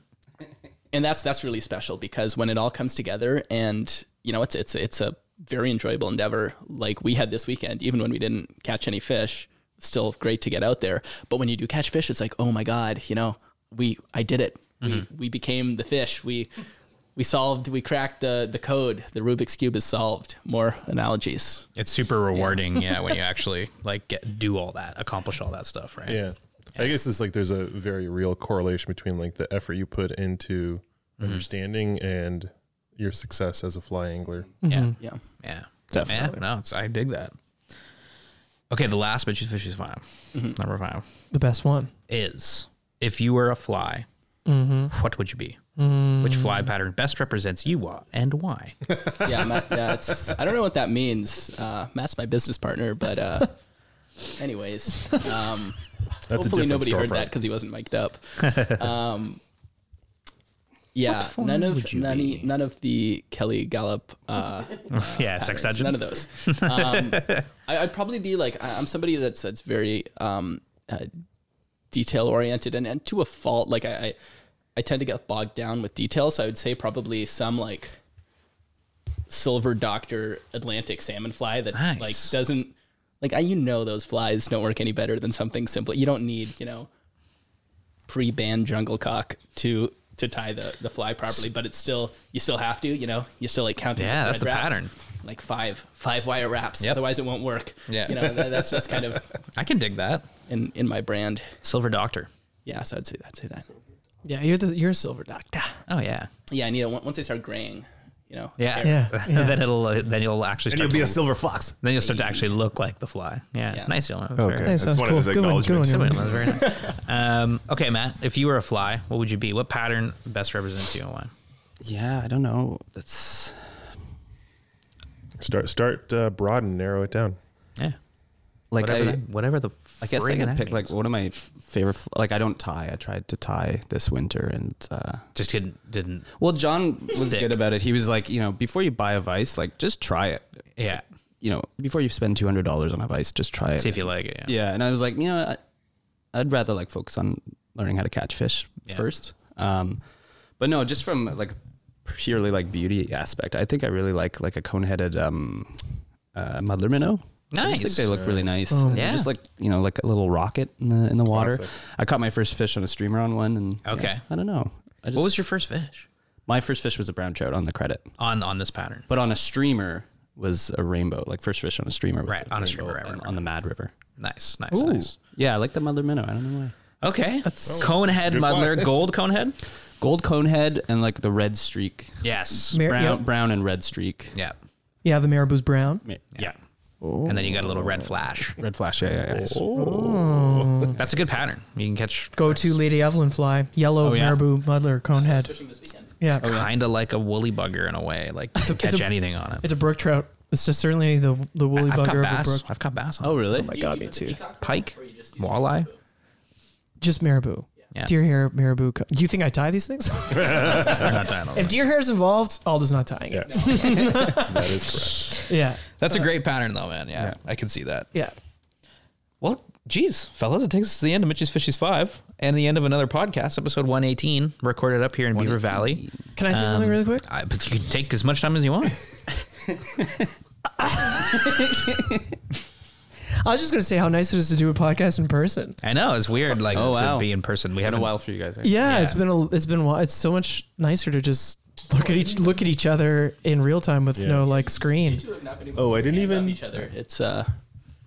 Speaker 5: and that's that's really special because when it all comes together and you know it's it's it's a very enjoyable endeavor like we had this weekend even when we didn't catch any fish still great to get out there but when you do catch fish it's like oh my god you know we i did it we we became the fish we we solved we cracked the the code the rubik's cube is solved more analogies
Speaker 1: It's super rewarding, yeah, when you actually like get do all that, accomplish all that stuff, right?
Speaker 3: Yeah. I guess it's like there's a very real correlation between like the effort you put into understanding and your success as a fly angler.
Speaker 1: Yeah.
Speaker 2: Mm-hmm.
Speaker 5: yeah
Speaker 1: Yeah.
Speaker 5: Definitely.
Speaker 1: Yeah, no, it's, I dig that. Okay, the last bitches fishes 5 Number five
Speaker 2: The best one.
Speaker 1: is if you were a fly, what would you be?
Speaker 2: Mm.
Speaker 1: Which fly pattern best represents you uh, and why?
Speaker 5: yeah, Matt, yeah it's, I don't know what that means. Uh, Matt's my business partner, but uh, anyways, um,
Speaker 3: That's a
Speaker 5: hopefully
Speaker 3: different
Speaker 5: nobody heard
Speaker 3: storefront.
Speaker 5: that because he wasn't mic'd up. Um, Yeah,
Speaker 1: phone
Speaker 5: none
Speaker 1: would
Speaker 5: of
Speaker 1: you
Speaker 5: none, e,
Speaker 1: be?
Speaker 5: none of the Kelly Gallup. Uh,
Speaker 1: yeah,
Speaker 5: patterns, None of those. Um, I, I'd probably be like I, I'm somebody that's that's very um, uh, detail oriented and, and to a fault. Like I, I I tend to get bogged down with details. So I would say probably some like silver doctor Atlantic salmon fly that like
Speaker 1: Nice.
Speaker 5: doesn't like I you know those flies don't work any better than something simple. You don't need you know pre-banned jungle cock to to tie the, the fly properly, but it's still you still have to, you know, you still like counting.
Speaker 1: Yeah,
Speaker 5: up
Speaker 1: that's
Speaker 5: red
Speaker 1: the
Speaker 5: wraps,
Speaker 1: pattern.
Speaker 5: Like five five wire wraps,
Speaker 1: Yep.
Speaker 5: otherwise it won't work.
Speaker 1: Yeah.
Speaker 5: you know that, that's that's kind of
Speaker 1: I can dig that.
Speaker 5: in in my brand.
Speaker 1: Silver Doctor.
Speaker 5: Yeah, so I'd say that. Say that.
Speaker 2: Yeah, you're the, you're a silver doctor.
Speaker 1: Oh yeah,
Speaker 5: Yeah, I need it on- once they start graying. You know.
Speaker 1: yeah.
Speaker 5: hair.
Speaker 2: Yeah.
Speaker 1: then it'll uh, then you'll actually
Speaker 6: And
Speaker 1: start
Speaker 6: you'll
Speaker 1: to,
Speaker 6: be a silver fox.
Speaker 1: then you'll start to actually look like the fly. Yeah,
Speaker 5: Yeah.
Speaker 1: nice. Yelena.
Speaker 6: Okay.
Speaker 1: Very-
Speaker 2: That
Speaker 6: That's
Speaker 2: sounds
Speaker 6: one of
Speaker 2: cool.
Speaker 6: his
Speaker 2: Good one. Good one.
Speaker 6: acknowledgements.
Speaker 2: Good
Speaker 1: That
Speaker 2: one.
Speaker 1: was very nice. Um, okay, Matt, if you were a fly, what would you be? What pattern best represents you and why?
Speaker 4: Yeah, I don't know. That's
Speaker 3: Start start uh, broad and narrow it down.
Speaker 1: Yeah,
Speaker 4: like
Speaker 1: whatever,
Speaker 4: I,
Speaker 1: that- whatever the.
Speaker 4: I guess I
Speaker 1: friggin'
Speaker 4: can
Speaker 1: that
Speaker 4: pick like
Speaker 1: means.
Speaker 4: one of my favorite. fl- Like I don't tie. I tried to tie this winter, and uh,
Speaker 1: Just didn't didn't.
Speaker 4: well, John was
Speaker 1: Stick.
Speaker 4: good about it. He was like, you know, before you buy a vice, like just try it.
Speaker 1: Yeah,
Speaker 4: You know, before you spend two hundred dollars on a vice, just try it.
Speaker 1: see if you like it. Yeah.
Speaker 4: yeah and i was like you know I, i'd rather like focus on learning how to catch fish
Speaker 1: Yeah.
Speaker 4: first um but no just from like purely like beauty aspect i think i really like like a cone-headed um uh muddler minnow I just think
Speaker 1: Nice.
Speaker 4: they look really nice.
Speaker 2: Oh.
Speaker 4: They're
Speaker 1: Yeah.
Speaker 4: Just like you know, like a little rocket in the in the water. I caught my first fish on a streamer on one, and yeah,
Speaker 1: Okay.
Speaker 4: I don't know. I just,
Speaker 1: What was your first fish
Speaker 4: My first fish was a brown trout on the credit,
Speaker 1: on on this pattern?
Speaker 4: but on a streamer was a rainbow. Like first fish on a streamer, was
Speaker 1: Right, on a streamer,
Speaker 4: rainbow
Speaker 1: right, right,
Speaker 4: on-
Speaker 1: right.
Speaker 4: on the Mad River.
Speaker 1: Nice, nice,
Speaker 4: Ooh.
Speaker 1: nice.
Speaker 4: Yeah, I like the muddler minnow. I don't know why.
Speaker 1: Okay, conehead
Speaker 3: Good fly.
Speaker 1: muddler, gold conehead.
Speaker 4: gold cone head and like the red streak
Speaker 1: Yes.
Speaker 2: Mar-
Speaker 4: brown
Speaker 2: yep.
Speaker 4: brown and red streak
Speaker 1: yeah.
Speaker 2: Yeah, the marabou's brown.
Speaker 4: yeah,
Speaker 1: Yeah. And then you got a little red flash.
Speaker 4: red flash yeah yeah, yeah.
Speaker 1: That's a good pattern. You can catch
Speaker 2: Go to Lady Evelyn fly. Yellow
Speaker 4: Oh, yeah.
Speaker 2: marabou muddler conehead.
Speaker 5: Fishing this weekend.
Speaker 2: Yeah,
Speaker 1: kind of like a woolly bugger in a way. Like you can
Speaker 2: it's
Speaker 1: catch
Speaker 2: a-
Speaker 1: anything on it.
Speaker 2: it's a brook trout. It's just certainly the the woolly
Speaker 1: I've caught
Speaker 2: bugger of a
Speaker 1: bass.
Speaker 2: brook.
Speaker 1: I've caught bass. On
Speaker 4: oh
Speaker 1: it.
Speaker 4: really
Speaker 2: my god, me too.
Speaker 1: Pike, walleye.
Speaker 2: Just marabou.
Speaker 1: Yeah.
Speaker 2: Deer hair, marabou. co- Do you think I tie these things?
Speaker 1: We're not tying all
Speaker 2: if
Speaker 1: that.
Speaker 2: deer hair is involved, Aldo's not tying
Speaker 3: Yeah,
Speaker 2: it.
Speaker 3: that is correct.
Speaker 2: Yeah,
Speaker 1: That's a great pattern though, man. Yeah, I can see that.
Speaker 2: yeah.
Speaker 1: Well, geez, fellas, it takes us to the end of Mitch's Fishies Five and the end of another podcast, episode one eighteen, recorded up here in Beaver Valley.
Speaker 2: Can I say something
Speaker 1: Um,
Speaker 2: really quick?
Speaker 1: I, but you can take as much time as you want.
Speaker 2: I was just gonna say how nice it is to do a podcast in person.
Speaker 1: I know it's weird, like
Speaker 4: Oh,
Speaker 1: to
Speaker 4: wow.
Speaker 1: be in person. We
Speaker 4: been
Speaker 1: haven't
Speaker 4: a while for you guys eh?
Speaker 2: Yeah,
Speaker 1: Yeah.
Speaker 2: it's been a, it's been a while. It's so much nicer to just look at each look at each other in real time with
Speaker 3: Yeah.
Speaker 2: no like screen.
Speaker 5: Two have not been able
Speaker 6: Oh,
Speaker 5: to
Speaker 6: I
Speaker 5: keep
Speaker 6: didn't
Speaker 5: hands off
Speaker 6: even-
Speaker 5: each other. It's uh,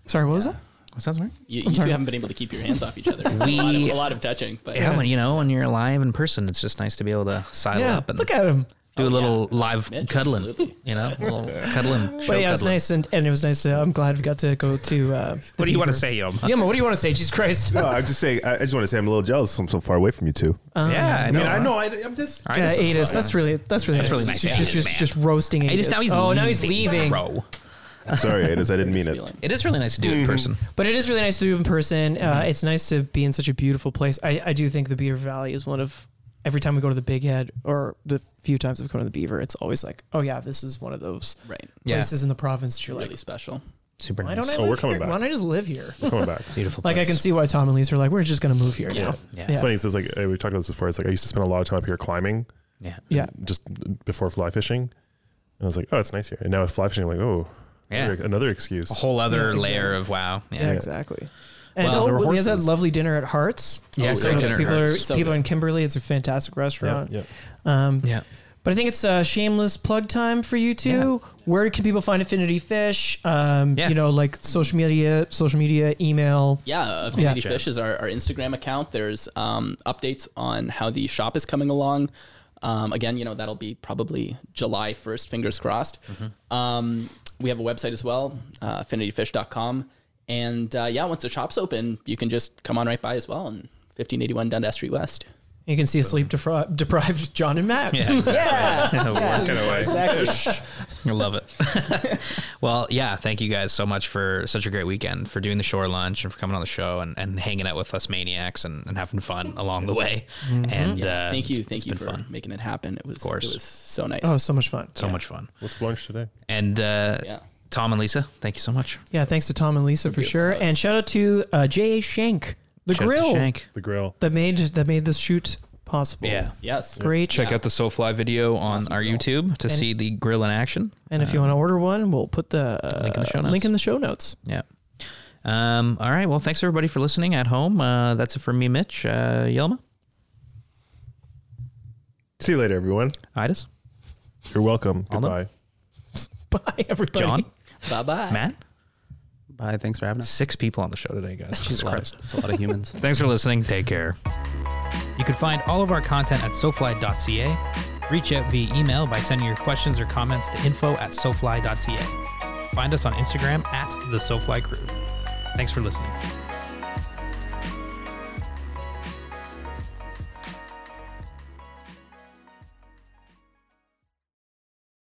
Speaker 2: Sorry, what was that?
Speaker 1: What's that word?
Speaker 5: you,
Speaker 2: I'm
Speaker 5: you two
Speaker 2: sorry.
Speaker 5: haven't been able to keep your hands off each other. It's
Speaker 1: We-
Speaker 5: a, lot of, a lot of touching, but
Speaker 1: Yeah, when you know when you're live in person, it's just nice to be able to silo
Speaker 2: Yeah,
Speaker 1: up and
Speaker 2: look at Oh, him.
Speaker 1: do a little live
Speaker 5: Mitch,
Speaker 1: cuddling.
Speaker 5: absolutely.
Speaker 1: You know, a little cuddling. Show
Speaker 2: But yeah, it was
Speaker 1: cuddling.
Speaker 2: nice, and, and it was nice. To, I'm glad we got to go to. Uh,
Speaker 1: What do you want to say, Yom?
Speaker 2: Yama, what do you want to say? Jesus Christ.
Speaker 6: No, I'm just saying. I I just want to say I'm a little jealous. I'm so far away from you two.
Speaker 1: yeah,
Speaker 6: I mean, I know. I, I'm just.
Speaker 1: I
Speaker 2: Oh, Yeah,
Speaker 1: just,
Speaker 2: Adis, Uh, that's really that's really
Speaker 1: That's
Speaker 2: nice.
Speaker 1: really nice.
Speaker 2: Just
Speaker 1: Yeah,
Speaker 2: just,
Speaker 1: Adis,
Speaker 2: just,
Speaker 1: man.
Speaker 2: just roasting. Adis.
Speaker 1: Adis, now he's
Speaker 2: oh,
Speaker 1: leaving,
Speaker 2: now he's leaving.
Speaker 1: Bro.
Speaker 6: Sorry, Adis, I didn't mean it.
Speaker 5: feeling.
Speaker 1: It is really nice to do
Speaker 2: Mm-hmm.
Speaker 1: it in person.
Speaker 2: But it is really nice to do in person. Uh,
Speaker 1: Mm-hmm.
Speaker 2: it's nice to be in such a beautiful place. I, I do think the Beaver Valley is one of every time we go to the Big Head or the few times we've gone to the Beaver, it's always like, oh yeah, this is one of those
Speaker 5: right,
Speaker 1: Yeah.
Speaker 2: places in the province. that You're
Speaker 5: really
Speaker 2: like,
Speaker 5: special.
Speaker 1: Super
Speaker 2: why
Speaker 1: nice.
Speaker 2: don't I?
Speaker 3: Oh,
Speaker 2: live
Speaker 3: we're coming
Speaker 2: here?
Speaker 3: back.
Speaker 2: Why don't I just live here?
Speaker 3: We're coming back.
Speaker 1: Beautiful.
Speaker 2: Like I can
Speaker 1: place.
Speaker 2: see why Tom and Lise are like, we're just gonna move here now.
Speaker 1: Yeah.
Speaker 3: It's funny. It's just like uh, we've talked about this before. It's like I used to spend a lot of time up here climbing,
Speaker 1: Yeah.
Speaker 2: Yeah.
Speaker 3: just before fly fishing, and I was like, oh, it's nice here. And now with fly fishing, I'm like, oh,
Speaker 1: Yeah.
Speaker 3: another, another excuse.
Speaker 1: A whole other
Speaker 2: Yeah, exactly.
Speaker 1: layer of wow.
Speaker 2: Yeah,
Speaker 1: Yeah.
Speaker 2: exactly. And
Speaker 1: Well, there
Speaker 2: oh,
Speaker 1: were
Speaker 2: we had that
Speaker 3: horses.
Speaker 2: lovely dinner at Hearts.
Speaker 1: Yeah,
Speaker 2: So
Speaker 1: great
Speaker 2: if
Speaker 1: dinner at
Speaker 2: people are
Speaker 1: Hearts.
Speaker 5: So
Speaker 2: people are
Speaker 5: good.
Speaker 2: in Kimberly. It's a fantastic
Speaker 3: Oh, yeah,
Speaker 2: restaurant.
Speaker 3: yeah.
Speaker 2: Um,
Speaker 1: Yeah.
Speaker 2: But I think it's a shameless plug time for you two. Where can people find Affinity Fish? Um,
Speaker 1: Yeah.
Speaker 2: You know, like social media, social media, email.
Speaker 5: Yeah, Affinity
Speaker 3: Yeah.
Speaker 5: Fish is our, our Instagram account. There's um, updates on how the shop is coming along. Um, again, you know, that'll be probably July 1st, fingers crossed.
Speaker 1: Mm-hmm.
Speaker 5: Um, we have a website as well, uh, affinityfish.com. And uh, yeah, once the shop's open, you can just come on right by as well on 1581 Dundas Street West.
Speaker 2: You can see a sleep defri- deprived John and Matt.
Speaker 1: Yeah, exactly. Working away.
Speaker 5: Exactly.
Speaker 1: I love it. well, yeah, thank you guys so much for such a great weekend, for doing the shore lunch and for coming on the show and, and hanging out with us maniacs and, and having fun along the way. And uh,
Speaker 5: thank you,
Speaker 1: it's-
Speaker 5: thank
Speaker 1: it's
Speaker 5: you for
Speaker 1: been fun.
Speaker 5: making it happen. It was, of
Speaker 1: course.
Speaker 5: it was so nice.
Speaker 2: Oh, so much fun.
Speaker 1: So much fun.
Speaker 3: What's for lunch today?
Speaker 1: And uh,
Speaker 5: yeah.
Speaker 1: Tom and Lisa, thank you so much.
Speaker 2: Yeah, thanks to Tom and Lisa for
Speaker 5: beautiful
Speaker 2: sure.
Speaker 5: house.
Speaker 2: And shout out to uh, J.A. Shank, the
Speaker 1: Shout out to
Speaker 2: grill
Speaker 1: Shank.
Speaker 3: The grill.
Speaker 2: that made that made this shoot possible.
Speaker 1: Yeah.
Speaker 5: Yes.
Speaker 2: Great.
Speaker 1: Check out the SoFly video on our YouTube to
Speaker 2: And-
Speaker 1: see the grill in action.
Speaker 2: And if you want to order one, we'll put the uh,
Speaker 1: Link in the show notes.
Speaker 2: Link in the show notes.
Speaker 1: Yeah. Um, all right. Well, thanks everybody for listening at home. Uh, that's it for me, Mitch. Uh, Yelma,
Speaker 6: See you later, everyone.
Speaker 1: Idis,
Speaker 6: You're welcome.
Speaker 1: Alden?
Speaker 6: Goodbye.
Speaker 2: Bye, everybody.
Speaker 1: John,
Speaker 5: Bye bye.
Speaker 1: Matt.
Speaker 4: Bye. Thanks for having us.
Speaker 1: Six people on the show today, guys. Jesus Christ.
Speaker 4: It's a lot of humans.
Speaker 1: Thanks for listening. Take care. You can find all of our content at sofly.ca. Reach out via email by sending your questions or comments to info at sofly.ca. Find us on Instagram at the SoFly Crew. Thanks for listening.